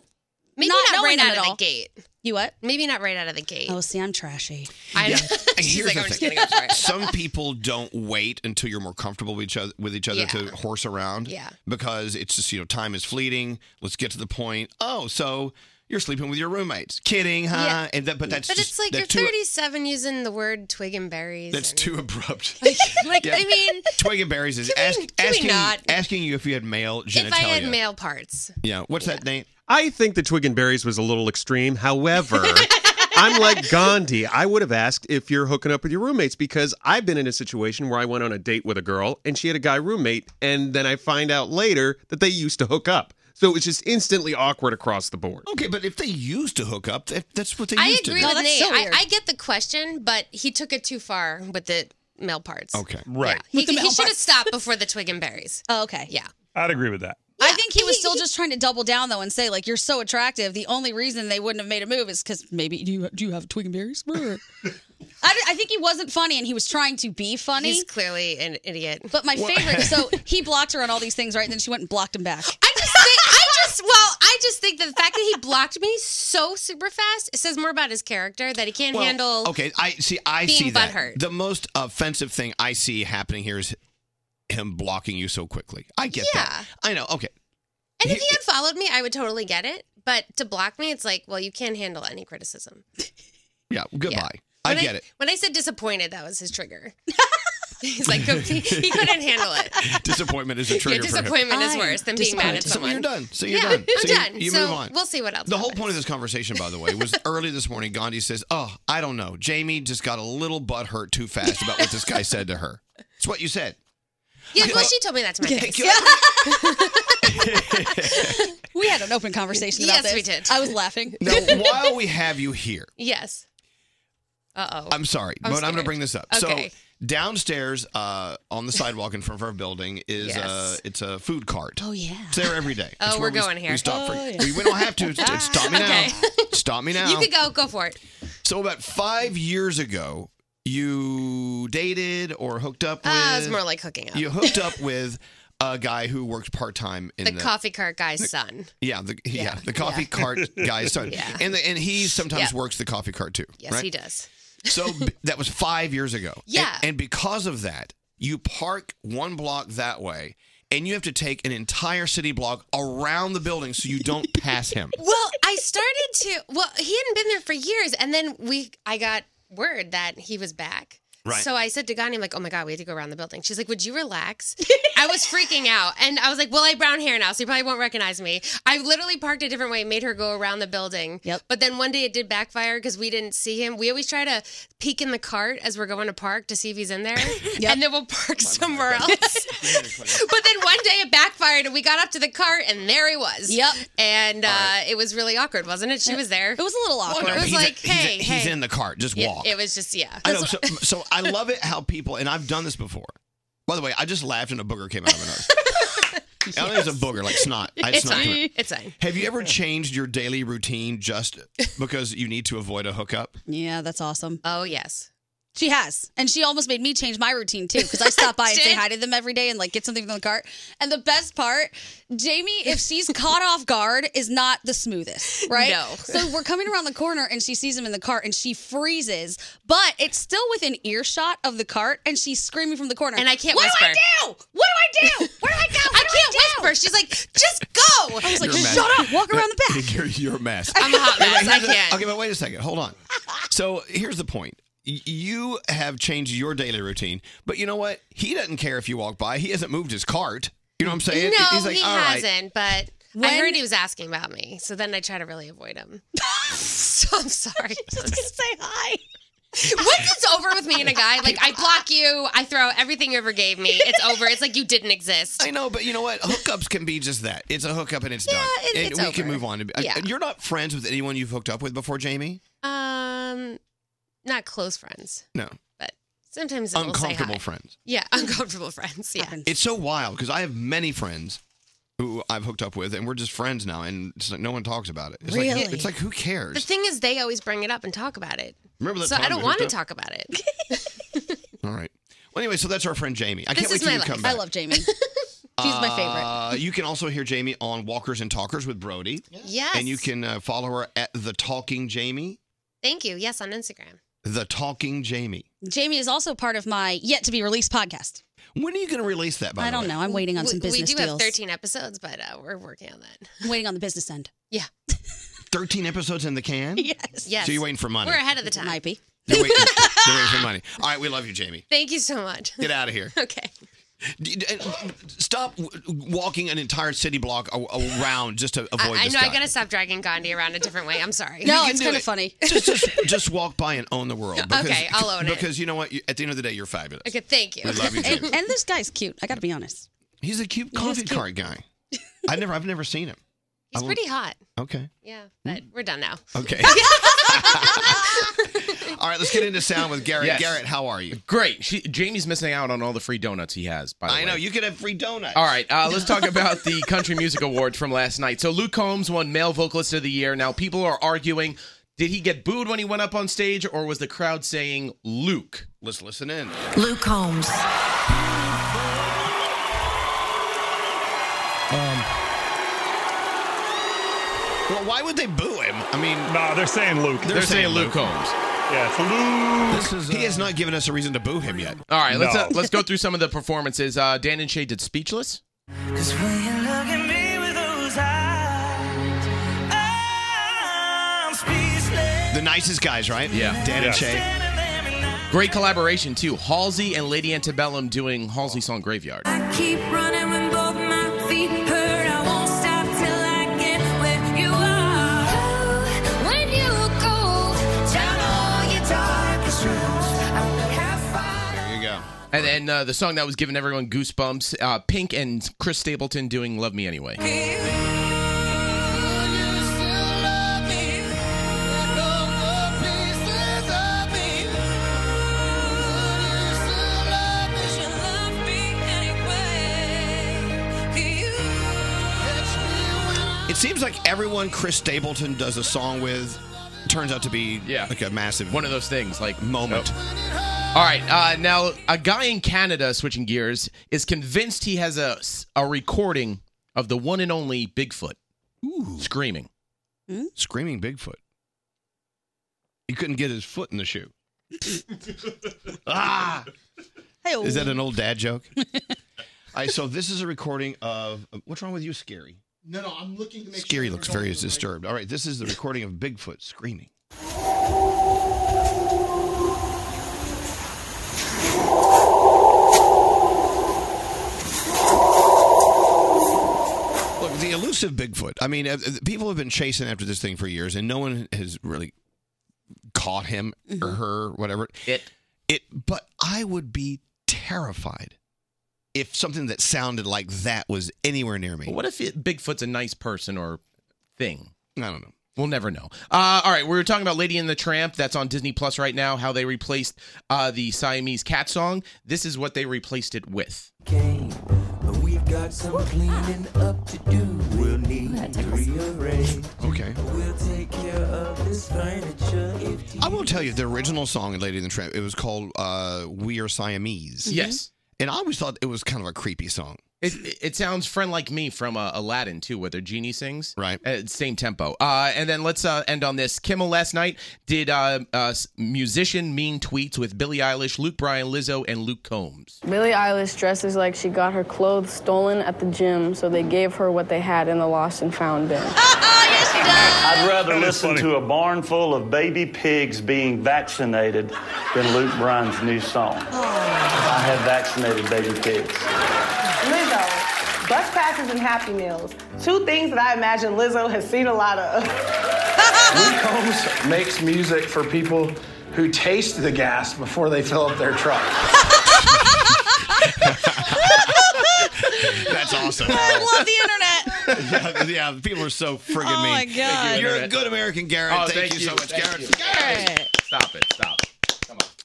Speaker 23: Maybe
Speaker 6: not,
Speaker 23: not right
Speaker 6: knowing them
Speaker 23: out
Speaker 6: at
Speaker 23: of the
Speaker 6: all,
Speaker 23: gate.
Speaker 6: You what?
Speaker 23: Maybe not right out of the gate.
Speaker 6: Oh, see, I'm trashy.
Speaker 23: I,
Speaker 2: Here's
Speaker 23: she's like,
Speaker 2: the
Speaker 23: I'm just
Speaker 2: thing.
Speaker 23: gonna go for it.
Speaker 2: Some people don't wait until you're more comfortable with each other, with each other to horse around.
Speaker 23: Yeah.
Speaker 2: Because it's just, you know, time is fleeting. Let's get to the point. Oh, so you're sleeping with your roommates. Kidding, huh?
Speaker 23: Yeah.
Speaker 2: And that, but that's
Speaker 23: But
Speaker 2: just,
Speaker 23: it's like
Speaker 2: that
Speaker 23: you're
Speaker 2: too,
Speaker 23: 37 using the word twig and berries.
Speaker 2: That's too abrupt.
Speaker 23: like,
Speaker 2: Yeah.
Speaker 23: I mean,
Speaker 2: Twig and berries is
Speaker 23: Can we-
Speaker 2: ask,
Speaker 23: can we
Speaker 2: asking,
Speaker 23: not?
Speaker 2: asking you if you had male genitalia.
Speaker 23: if I had male parts.
Speaker 2: yeah. What's that name?
Speaker 15: I think the twig and berries was a little extreme. However, I'm like Gandhi. I would have asked if you're hooking up with your roommates because I've been in a situation where I went on a date with a girl and she had a guy roommate, and then I find out later that they used to hook up. So it was just instantly awkward across the board.
Speaker 2: Okay, but if they used to hook up, that, that's what they
Speaker 23: I
Speaker 2: used
Speaker 23: agree
Speaker 2: to do.
Speaker 23: with Nate. I, I get the question, but he took it too far with the male parts.
Speaker 2: Okay.
Speaker 7: Right.
Speaker 23: He, he should have stopped before the twig and berries.
Speaker 6: Oh, okay.
Speaker 23: Yeah.
Speaker 7: I'd agree with that.
Speaker 6: I think he was still just trying to double down though and say like you're so attractive. The only reason they wouldn't have made a move is because maybe do you do you have twig and berries? I, I think he wasn't funny and he was trying to be funny.
Speaker 23: He's clearly an idiot.
Speaker 6: But my
Speaker 23: Well-
Speaker 6: favorite. so he blocked her on all these things, right? And then she went and blocked him back.
Speaker 23: I just think, I just, well, I just think that the fact that he blocked me so super fast, it says more about his character that he can't
Speaker 2: Well, oh,
Speaker 23: handle.
Speaker 2: Okay, I see. I
Speaker 23: being
Speaker 2: see that.
Speaker 23: butthurt.
Speaker 2: The most offensive thing I see happening here is him blocking you so quickly. I get that. I know. Okay.
Speaker 23: And if he had followed me, I would totally get it. But to block me, it's like, well, you can't handle any criticism.
Speaker 2: Yeah. Goodbye. I
Speaker 23: When
Speaker 2: get it.
Speaker 23: When I said disappointed, that was his trigger. He's like, he, he couldn't handle it.
Speaker 2: Disappointment is a trigger.
Speaker 23: Your
Speaker 2: for him.
Speaker 23: disappointment is worse than being mad at
Speaker 2: So
Speaker 23: someone.
Speaker 2: you're done. So you're
Speaker 23: yeah,
Speaker 2: done.
Speaker 23: I'm
Speaker 2: so you-
Speaker 23: done.
Speaker 2: You,
Speaker 23: so
Speaker 2: move on.
Speaker 23: We'll see what else.
Speaker 2: The whole point of this conversation, by the way, was early this morning. Gandhi says, "Oh, I don't know. Jamie just got a little butt hurt too fast about what this guy said to her. It's what you said.
Speaker 23: Yeah,
Speaker 2: Okay.
Speaker 23: well, she told me that to my
Speaker 2: Okay.
Speaker 23: face.
Speaker 6: we had an open conversation
Speaker 23: Yes,
Speaker 6: about this.
Speaker 23: we did.
Speaker 6: I was laughing.
Speaker 2: Now, while we have you here,
Speaker 23: Yes. Uh oh.
Speaker 2: I'm sorry,
Speaker 23: I'm
Speaker 2: but I'm going to
Speaker 23: scared.
Speaker 2: bring this up.
Speaker 23: Okay.
Speaker 2: So downstairs, uh, on the sidewalk in front of our building is
Speaker 23: Yes.
Speaker 2: uh, it's a food cart.
Speaker 6: Oh yeah.
Speaker 2: It's there every day.
Speaker 23: Oh,
Speaker 2: It's where
Speaker 23: we're
Speaker 2: we-
Speaker 23: going here.
Speaker 2: We stop for
Speaker 23: Oh, yeah.
Speaker 2: we, we don't have to. It's- it's Stop me now.
Speaker 23: Okay.
Speaker 2: Stop me now.
Speaker 23: You could go. Go for it.
Speaker 2: So about five years ago, you dated or hooked up with.
Speaker 23: Uh, it was more like hooking up.
Speaker 2: You hooked up with a guy who worked part time in
Speaker 23: the, coffee cart guy's son.
Speaker 2: Yeah, the yeah,
Speaker 23: Yeah.
Speaker 2: the coffee
Speaker 23: Yeah.
Speaker 2: cart guy's son,
Speaker 23: Yeah.
Speaker 2: and the, and he sometimes
Speaker 23: Yeah.
Speaker 2: works the coffee cart too.
Speaker 23: Yes,
Speaker 2: right?
Speaker 23: he does.
Speaker 2: So b- that was five years ago. And-
Speaker 23: Yeah.
Speaker 2: And, because of that, you park one block that way, and you have to take an entire city block around the building so you don't pass him.
Speaker 23: Well, I started to. Well, he hadn't been there for years, and then we. I got word that he was back.
Speaker 2: Right.
Speaker 23: So I said to Gandhi, I'm like, oh my God, we have to go around the building. She's like, would you relax? I was freaking out. And I was like, well, I have brown hair now, so you probably won't recognize me. I literally parked a different way, made her go around the building. Yep. But then one day it did backfire because we didn't see him. We always try to peek in the cart as we're going to park to see if he's in there. And then we'll park somewhere else. but then one day it backfired and we got up to the cart and there he was. Yep. And uh, it was really awkward, wasn't it? She was there. It
Speaker 6: was a little
Speaker 2: Well, no,
Speaker 23: it was
Speaker 2: he's a-
Speaker 23: like,
Speaker 2: he's a-
Speaker 23: hey,
Speaker 2: he's,
Speaker 23: hey.
Speaker 2: in the cart. Just
Speaker 23: Yeah,
Speaker 2: walk.
Speaker 23: It was just yeah.
Speaker 2: I know. So, so I love it how people, and I've done this before. By the way, I just laughed and a booger came out of my nose. I don't think it's a booger, like snot. I
Speaker 23: it's
Speaker 2: snot came out.
Speaker 23: fine. It's fine.
Speaker 2: Have you ever changed your daily routine just because you need to avoid a hookup?
Speaker 6: Yeah, that's awesome.
Speaker 23: Oh yes.
Speaker 6: She has, and she almost made me change my routine too because I stop by and say hi to them every day and like get something from the cart. And the best part, Jamie, if she's caught off guard, is not the smoothest, right?
Speaker 23: No.
Speaker 6: So we're coming around the corner and she sees him in the cart and she freezes, but it's still within earshot of the cart and she's screaming from the corner.
Speaker 23: And I can't
Speaker 6: What
Speaker 23: whisper.
Speaker 6: do I do? What do I do? Where do I go? What do I
Speaker 23: can't whisper. She's like, just go. I
Speaker 6: was
Speaker 2: You're
Speaker 6: like,
Speaker 2: a mess.
Speaker 6: just shut up. Walk around the back.
Speaker 2: You're, you're a mess.
Speaker 23: I'm a hot mess. I
Speaker 2: Here's the-
Speaker 23: can't.
Speaker 2: Okay, but wait a second. Hold on. So here's the point. Y- You have changed your daily routine, but you know what? He doesn't care if you walk by. He hasn't moved his cart. You know what I'm saying?
Speaker 23: no,
Speaker 2: He's like,
Speaker 23: he
Speaker 2: "All right."
Speaker 23: hasn't. But I
Speaker 6: When-
Speaker 23: heard he was asking about me, so then I try to really avoid him. so I'm sorry.
Speaker 6: Just say hi.
Speaker 23: Once it's over with me and a guy, like I block you, I throw out everything you ever gave me. It's over. It's like you didn't exist.
Speaker 2: I know, but you know what? Hookups can be just that. It's a hookup and it's done.
Speaker 23: it-
Speaker 2: and
Speaker 23: it's
Speaker 2: we can
Speaker 23: over.
Speaker 2: move on. To be, uh,
Speaker 23: Yeah.
Speaker 2: You're not friends with anyone you've hooked up with before, Jamie?
Speaker 23: Um, not close friends,
Speaker 2: No.
Speaker 23: but sometimes they'll say hi.
Speaker 2: Uncomfortable friends.
Speaker 23: Yeah, uncomfortable friends. Yeah.
Speaker 2: It's so wild because I have many friends who I've hooked up with, and we're just friends now, and it's like no one talks about it. It's Like,
Speaker 23: Really?
Speaker 2: it's like who
Speaker 23: The
Speaker 2: cares?
Speaker 23: thing is, they always bring it up and talk about it.
Speaker 2: Remember that
Speaker 23: so
Speaker 2: time
Speaker 23: I don't
Speaker 2: we
Speaker 23: want to
Speaker 2: hooked up?
Speaker 23: talk about it.
Speaker 2: All right. Well, anyway, so that's our friend Jamie. I
Speaker 23: This
Speaker 2: can't wait
Speaker 23: is
Speaker 2: till
Speaker 23: my
Speaker 2: you come
Speaker 23: life.
Speaker 2: back.
Speaker 23: I
Speaker 6: love Jamie. She's my favorite.
Speaker 2: Uh, you can also hear Jamie on Walkers and Talkers with Brody.
Speaker 23: Yes.
Speaker 2: And you can uh, follow her at The Talking Jamie.
Speaker 23: Thank you. Yes, on Instagram.
Speaker 2: The Talking Jamie.
Speaker 6: Jamie is also part of my yet to be released podcast.
Speaker 2: When are you going to release that, by
Speaker 6: I
Speaker 2: the
Speaker 6: don't
Speaker 2: way?
Speaker 6: know. I'm waiting on
Speaker 23: we,
Speaker 6: some business
Speaker 23: We do have
Speaker 6: deals.
Speaker 23: 13 episodes, but uh, we're working on that.
Speaker 6: I'm waiting on the business end.
Speaker 23: Yeah.
Speaker 2: 13 episodes in the can?
Speaker 6: Yes.
Speaker 23: Yes.
Speaker 2: So you're waiting for money.
Speaker 23: We're ahead of the time.
Speaker 6: Might be.
Speaker 2: You're waiting, you're waiting for money. All right, we love you, Jamie.
Speaker 23: Thank you so much.
Speaker 2: Get out of here.
Speaker 23: Okay.
Speaker 2: D- d- and Stop w- walking an entire city block a- around just to avoid
Speaker 23: I, I
Speaker 2: this
Speaker 23: know I
Speaker 2: guy.
Speaker 23: gotta stop dragging Gandhi around a different way. I'm sorry.
Speaker 2: No, You can it's do kinda it.
Speaker 23: funny.
Speaker 2: just, just, just walk by and own the world.
Speaker 23: Okay, I'll own it.
Speaker 2: Because you know what? You- At the end of the day, you're fabulous.
Speaker 23: okay, thank you.
Speaker 2: We love you,
Speaker 6: and,
Speaker 2: Jamie.
Speaker 6: and this guy's cute. I got to be honest.
Speaker 2: He's a cute coffee cart guy. I never, I've never seen him.
Speaker 23: He's
Speaker 2: I-
Speaker 23: pretty hot.
Speaker 2: Okay.
Speaker 23: Yeah, but we're done now.
Speaker 2: Okay. all right, let's get into sound with Garrett.
Speaker 14: Yes.
Speaker 2: Garrett, how are you?
Speaker 14: Great. She, Jamie's missing out on all the free donuts he has. By the
Speaker 2: I
Speaker 14: way,
Speaker 2: know you could have free donuts.
Speaker 14: All right, uh, let's talk about the Country Music Awards from last night. So Luke Combs won Male Vocalist of the Year. Now people are arguing, did he get booed when he went up on stage, or was the crowd saying Luke?
Speaker 2: Let's listen in.
Speaker 14: Luke Combs.
Speaker 2: Um, well, why would they boo him? I mean,
Speaker 1: no, they're saying Luke.
Speaker 2: They're, saying, Luke Holmes.
Speaker 1: Yeah, Luke.
Speaker 2: This is, he
Speaker 14: uh,
Speaker 2: has not given us a reason to boo him yet.
Speaker 14: All right, let's uh, let's go through some of the performances. Uh, Dan and Shay did Speechless.
Speaker 8: Cause when you look at me with those eyes, I'm speechless.
Speaker 2: The nicest guys, right?
Speaker 14: Yeah.
Speaker 2: Dan and Shay.
Speaker 14: Great collaboration too. Halsey and Lady Antebellum doing Halsey's song Graveyard.
Speaker 8: Keep running when both my feet hurt. I won't stop till I get where you are. Oh, When you go, down all your darkest rooms. I won't have fun.
Speaker 2: There you go.
Speaker 14: And then uh, the song that was giving everyone goosebumps, uh, Pink and Chris Stapleton doing "Love Me Anyway."
Speaker 2: It seems like everyone Chris Stapleton does a song with turns out to be like a massive one
Speaker 14: of those things, like
Speaker 2: moment.
Speaker 14: All right, uh, now a guy in Canada, switching gears, is convinced he has a a recording of the one and only Bigfoot screaming.
Speaker 2: Screaming Bigfoot. He couldn't get his foot in the shoe. ah! Is that an old dad joke? All right, so this is a recording of what's wrong with you, Scary?
Speaker 24: No, no, I'm looking to make
Speaker 2: Scary
Speaker 24: sure.
Speaker 2: looks very disturbed. All right, this is the recording of Bigfoot screaming. Look, the elusive Bigfoot. I mean, uh, uh, people have been chasing after this thing for years, and no one has really caught him or
Speaker 24: Mm-hmm.
Speaker 2: her, whatever.
Speaker 14: It.
Speaker 2: It. But I would be terrified if something that sounded like that was anywhere near me.
Speaker 14: What if it, Bigfoot's a nice person or thing?
Speaker 2: I don't know.
Speaker 14: We'll never know. Uh, all right, we were talking about Lady and the Tramp. That's on Disney Plus right now. How they replaced uh, the Siamese cat song. This is what they replaced it with.
Speaker 8: But we've got some cleaning up to do. We'll need to rearrange.
Speaker 2: Okay.
Speaker 8: We'll take care of this furniture if
Speaker 2: I will tell you the original song in Lady and the Tramp. It was called uh, "We Are Siamese."
Speaker 14: Mhm. Yes.
Speaker 2: and I always thought it was kind of a creepy song.
Speaker 14: It, it sounds friend like me from uh, Aladdin too, where the genie sings.
Speaker 2: Right.
Speaker 14: Uh, same tempo. Uh, and then let's uh, end on this. Kimmel last night did uh, uh, musician mean tweets with Billie Eilish, Luke Bryan, Lizzo, and Luke Combs.
Speaker 25: Billie Eilish dresses like she got her clothes stolen at the gym, so they gave her what they had in the lost and found bin.
Speaker 7: I'd rather listen to a barn full of baby pigs being vaccinated than Luke Bryan's new song.
Speaker 26: Oh,
Speaker 7: I have vaccinated baby pigs.
Speaker 26: Lizzo, bus passes and Happy Meals. Two things that I imagine Lizzo has seen a lot of.
Speaker 10: Luke Combs makes music for people who taste the gas before they fill up their truck.
Speaker 2: That's awesome.
Speaker 6: love the internet.
Speaker 2: yeah, yeah, people are so friggin'
Speaker 6: Oh,
Speaker 2: mean.
Speaker 6: my God. Thank you,
Speaker 2: You're a
Speaker 14: Internet.
Speaker 2: good American, Garrett.
Speaker 14: Oh,
Speaker 2: thank,
Speaker 14: thank
Speaker 2: you,
Speaker 14: you.
Speaker 2: so much,
Speaker 14: Thank
Speaker 2: Garrett.
Speaker 14: you.
Speaker 2: Garrett.
Speaker 14: Stop it. Stop.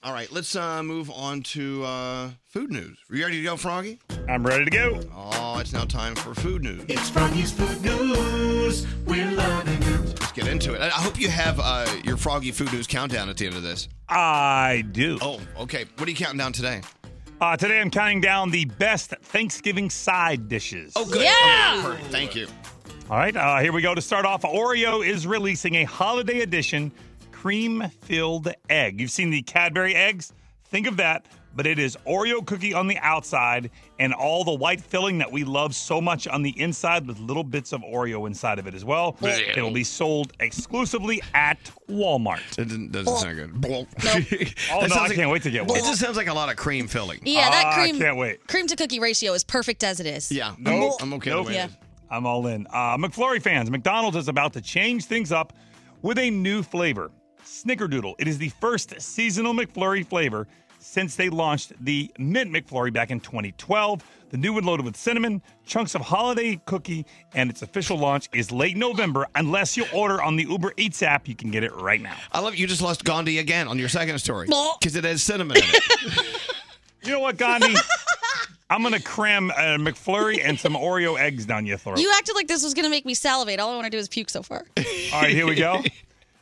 Speaker 2: All right, let's uh, move on to uh, food news. Are you ready to go, Froggy?
Speaker 1: I'm ready to go.
Speaker 2: Oh, it's now time for food news.
Speaker 8: It's Froggy's Food News. We're loving it.
Speaker 2: Let's get into it. I I hope you have uh, your Froggy food news countdown at the end of this.
Speaker 1: I do.
Speaker 2: Oh, okay. What are you counting down today?
Speaker 7: Uh, today I'm counting down the best Thanksgiving side dishes.
Speaker 2: Oh, good.
Speaker 18: Yeah.
Speaker 2: Okay, perfect. Thank you.
Speaker 7: All right, uh, here we go. To start off, Oreo is releasing a holiday edition cream filled egg. You've seen the Cadbury eggs? Think of that, but it is Oreo cookie on the outside and all the white filling that we love so much on the inside with little bits of Oreo inside of it as well.
Speaker 2: Blech.
Speaker 7: It will be sold exclusively at Walmart.
Speaker 2: It doesn't, doesn't sound good. Nope.
Speaker 7: oh, no, I can't wait to get one.
Speaker 2: It just sounds like a lot of cream filling.
Speaker 6: Yeah,
Speaker 7: Ah,
Speaker 6: that cream cream to cookie ratio is perfect as it is.
Speaker 2: Yeah,
Speaker 7: Nope. I'm all in. Uh, McFlurry fans, McDonald's is about to change things up with a new flavor, Snickerdoodle. It is the first seasonal McFlurry flavor since they launched the Mint McFlurry back in 2012. The new one loaded with cinnamon, chunks of holiday cookie, and its official launch is late November. Unless you order on the Uber Eats app, you can get it right now.
Speaker 2: I love you just lost Gandhi again on your second story
Speaker 7: Blech.
Speaker 2: because it has cinnamon in it.
Speaker 7: You know what, Gandhi? I'm going to cram a McFlurry and some Oreo eggs down your throat.
Speaker 6: You acted like this was going to make me salivate. All I want to do is puke so far.
Speaker 7: All right, here we go.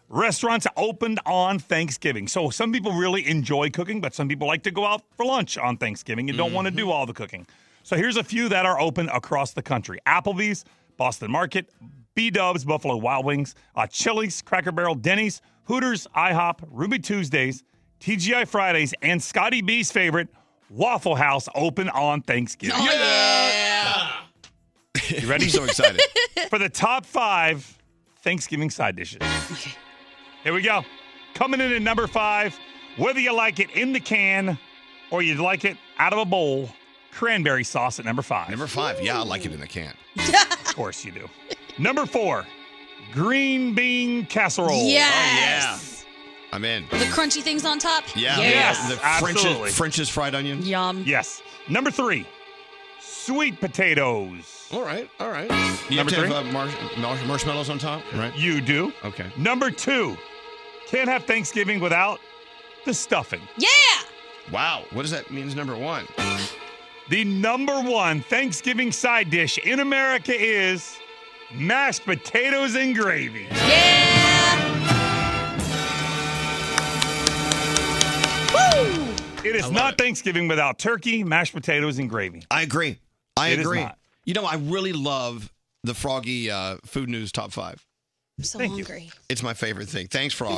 Speaker 7: Restaurants opened on Thanksgiving. So some people really enjoy cooking, but some people like to go out for lunch on Thanksgiving and don't want to do all the cooking. So here's a few that are open across the country Applebee's, Boston Market, B Dubs, Buffalo Wild Wings, uh, Chili's, Cracker Barrel, Denny's, Hooters, IHOP, Ruby Tuesdays, TGI Fridays, and Scotty B's favorite, Waffle House, open on Thanksgiving. You ready?
Speaker 2: Oh, so excited.
Speaker 7: For the top five Thanksgiving side dishes. Here we go. Coming in at number five, whether you like it in the can or you like it out of a bowl, cranberry sauce at number five. Number
Speaker 2: five. Yeah, I like it in the can.
Speaker 7: of course you do. Number four, green bean casserole.
Speaker 2: Oh,
Speaker 6: Yes.
Speaker 2: yeah. I'm in.
Speaker 6: The crunchy things on top.
Speaker 2: Yeah.
Speaker 7: Yes,
Speaker 2: The French's,
Speaker 7: absolutely.
Speaker 2: French's fried onion.
Speaker 6: Yum.
Speaker 7: Yes. Number three, sweet potatoes.
Speaker 2: All right. All right. You
Speaker 7: Number
Speaker 2: have
Speaker 7: three.
Speaker 2: to have, uh, marsh- marsh- marshmallows on top, right?
Speaker 7: You do.
Speaker 2: Okay.
Speaker 7: Number two, can't have Thanksgiving without the stuffing.
Speaker 6: Yeah.
Speaker 2: Wow. What does that mean? Is number one.
Speaker 7: The number one Thanksgiving side dish in America is mashed potatoes and gravy.
Speaker 6: Woo!
Speaker 7: It is not Thanksgiving without turkey, mashed potatoes, and gravy.
Speaker 2: I agree. I
Speaker 7: It is
Speaker 2: agree.
Speaker 7: not.
Speaker 2: You know, I really love the Froggy uh, Food News top five.
Speaker 6: I'm so hungry.
Speaker 2: It's my favorite thing. Thanks, Frog.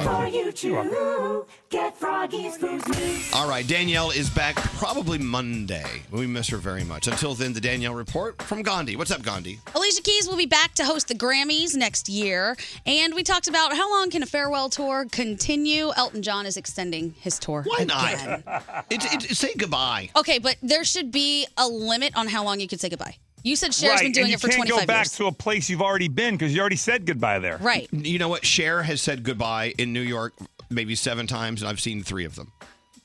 Speaker 18: get Froggy's Foods News.
Speaker 2: All right, Danielle is back probably Monday. We miss her very much. Until then, the Danielle report from Gandhi. What's up, Gandhi?
Speaker 6: Alicia Keys will be back to host the Grammys next year. And we talked about how long can a farewell tour continue? Elton John is extending his tour.
Speaker 2: Why
Speaker 6: again.
Speaker 2: not? It's it's say goodbye.
Speaker 6: Okay, but there should be a limit on how long you can say goodbye. You said Cher's
Speaker 7: right,
Speaker 6: been doing
Speaker 7: and you
Speaker 6: it for
Speaker 7: can't
Speaker 6: 25
Speaker 7: go back
Speaker 6: years.
Speaker 7: to a place you've already been because you already said goodbye there.
Speaker 6: Right.
Speaker 2: You know what? Cher has said goodbye in New York maybe seven times, and I've seen three of them.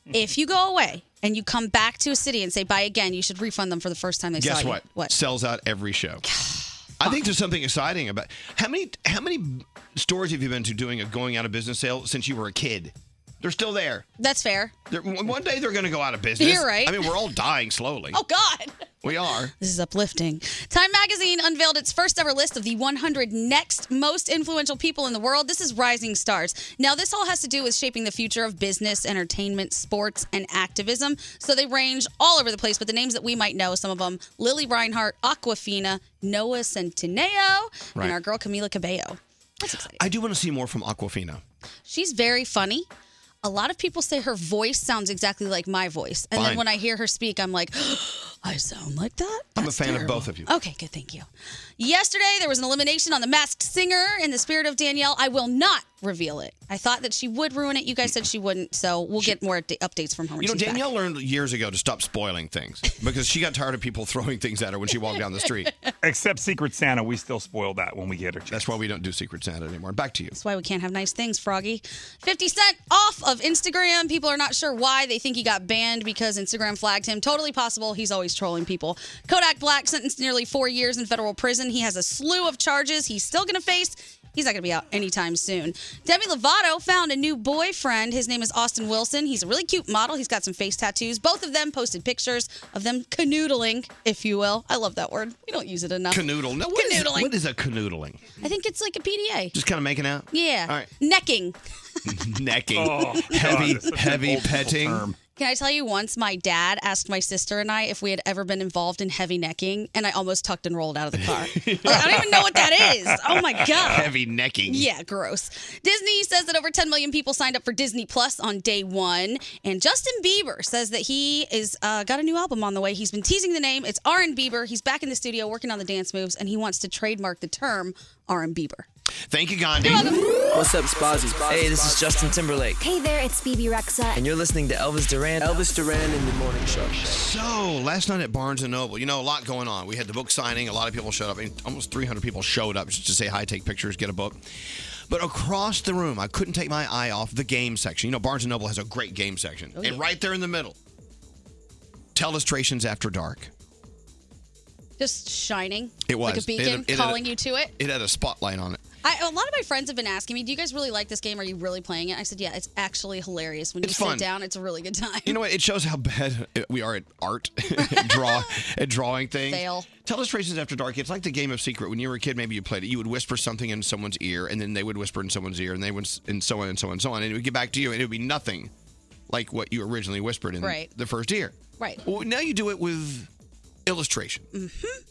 Speaker 6: If you go away and you come back to a city and say bye again, you should refund them for the first time they saw
Speaker 2: Guess
Speaker 6: you.
Speaker 2: what? Sells out every show. I think there's something exciting about how many how many stores have you been to doing a going out of business sale since you were a kid? They're still there.
Speaker 6: That's fair.
Speaker 2: They're, one one day they're going to go out of business.
Speaker 6: You're right.
Speaker 2: I mean, we're all dying slowly.
Speaker 6: Oh, God.
Speaker 2: We are.
Speaker 6: This is uplifting. Time magazine unveiled its first ever list of the 100 next most influential people in the world. This is Rising Stars. Now, this all has to do with shaping the future of business, entertainment, sports, and activism. So they range all over the place, but the names that we might know, some of them Lily Reinhart, Aquafina, Noah Centineo,
Speaker 2: Right.
Speaker 6: and our girl Camila Cabello. That's exciting.
Speaker 2: I do want to see more from Aquafina.
Speaker 6: She's very funny. A lot of people say her voice sounds exactly like my voice. And
Speaker 2: Fine.
Speaker 6: then when I hear her speak, I'm like, I sound like that?
Speaker 2: I'm a fan of both of you.
Speaker 6: Okay, good. Thank you. Yesterday, there was an elimination on The Masked Singer. In the spirit of Danielle, I will not reveal it. I thought that she would ruin it. You guys said she wouldn't, so we'll get more upda- updates from her. When
Speaker 2: You know,
Speaker 6: she's back.
Speaker 2: Danielle learned years ago to stop spoiling things because she got tired of people throwing things at her when she walked down the street.
Speaker 7: Except Secret Santa, we still spoil that when we get her.
Speaker 2: That's why we don't do Secret Santa anymore. Back to you.
Speaker 6: That's why we can't have nice things, Froggy. 50 Cent off of Instagram. People are not sure why. They think he got banned because Instagram flagged him. Totally possible. He's always trolling people. Kodak Black sentenced to nearly four years in federal prison. He has a slew of charges he's still going to face. He's not going to be out anytime soon. Demi Lovato found a new boyfriend. His name is Austin Wilson. He's a really cute model. He's got some face tattoos. Both of them posted pictures of them canoodling, if you will. I love that word. We don't use it enough.
Speaker 2: Canoodle. Now, what is-
Speaker 6: Canoodling.
Speaker 2: what is a canoodling?
Speaker 6: I think it's like a PDA.
Speaker 2: Just kind of making out?
Speaker 6: Yeah.
Speaker 2: All right.
Speaker 6: Necking.
Speaker 2: Necking.
Speaker 6: Oh, God,
Speaker 2: heavy,
Speaker 6: that's such an
Speaker 2: heavy
Speaker 6: old school
Speaker 2: petting.
Speaker 6: Can I tell you once my dad asked my sister and I if we had ever been involved in heavy necking, and I almost tucked and rolled out of the car. Like, I don't even know what that is. Oh my God.
Speaker 2: Heavy necking.
Speaker 6: Yeah, gross. Disney says that over 10 million people signed up for Disney Plus on day one, and Justin Bieber says that he is uh, got a new album on the way. He's been teasing the name. It's R and Bieber. He's back in the studio working on the dance moves, and he wants to trademark the term R and Bieber.
Speaker 2: Thank you, Gandhi.
Speaker 1: What's up, Spazzy? Hey, this is Justin Timberlake.
Speaker 3: Hey there, it's BB Rexa.
Speaker 1: And you're listening to Elvis Duran. Elvis Duran in the morning show.
Speaker 2: So last night at Barnes and Noble, you know, a lot going on. We had the book signing. A lot of people showed up. I mean, almost 300 people showed up just to say hi, take pictures, get a book. But across the room, I couldn't take my eye off the game section. You know, Barnes and Noble has a great game section, and right there in the middle, Telestrations After Dark.
Speaker 6: Just shining.
Speaker 2: It was.
Speaker 6: like a
Speaker 2: It had a-
Speaker 6: beacon,
Speaker 2: it had a-
Speaker 6: calling you to it.
Speaker 2: It had a spotlight on it.
Speaker 6: I, a lot of my friends have been asking me, "Do you guys really like this game? Are you really playing it?" I said, "Yeah, it's actually hilarious. When
Speaker 2: It's
Speaker 6: you
Speaker 2: fun.
Speaker 6: sit down, it's a really good time."
Speaker 2: You know what? It shows how bad we are at art, at draw, at drawing things.
Speaker 6: Fail.
Speaker 2: Telestrations After Dark. It's like the game of secret. When you were a kid, maybe you played it. You would whisper something in someone's ear, and then they would whisper in someone's ear, and they would, s- and so on and so on and so on, and it would get back to you, and it would be nothing like what you originally whispered in
Speaker 6: Right.
Speaker 2: the first ear.
Speaker 6: Right.
Speaker 2: Well, now you do it with illustration.
Speaker 26: Mm-hmm.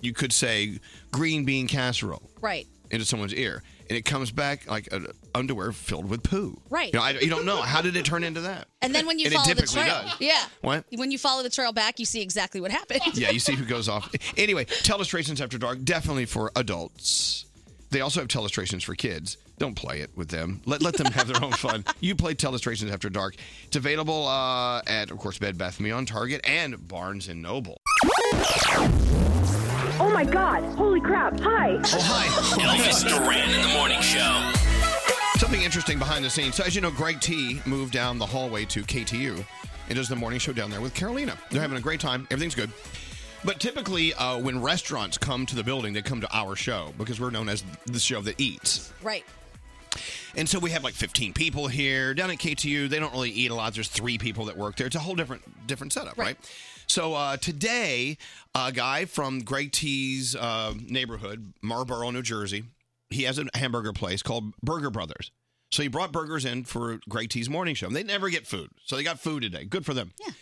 Speaker 2: You could say green bean casserole
Speaker 6: Right.
Speaker 2: into someone's ear, and it comes back like a, underwear filled with poo.
Speaker 6: Right.
Speaker 2: You, know, I, you don't know how did it turn into that.
Speaker 6: And then when you
Speaker 2: And it
Speaker 6: follow the
Speaker 2: typically
Speaker 6: trail,
Speaker 2: does.
Speaker 6: yeah,
Speaker 2: What?
Speaker 6: when you follow the trail back, you see exactly what happened.
Speaker 2: yeah, you see who goes off. Anyway, Telestrations After Dark, definitely for adults. They also have Telestrations for kids. Don't play it with them. Let, let them have their own fun. You play Telestrations After Dark. It's available uh, at, of course, Bed Bath & Beyond, Target, and Barnes & Noble.
Speaker 18: Oh my god. Holy crap. Hi.
Speaker 2: Oh, hi.
Speaker 5: Elvis Duran in the morning show.
Speaker 2: Something interesting behind the scenes. So, as you know, Greg T moved down the hallway to KTU and does the morning show down there with Carolina. They're having a great time. Everything's good. But typically, uh, when restaurants come to the building, they come to our show because we're known as the show that eats.
Speaker 6: Right.
Speaker 2: And so we have like 15 people here down at KTU. They don't really eat a lot. There's three people that work there. It's a whole different different setup, right? So uh, today, a guy from Greg T's uh, neighborhood, Marlboro, New Jersey, he has a hamburger place called Burger Brothers. So he brought burgers in for Greg T's morning show. And they never get food, so they got food today. Good for them. Yeah.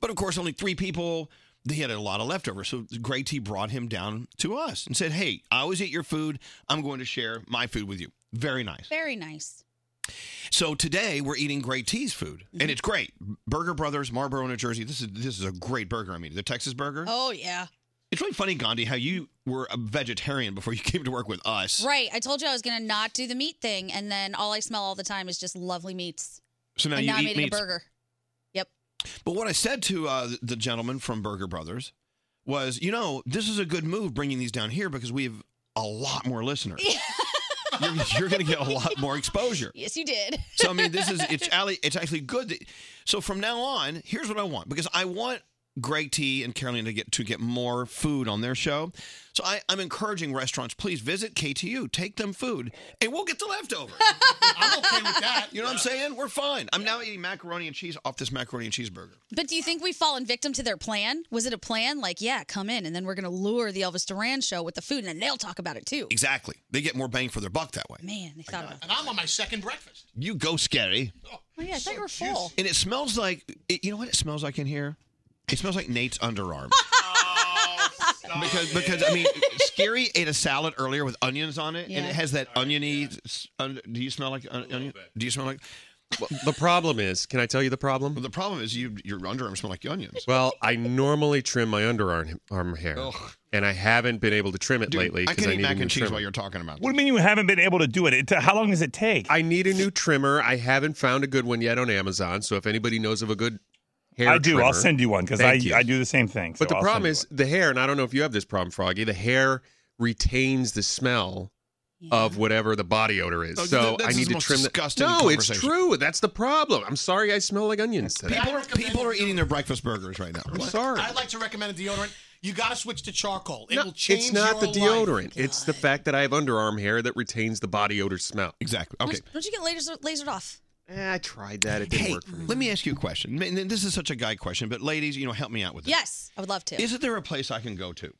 Speaker 2: But of course, only three people. They had a lot of leftovers. So Greg T brought him down to us and said, Hey, I always eat your food. I'm going to share my food with you. Very nice.
Speaker 6: Very nice.
Speaker 2: So today we're eating Great T's food,
Speaker 6: Mm-hmm.
Speaker 2: and it's great. Burger Brothers, Marlboro, New Jersey. This is this is a great burger. I mean, the Texas burger.
Speaker 6: Oh yeah.
Speaker 2: It's really funny, Gandhi, how you were a vegetarian before you came to work with us.
Speaker 6: Right. I told you I was gonna not do the meat thing, and then all I smell all the time is just lovely meats.
Speaker 2: So now
Speaker 6: and
Speaker 2: you
Speaker 6: now I'm
Speaker 2: eat
Speaker 6: eating
Speaker 2: meats.
Speaker 6: a burger.
Speaker 2: But what I said to uh, the gentleman from Burger Brothers was, you know, this is a good move bringing these down here because we have a lot more listeners. you're you're going to get a lot more exposure.
Speaker 6: Yes, you did.
Speaker 2: So I mean, this is it's Ali. It's actually good. That, so from now on, here's what I want because I want Greg T and Carolina to get to get more food on their show. So I, I'm encouraging restaurants, please visit KTU, take them food, and we'll get the leftovers. I'm okay with that. You know what I'm saying? We're fine. I'm now eating macaroni and cheese off this macaroni and cheeseburger.
Speaker 6: But do you think we've fallen victim to their plan? Was it a plan? Like, yeah, come in, and then we're gonna lure the Elvis Duran show with the food, and then they'll talk about it too.
Speaker 2: Exactly. They get more bang for their buck that way.
Speaker 6: Man, they thought about.
Speaker 10: And I'm on my second breakfast.
Speaker 2: You go, scary.
Speaker 6: Oh yeah, I thought you were full.
Speaker 2: And it smells like it, you know what it smells like in here? It smells like Nate's underarm.
Speaker 15: Oh,
Speaker 2: because because I mean, Scary ate a salad earlier with onions on it, and
Speaker 15: Yeah.
Speaker 2: it has that oniony. s- un- do you smell like on- onion? Do you smell like?
Speaker 15: The problem is, can I tell you the problem?
Speaker 2: the problem is you your underarms smell like onions.
Speaker 15: Well, I normally trim my underarm arm hair,
Speaker 2: Ugh.
Speaker 15: and I haven't been able to trim it
Speaker 2: Dude,
Speaker 15: lately
Speaker 2: I
Speaker 15: because
Speaker 2: can
Speaker 15: I,
Speaker 2: eat
Speaker 15: need
Speaker 2: mac
Speaker 15: a new
Speaker 2: and cheese
Speaker 15: trimmer.
Speaker 2: while you're talking about.
Speaker 7: What do you mean you haven't been able to do it? it how long does it take?
Speaker 15: I need a new trimmer. I haven't found a good one yet on Amazon. So if anybody knows of a good hair,
Speaker 7: I do. I'll
Speaker 15: trimmer,
Speaker 7: send you one because I,
Speaker 15: thank you.
Speaker 7: I do the same thing. so
Speaker 15: But the
Speaker 7: I'll
Speaker 15: problem
Speaker 7: send you
Speaker 15: is the hair, and I don't know if you have this problem, Froggy. The hair retains the smell of whatever the body odor is.
Speaker 2: Oh,
Speaker 15: so
Speaker 2: th- this
Speaker 15: I
Speaker 2: is
Speaker 15: need
Speaker 2: the
Speaker 15: to
Speaker 2: most
Speaker 15: trim. The-
Speaker 2: disgusting
Speaker 15: no, it's
Speaker 2: conversation.
Speaker 15: true. That's the problem. I'm sorry. I smell like onions today.
Speaker 2: People are, people are eating their breakfast burgers right now.
Speaker 15: I'm sorry.
Speaker 10: I'd like to recommend a deodorant. You got to switch to charcoal. It
Speaker 15: No,
Speaker 10: will change
Speaker 15: it's not
Speaker 10: your
Speaker 15: the
Speaker 10: life.
Speaker 15: deodorant. It's the fact that I have underarm hair that retains the body odor smell.
Speaker 2: Exactly. Okay.
Speaker 6: Don't you get laser- lasered off?
Speaker 15: Eh, I tried that. It didn't
Speaker 2: Hey,
Speaker 15: work for me.
Speaker 2: let me ask you a question. And this is such a guy question, but ladies, you know, help me out with this.
Speaker 6: Yes, I would love to.
Speaker 2: Isn't there a place I can go to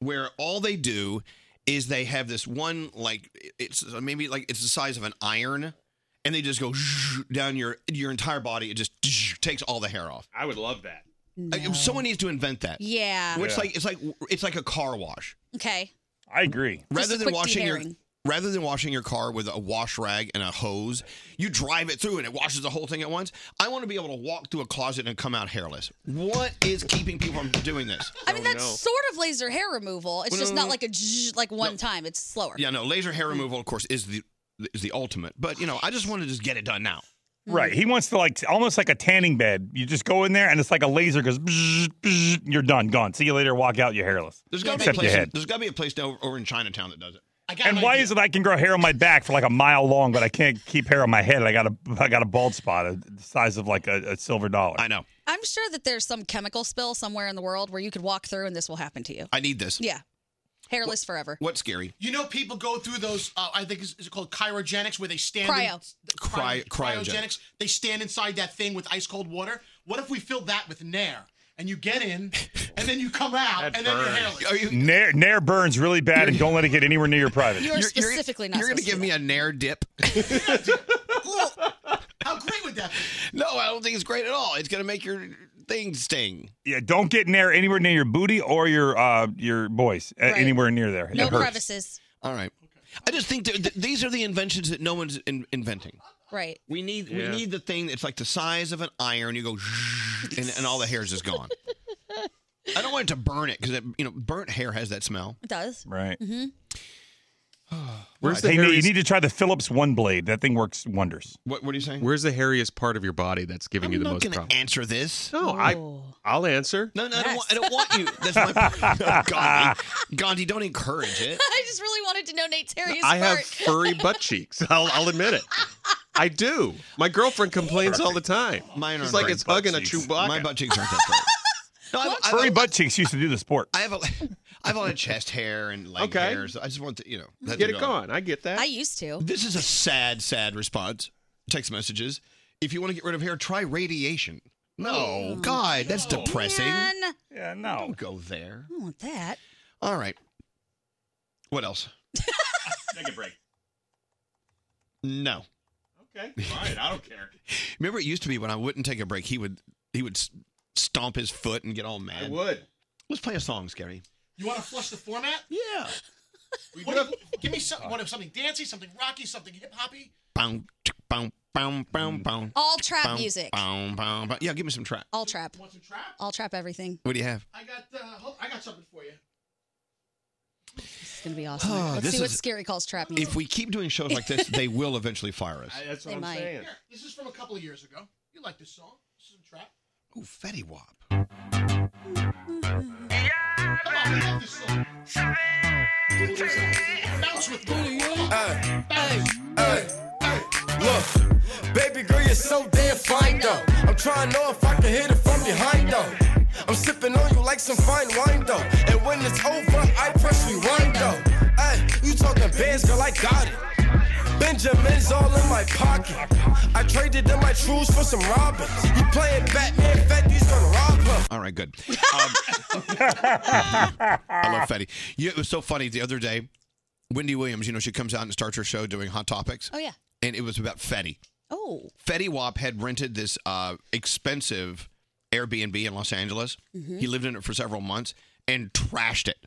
Speaker 2: where all they do is they have this one like it's maybe like it's the size of an iron and they just go zzzz down your your entire body. It just zzzz takes all the hair off.
Speaker 15: I would love that.
Speaker 2: Uh, Someone needs to invent that.
Speaker 6: Yeah.
Speaker 2: Which
Speaker 6: Yeah.
Speaker 2: like it's like it's like a car wash.
Speaker 6: Okay.
Speaker 7: I agree.
Speaker 2: Rather
Speaker 6: a
Speaker 2: than
Speaker 6: quick
Speaker 2: washing your
Speaker 6: de-hairing.
Speaker 2: rather than washing your car with a wash rag and a hose, you drive it through and it washes the whole thing at once. I want to be able to walk through a closet and come out hairless. What is keeping people from doing this?
Speaker 6: I
Speaker 15: Oh,
Speaker 6: mean, that's sort of laser hair removal. It's
Speaker 2: Well,
Speaker 6: just
Speaker 2: no, no,
Speaker 6: not
Speaker 2: no.
Speaker 6: like a zzz, like one time. It's slower.
Speaker 2: Yeah, no, laser hair removal, of course, is the is the ultimate. But you know, I just want to just get it done now.
Speaker 7: Right. He wants to like t- almost like a tanning bed. You just go in there and it's like a laser goes. Bzz, bzz, you're done. Gone. See you later. Walk out. You're hairless.
Speaker 2: There's got to be a
Speaker 7: Except your
Speaker 2: place.
Speaker 7: head.
Speaker 2: There's got to be a place over, over in Chinatown that does it.
Speaker 7: And why is it I can grow hair on my back for like a mile long, but I can't keep hair on my head? I got a I got a bald spot uh, the size of like a, a silver dollar. I
Speaker 2: know.
Speaker 6: I'm sure that there's some chemical spill somewhere in the world where you could walk through and this will happen to you.
Speaker 2: I need this.
Speaker 6: Yeah. Hairless forever.
Speaker 2: What's scary?
Speaker 10: You know, people go through those. Uh, I think is, is it called cryogenics, where they stand. In,
Speaker 6: Cryo.
Speaker 10: the cryo-
Speaker 2: Cryo-
Speaker 10: cryogenics. They stand inside that thing with ice cold water. What if we filled that with nair? And you get in, and then you come out, and then you're hairless.
Speaker 7: Nair, Nair burns really bad, and don't let it get anywhere near your private.
Speaker 10: You're specifically not
Speaker 2: You're gonna
Speaker 10: supposed to
Speaker 2: give
Speaker 10: do
Speaker 2: me a nair dip.
Speaker 10: How great would that
Speaker 2: be? No, I don't think it's great at all. It's gonna make your thing sting.
Speaker 7: Yeah, don't get Nair anywhere near your booty or your uh your boys uh,
Speaker 2: Right.
Speaker 7: anywhere near there. It hurts.
Speaker 2: All right. I just think that th- these are the inventions that no one's in- inventing.
Speaker 6: Right.
Speaker 2: We need
Speaker 6: Yeah.
Speaker 2: we need the thing that's like the size of an iron. You go, and, and all the hair's just gone. I don't want it to burn it because you know burnt hair has that smell.
Speaker 6: It does.
Speaker 7: Right.
Speaker 6: Mm-hmm.
Speaker 7: hey,
Speaker 15: Where's the
Speaker 7: Nate, you
Speaker 15: hairiest-
Speaker 7: need to try the Phillips One Blade. That thing works wonders.
Speaker 2: What What are you saying?
Speaker 15: Where's the hairiest part of your body that's giving you the
Speaker 2: not
Speaker 15: most
Speaker 2: gonna
Speaker 15: problem?
Speaker 2: answer this.
Speaker 15: No,
Speaker 6: Oh.
Speaker 15: I I'll answer.
Speaker 2: No, no, I, don't want, I don't want you. That's my point. Gandhi. Gandhi, don't encourage it.
Speaker 6: I just really wanted to know Nate's hairiest
Speaker 15: I have
Speaker 6: part.
Speaker 15: furry butt cheeks. I'll, I'll admit it. I do. My girlfriend complains all the time.
Speaker 2: Mine
Speaker 15: It's
Speaker 2: aren't
Speaker 15: like
Speaker 2: furry
Speaker 15: it's
Speaker 2: butt
Speaker 15: hugging
Speaker 2: cheeks.
Speaker 15: a Chewbacca.
Speaker 2: My butt cheeks aren't that furry. No, I've, I've,
Speaker 7: Furry butt cheeks used to do the sport.
Speaker 2: I have a, I have a lot of chest hair and leg
Speaker 15: Okay.
Speaker 2: hair. So I just want to, you know, that
Speaker 15: Get
Speaker 2: to
Speaker 15: it
Speaker 2: go.
Speaker 15: gone. I get that.
Speaker 6: I used to.
Speaker 2: This is a sad, sad response. Text messages. If you want to get rid of hair, try radiation. No, God, that's depressing.
Speaker 6: Oh. Man.
Speaker 7: Yeah,
Speaker 2: Don't go there.
Speaker 6: I don't want that.
Speaker 2: All right. What else?
Speaker 15: Take a break.
Speaker 2: No.
Speaker 15: Okay. All right. I don't care.
Speaker 2: Remember, it used to be when I wouldn't take a break, he would he would s- stomp his foot and get all mad. I
Speaker 15: would.
Speaker 2: Let's play a song, Scary.
Speaker 10: You want to flush the format?
Speaker 2: Yeah.
Speaker 10: give me some, what, something dancey, something rocky, something hip hoppy.
Speaker 2: Boom, tick, boom, boom, boom, boom.
Speaker 6: All trap
Speaker 2: Boom,
Speaker 6: music.
Speaker 2: Boom, boom, boom. Yeah, give me some trap.
Speaker 6: All trap. All trap everything.
Speaker 2: What do you have?
Speaker 10: I got, uh, hold- I got something for you.
Speaker 6: This is gonna be awesome.
Speaker 2: Oh,
Speaker 6: Let's
Speaker 2: this
Speaker 6: see what
Speaker 2: is-
Speaker 6: Scary calls trap music.
Speaker 2: If we keep doing shows like this, they will eventually fire us.
Speaker 15: that's
Speaker 6: what They I'm might. saying.
Speaker 10: Here, this is from a couple of years ago. You like this song? This is a trap.
Speaker 2: Ooh, Fetty Wap.
Speaker 10: Come on, we love this song. Bounce with me.
Speaker 18: Hey, hey, hey, hey. Look, baby girl, you're so damn fine though. I'm trying to know if I can hit it from behind though. I'm sipping on you like some fine wine though. And when it's over, I press rewind though. Hey, you talking bands, girl, I got it. Benjamin's all in my pocket. I traded in my trues for some robbers. You playing Batman, Fetty's gonna rob her.
Speaker 2: All right, good. Um, I love Fetty. You know, it was so funny the other day. Wendy Williams, you know, she comes out and starts her show doing hot topics.
Speaker 6: Oh yeah.
Speaker 2: and it was about Fetty.
Speaker 6: Oh.
Speaker 2: Fetty Wap had rented this uh, expensive Airbnb in Los Angeles.
Speaker 6: Mhm.
Speaker 2: He lived in it for several months and trashed it.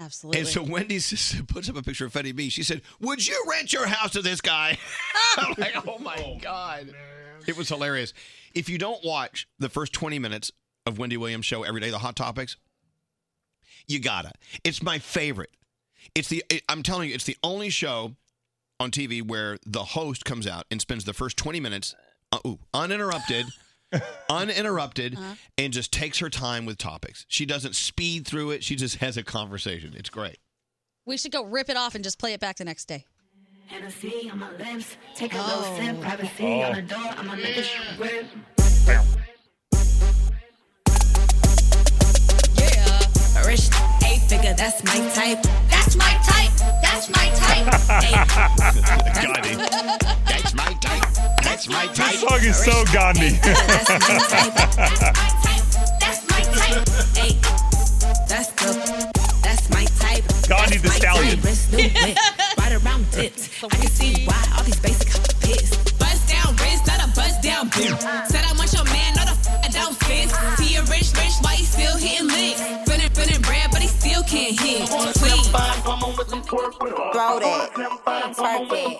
Speaker 6: Absolutely.
Speaker 2: And so Wendy s- puts up a picture of Fetty B. She said, "Would you rent your house to this guy?" I'm like, "Oh my god!" It was hilarious. If you don't watch the first 20 minutes of Wendy Williams' show every day, the hot topics, you gotta. It's my favorite. It's the. It, I'm telling you, it's the only show on TV where the host comes out and spends the first 20 minutes, uh, ooh, uninterrupted. uninterrupted and just takes her time with topics. She doesn't speed through it. She just has a conversation. It's great.
Speaker 6: we should go rip it off and just play it back the next day.
Speaker 18: Hennessy on my lips, take a little
Speaker 6: Oh.
Speaker 18: sip, privacy
Speaker 6: Oh.
Speaker 18: on the door, I'ma make this shit rip.
Speaker 3: Yeah. Rich, eight figure, that's my type. That's my type. That's my
Speaker 2: Gandhi. That's my type. That's my type.
Speaker 7: This song is so Gandhi.
Speaker 3: That's my type. Hey, that's the. That's my type.
Speaker 7: Gandhi the
Speaker 3: My
Speaker 7: Stallion.
Speaker 3: type is new whip, right around dips. I can see why all these basic pissed.
Speaker 4: Throw that. Twerk it.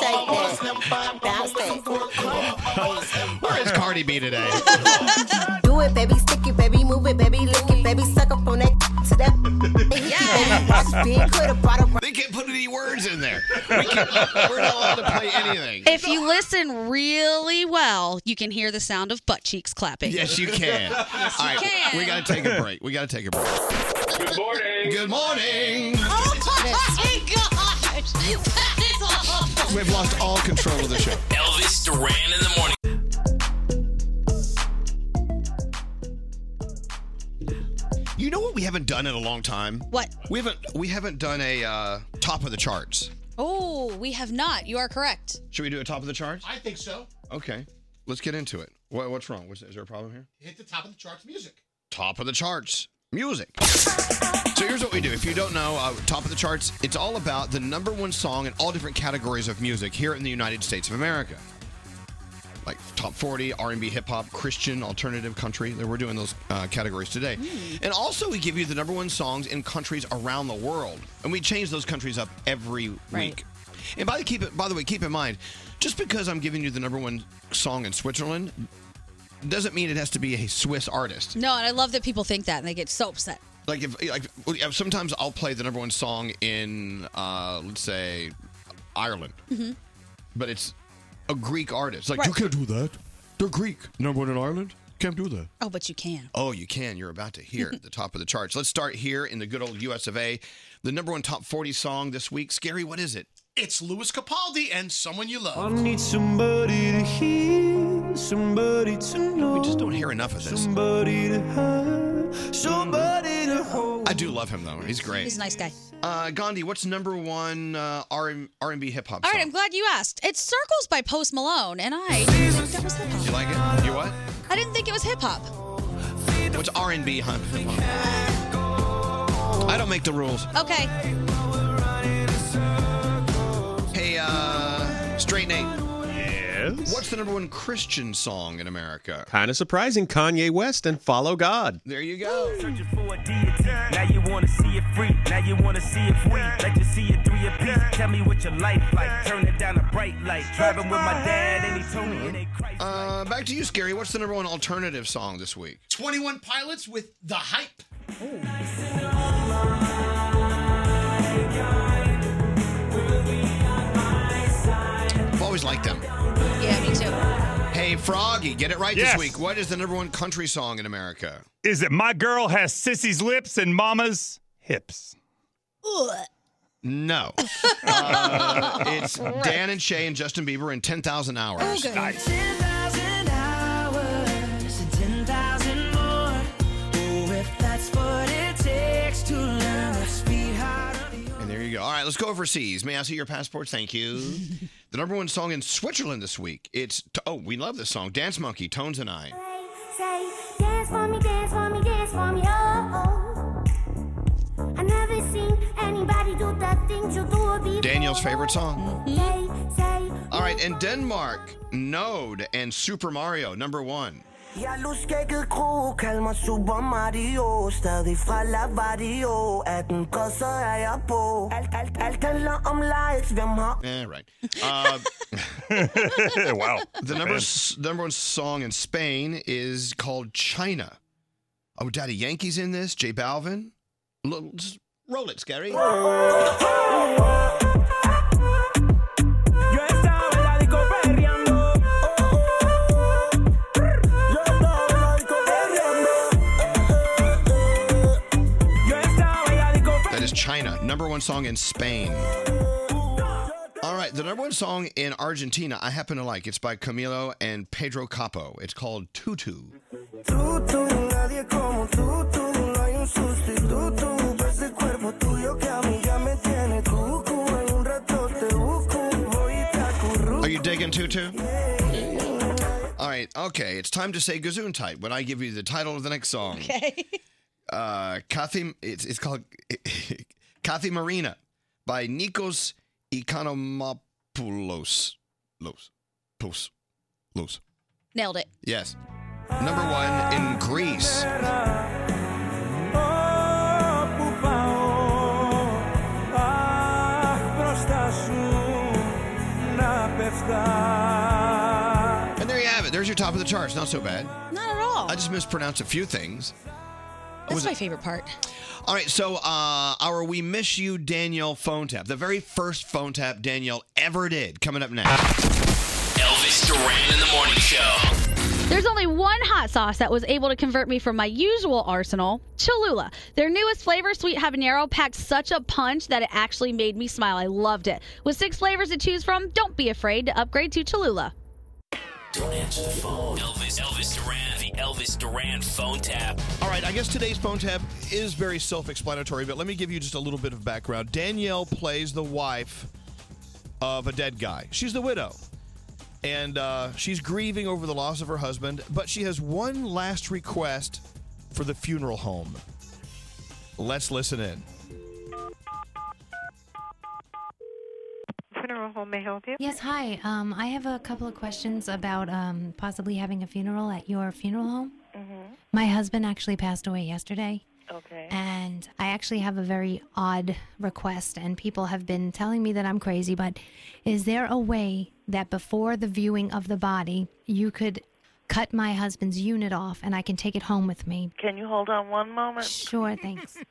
Speaker 4: Take that. Bounce that.
Speaker 2: Where is Cardi B today?
Speaker 4: Do it, baby. Stick it, baby. Move it, baby. Lick it, baby. Suck up on that to that. Yeah. Watch big. Coulda brought a
Speaker 2: They can't put any words in there. We can't, we're not allowed to play anything.
Speaker 6: If you listen really well, you can hear the sound of butt cheeks clapping.
Speaker 2: Yes, you can.
Speaker 6: Yes, you
Speaker 2: All right,
Speaker 6: can.
Speaker 2: we got to take a break. We got to take a break.
Speaker 6: Good
Speaker 2: morning. Good morning.
Speaker 6: Oh my gosh. That is awful.
Speaker 2: We've lost all control of the show.
Speaker 5: Elvis Duran in the morning.
Speaker 2: You know what we haven't done in a long time?
Speaker 6: What?
Speaker 2: We haven't we haven't done a uh, top of the charts.
Speaker 6: Oh, we have not. You are correct.
Speaker 2: Should we do a top of the charts?
Speaker 10: I think so.
Speaker 2: Okay, let's get into it. What, what's wrong? Was, is there a problem here?
Speaker 10: Hit the top of the charts music.
Speaker 2: top of the charts music. So here's what we do. If you don't know, uh, top of the charts, it's all about the number one song in all different categories of music here in the United States of America. Like top 40, R&B, hip hop, Christian, alternative, country. That We're doing those uh, categories today. And also we give you the number one songs in countries around the world. And we change those countries up every week. And by the keep it by the way, keep in mind, just because I'm giving you the number one song in Switzerland doesn't mean it has to be a Swiss artist.
Speaker 6: No, and I love that people think that and they get so upset.
Speaker 2: like if like sometimes I'll play the number one song in uh, let's say Ireland,
Speaker 6: Mhm.
Speaker 2: but it's a Greek artist. Like
Speaker 6: Right.
Speaker 2: you can't do that. They're Greek. Number one in Ireland. Can't do that.
Speaker 6: Oh, but you can.
Speaker 2: Oh, you can. You're about to hear it at the top of the charts. Let's start here in the good old U.S. of A. The number one top forty song this week. Scary. What is it?
Speaker 10: It's Louis Capaldi and Someone You Love.
Speaker 2: I need somebody to hear, somebody to know. We just don't hear enough of this. Somebody to have, somebody to hold. I do love him though. He's great.
Speaker 6: He's a nice guy.
Speaker 2: Uh, Gandhi, what's number one uh, R and B hip hop?
Speaker 6: All
Speaker 2: song?
Speaker 6: right, I'm glad you asked. It's Circles by Post Malone, and I didn't think that was hip hop.
Speaker 2: You like it? You what?
Speaker 6: I didn't think it was hip hop.
Speaker 2: What's R and B hip hop? I don't make the rules.
Speaker 6: Okay.
Speaker 2: Hey, uh, Straight Nate. Yes. What's the number one Christian song in America?
Speaker 15: Kind of surprising. Kanye West and Follow God.
Speaker 2: There you go.
Speaker 8: Now you wanna see it free. Now you wanna see it free. Let you see it through your piece. Tell me what your life like. Turn it down a bright light. Driving with my dad and he told me it ain't
Speaker 2: Uh, back to you, Scary. What's the number one alternative song this week?
Speaker 10: 21 Pilots with The Hype.
Speaker 2: I've always liked them.
Speaker 6: Yeah, me too.
Speaker 2: Hey, Froggy, get it right
Speaker 7: Yes.
Speaker 2: this week. What is the number one country song in America?
Speaker 7: Is it my girl has sissy's lips and mama's hips?
Speaker 2: No. Uh, it's Dan and Shay and Justin Bieber in 10,000 Hours.
Speaker 8: Nice.
Speaker 2: And there you go. All right, let's go overseas. May I see your passports? Thank you. the number one song in Switzerland this week. It's, oh, we love this song Dance Monkey, Tones and I.
Speaker 8: Say, dance for me, dance for me, dance for me. Oh, oh. I never seen anybody do the things you do before.
Speaker 2: Daniel's favorite song.
Speaker 8: They say,
Speaker 2: All right, in Denmark, Node and Super Mario, number one.
Speaker 8: Jeg lå skægget kro, kald mig Super Mario Stadig fra Lavadio, er den bred, så er jeg på Alt, alt, alt handler om likes, hvem har
Speaker 2: Eh, right. Uh,
Speaker 7: wow.
Speaker 2: The number, s- number one song in Spain is called China. Oh, Daddy Yankee's in this. J Balvin. L- just roll it, Scary. That is China, number one song in Spain. All right, the number one song in Argentina I happen to like. It's by Camilo and Pedro Capo. It's called Tutu.
Speaker 8: Tú, tú, nadie como tú, tú No hay un sustituto Ves el cuerpo tuyo que a mí ya me tiene cucu En un rato te busco, voy y te acurruco
Speaker 2: Are you digging Tutu? All right, okay, it's time to say Gazoon type when I give you the title of the next song.
Speaker 8: Okay.
Speaker 2: Uh, Kathy, it's, it's called Kathy Marina by Nikos Economopoulos. Los. Pos. Los.
Speaker 6: Nailed it.
Speaker 2: Yes. Number one in Greece.
Speaker 8: Oh, pupa, oh, ah,
Speaker 2: top of the charts. Not so bad.
Speaker 27: Not at all.
Speaker 2: I just mispronounced a few things.
Speaker 27: That's my favorite part.
Speaker 2: All right, so uh, our "We Miss You" Danielle phone tap, the very first phone tap Danielle ever did, coming up next.
Speaker 5: Elvis Duran in the morning show.
Speaker 6: There's only one hot sauce that was able to convert me from my usual arsenal Cholula. Their newest flavor, Sweet Habanero, packed such a punch that it actually made me smile. I loved it. With six flavors to choose from, don't be afraid to upgrade to Cholula.
Speaker 5: Don't answer the phone. Elvis, Elvis Duran, the Elvis Duran phone tap.
Speaker 2: All right, I guess today's phone tap is very self-explanatory, but let me give you just a little bit of background. Danielle plays the wife of a dead guy. She's the widow, and uh, she's grieving over the loss of her husband. But she has one last request for the funeral home. Let's listen in.
Speaker 1: Funeral home may help you.
Speaker 3: Yes, hi. Um, I have a couple of questions about um, possibly having a funeral at your funeral home.
Speaker 1: Mhm.
Speaker 3: My husband actually passed away yesterday.
Speaker 1: Okay.
Speaker 3: And I actually have a very odd request, and people have been telling me that I'm crazy. But is there a way that before the viewing of the body, you could cut my husband's unit off and I can take it home with me?
Speaker 1: Can you hold on one moment?
Speaker 3: Sure, thanks.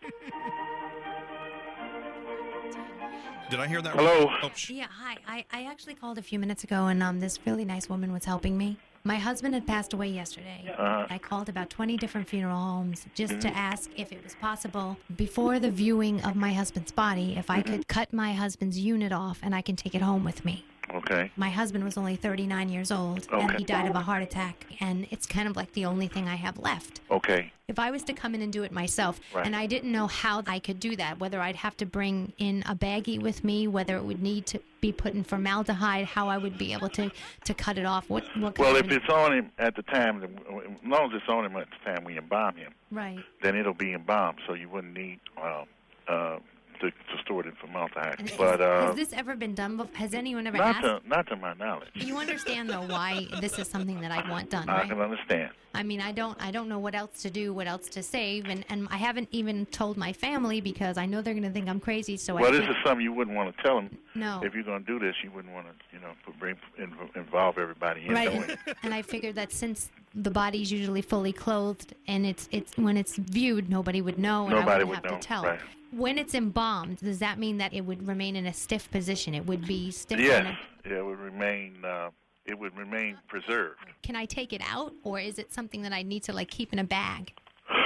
Speaker 2: Did I hear that?
Speaker 1: Hello.
Speaker 2: Oh, sh-
Speaker 3: Yeah, hi. I, I actually called a few minutes ago, and um, this really nice woman was helping me. My husband had passed away yesterday.
Speaker 1: Uh-huh.
Speaker 3: I called about 20 different funeral homes just to
Speaker 1: Mhm.
Speaker 3: ask if it was possible, before the viewing of my husband's body, if I
Speaker 1: Mm-hmm.
Speaker 3: could cut my husband's unit off and I can take it home with me.
Speaker 1: Okay.
Speaker 3: My husband was only 39 years old, and
Speaker 1: Okay.
Speaker 3: he died of a heart attack, and it's kind of like the only thing I have left.
Speaker 1: Okay.
Speaker 3: If I was to come in and do it myself,
Speaker 1: Right.
Speaker 3: and I didn't know how I could do that, whether I'd have to bring in a baggie with me, whether it would need to be put in formaldehyde, how I would be able to, to cut it off, what what
Speaker 1: Well,
Speaker 3: kind
Speaker 1: if
Speaker 28: on.
Speaker 1: it's on him at the time, as long as it's on him at the time we embalm him,
Speaker 3: right?
Speaker 1: then it'll be embalmed, so you wouldn't need um, uh, to, to store it in formaldehyde.
Speaker 3: And
Speaker 1: But
Speaker 3: has,
Speaker 1: uh,
Speaker 3: has this ever been done? Before? Has anyone ever
Speaker 1: not
Speaker 3: asked?
Speaker 1: to not to my knowledge.
Speaker 3: You understand though why this is something that I want done,
Speaker 1: I
Speaker 3: right?
Speaker 1: can understand.
Speaker 3: I mean, I don't, I don't know what else to do, what else to save, and, and I haven't even told my family because I know they're going to think I'm crazy. So I
Speaker 1: well, this
Speaker 3: can't-
Speaker 1: is something you wouldn't want to tell them.
Speaker 3: No.
Speaker 1: If you're going to do this, you wouldn't want to, you know, put- bring, inv- involve everybody in doing
Speaker 3: right
Speaker 1: it.
Speaker 3: and i figured that since the body's usually fully clothed and it's it's when it's viewed nobody would know and
Speaker 1: Nobody
Speaker 3: i
Speaker 1: would
Speaker 3: wouldn't have
Speaker 1: know,
Speaker 3: to tell
Speaker 1: right.
Speaker 3: when it's embalmed does that mean that it would remain in a stiff position it would be stiff
Speaker 1: Yes,
Speaker 3: and I-
Speaker 1: it would remain. Uh, it would remain preserved.
Speaker 3: can i take it out or is it something that i need to like keep in a bag
Speaker 1: Um,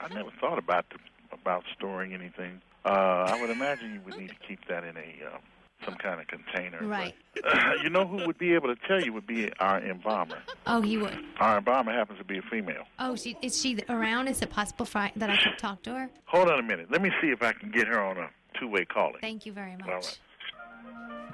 Speaker 1: I never thought about the, about storing anything. Uh, I would imagine you would need to keep that in a uh, some kind of container. but-
Speaker 3: right
Speaker 1: you know who would be able to tell you would be our embalmer.
Speaker 3: oh he would
Speaker 1: Our embalmer happens to be a female.
Speaker 3: oh she is she around is it possible for I, that i could talk to her
Speaker 1: Hold on a minute. Let me see if I can get her on a two-way calling.
Speaker 3: thank you very much
Speaker 1: All right.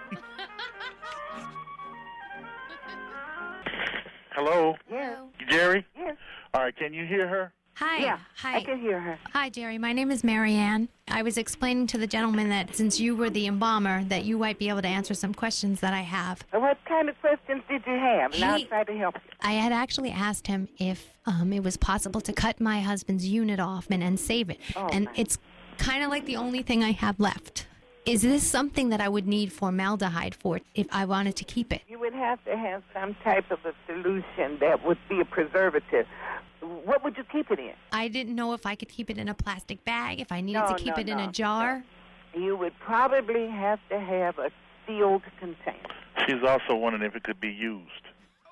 Speaker 1: Hello,
Speaker 3: Hello.
Speaker 1: Jerry. Yes. All right. Can you hear her?
Speaker 3: Hi.
Speaker 1: Yeah,
Speaker 3: Hi.
Speaker 1: I can
Speaker 3: hear her. Hi, Jerry. My name is Marianne. I was explaining to the gentleman that since you were the embalmer, that you might be able to answer some questions that I have.
Speaker 21: What kind of questions did you have? And I'll
Speaker 3: He-
Speaker 21: try to help you.
Speaker 3: I had actually asked him if um, it was possible to cut my husband's unit off and, and save it.
Speaker 21: Oh,
Speaker 3: and it's kind of like the only thing I have left. Is this something that I would need formaldehyde for if I wanted to keep it?
Speaker 21: You would have to have some type of a solution that would be a preservative. What would you keep it in?
Speaker 3: I didn't know if I could keep it in a plastic bag, if I needed
Speaker 21: No,
Speaker 3: to keep
Speaker 21: no,
Speaker 3: it in
Speaker 21: no,
Speaker 3: a jar.
Speaker 21: You would probably have to have a sealed container.
Speaker 1: She's also wondering if it could be used.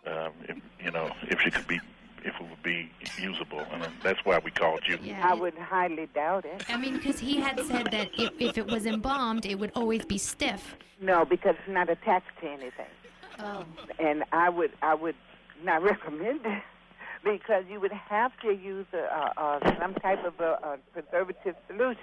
Speaker 1: Um, if, you know, if she could be, if it would be usable, and then that's why we called you.
Speaker 3: Yeah.
Speaker 21: I would highly doubt it.
Speaker 3: I mean, because he had said that if, if it was embalmed, it would always be stiff.
Speaker 21: No, because it's not attached to anything.
Speaker 3: Oh.
Speaker 21: And I would I would not recommend it because you would have to use a, a, a some type of a, a preservative solution.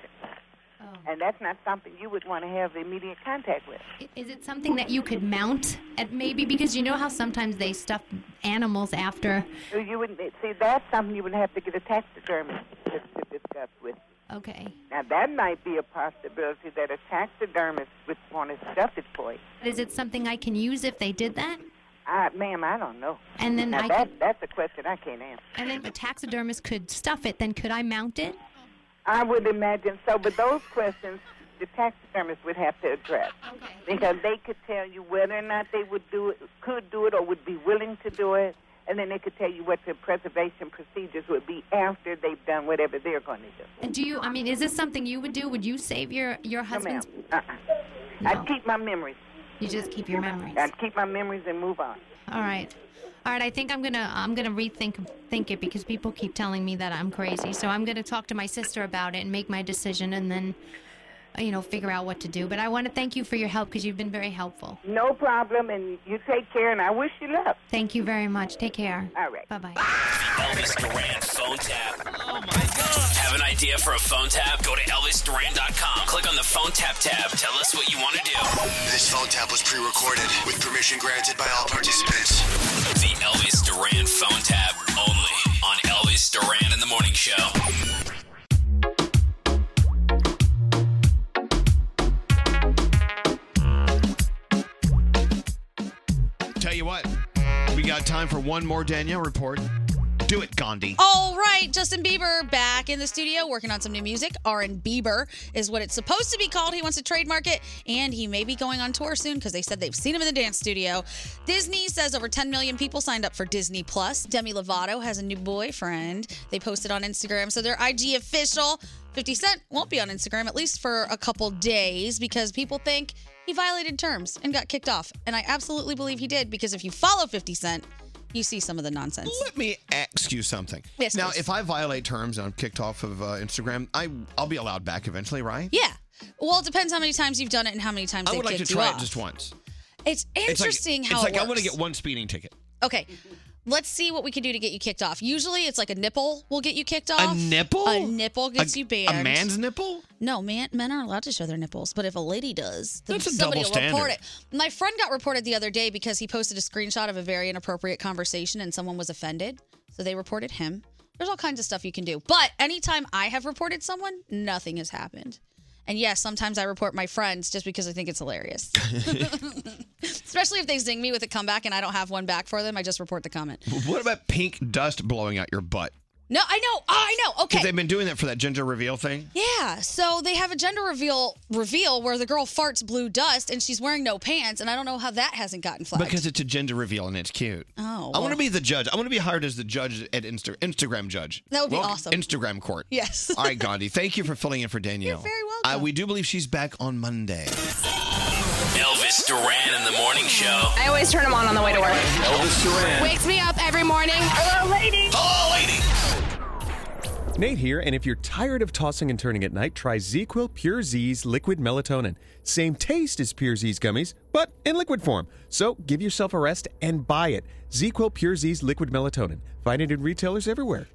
Speaker 3: Oh.
Speaker 21: And that's not something you would want to have immediate contact with.
Speaker 3: Is it something that you could mount at maybe? Because you know how sometimes they stuff animals after.
Speaker 21: So You wouldn't see that's something you would have to get a taxidermist to, to discuss with.
Speaker 3: Okay.
Speaker 21: Now that might be a possibility that a taxidermist would want to stuff it for you.
Speaker 3: Is it something I can use if they did that?
Speaker 21: I, ma'am, I don't know.
Speaker 3: And then
Speaker 21: now
Speaker 3: I
Speaker 21: that that's a question I can't answer.
Speaker 3: And then if a taxidermist could stuff it, then could I mount it?
Speaker 21: I would imagine so, but those questions the taxidermist would have to address. Okay. Because they could tell you whether or not they would do it, could do it, or would be willing to do it, and then they could tell you what the preservation procedures would be after they've done whatever they're going to do.
Speaker 13: And do you? I mean, is this something you would do? Would you save your your husband's?
Speaker 21: I keep my memories.
Speaker 13: You just keep your memories.
Speaker 21: I keep my memories and move on.
Speaker 13: All right. All right, I think I'm gonna I'm gonna rethink think it because people keep telling me that I'm crazy. So I'm gonna talk to my sister about it and make my decision, and then you know figure out what to do. But I want to thank you for your help because you've been very helpful.
Speaker 21: No problem, and you take care, and I wish you luck.
Speaker 13: Thank you very much. Take care.
Speaker 21: All right.
Speaker 13: Bye bye.
Speaker 5: Elvis Duran phone tap. Oh my god. Have an idea for a phone tap? Go to ElvisDuran.com. Click on the phone tap tab. Tell us what you want to do.
Speaker 12: This phone tap was pre-recorded with permission granted by all participants.
Speaker 5: The Elvis Duran phone tap only on Elvis Duran in the Morning Show.
Speaker 2: Tell you what, we got time for one more Danielle report. Do it, Gandhi.
Speaker 6: All right, Justin Bieber back in the studio working on some new music. R&B Bieber is what it's supposed to be called. He wants to trademark it, and he may be going on tour soon because they said they've seen him in the dance studio. Disney says over 10 million people signed up for Disney Plus. Demi Lovato has a new boyfriend. They posted on Instagram, so their IG official 50 Cent won't be on Instagram at least for a couple days because people think he violated terms and got kicked off, and I absolutely believe he did because if you follow 50 Cent, you see some of the nonsense.
Speaker 2: Let me ask you something.
Speaker 6: Yes,
Speaker 2: now,
Speaker 6: please.
Speaker 2: if I violate terms and I'm kicked off of uh, Instagram, I I'll be allowed back eventually, right?
Speaker 6: Yeah. Well, it depends how many times you've done it and how many times
Speaker 2: I
Speaker 6: they've
Speaker 2: would like to
Speaker 6: kicked
Speaker 2: try
Speaker 6: you
Speaker 2: it
Speaker 6: off.
Speaker 2: just once.
Speaker 6: it's
Speaker 2: It's like-
Speaker 6: interesting how
Speaker 2: it's like
Speaker 6: it works.
Speaker 2: I want to get one speeding ticket.
Speaker 6: Okay. Let's see what we can do to get you kicked off. Usually it's like a nipple will get you kicked off.
Speaker 2: nipple?
Speaker 6: A nipple gets
Speaker 2: A-
Speaker 6: you banned.
Speaker 2: a man's nipple?
Speaker 6: No, man, men aren't allowed to show their nipples, but if a lady does, then
Speaker 2: That's a
Speaker 6: somebody will
Speaker 2: double
Speaker 6: report it.
Speaker 2: standard.
Speaker 6: My friend got reported the other day because he posted a screenshot of a very inappropriate conversation and someone was offended. So they reported him. There's all kinds of stuff you can do. But anytime I have reported someone, nothing has happened. And yes, sometimes I report my friends just because I think it's hilarious. Especially if they zing me with a comeback and I don't have one back for them, I just report the comment.
Speaker 2: What about pink dust blowing out your butt?
Speaker 6: No, I know. Oh, I know.
Speaker 2: 'Cause
Speaker 6: Okay.
Speaker 2: They've been doing that for that ginger reveal thing.
Speaker 6: Yeah, so they have a gender reveal reveal where the girl farts blue dust and she's wearing no pants, and I don't know how that hasn't gotten flagged.
Speaker 2: Because it's a gender reveal and it's cute.
Speaker 6: oh,
Speaker 2: I want to
Speaker 6: well.
Speaker 2: be the judge. I want to be hired as the judge at Insta- Instagram judge.
Speaker 6: That would be
Speaker 2: Welcome-
Speaker 6: awesome.
Speaker 2: Instagram court.
Speaker 6: Yes.
Speaker 2: All right, Gandhi. Thank you for filling in for Danielle.
Speaker 6: You're very
Speaker 2: welcome. we do believe she's back on Monday.
Speaker 5: Elvis Duran in the Morning Show.
Speaker 16: I always turn them on on the way to work.
Speaker 5: Elvis
Speaker 16: Wakes me up every morning. Hello, lady.
Speaker 5: Hello, lady.
Speaker 15: Nate here, and if you're tired of tossing and turning at night, try ZQL Pure Z's liquid melatonin. Same taste as Pure Z's gummies, but in liquid form. So give yourself a rest and buy it. ZQL Pure Z's liquid melatonin. Find it in retailers everywhere.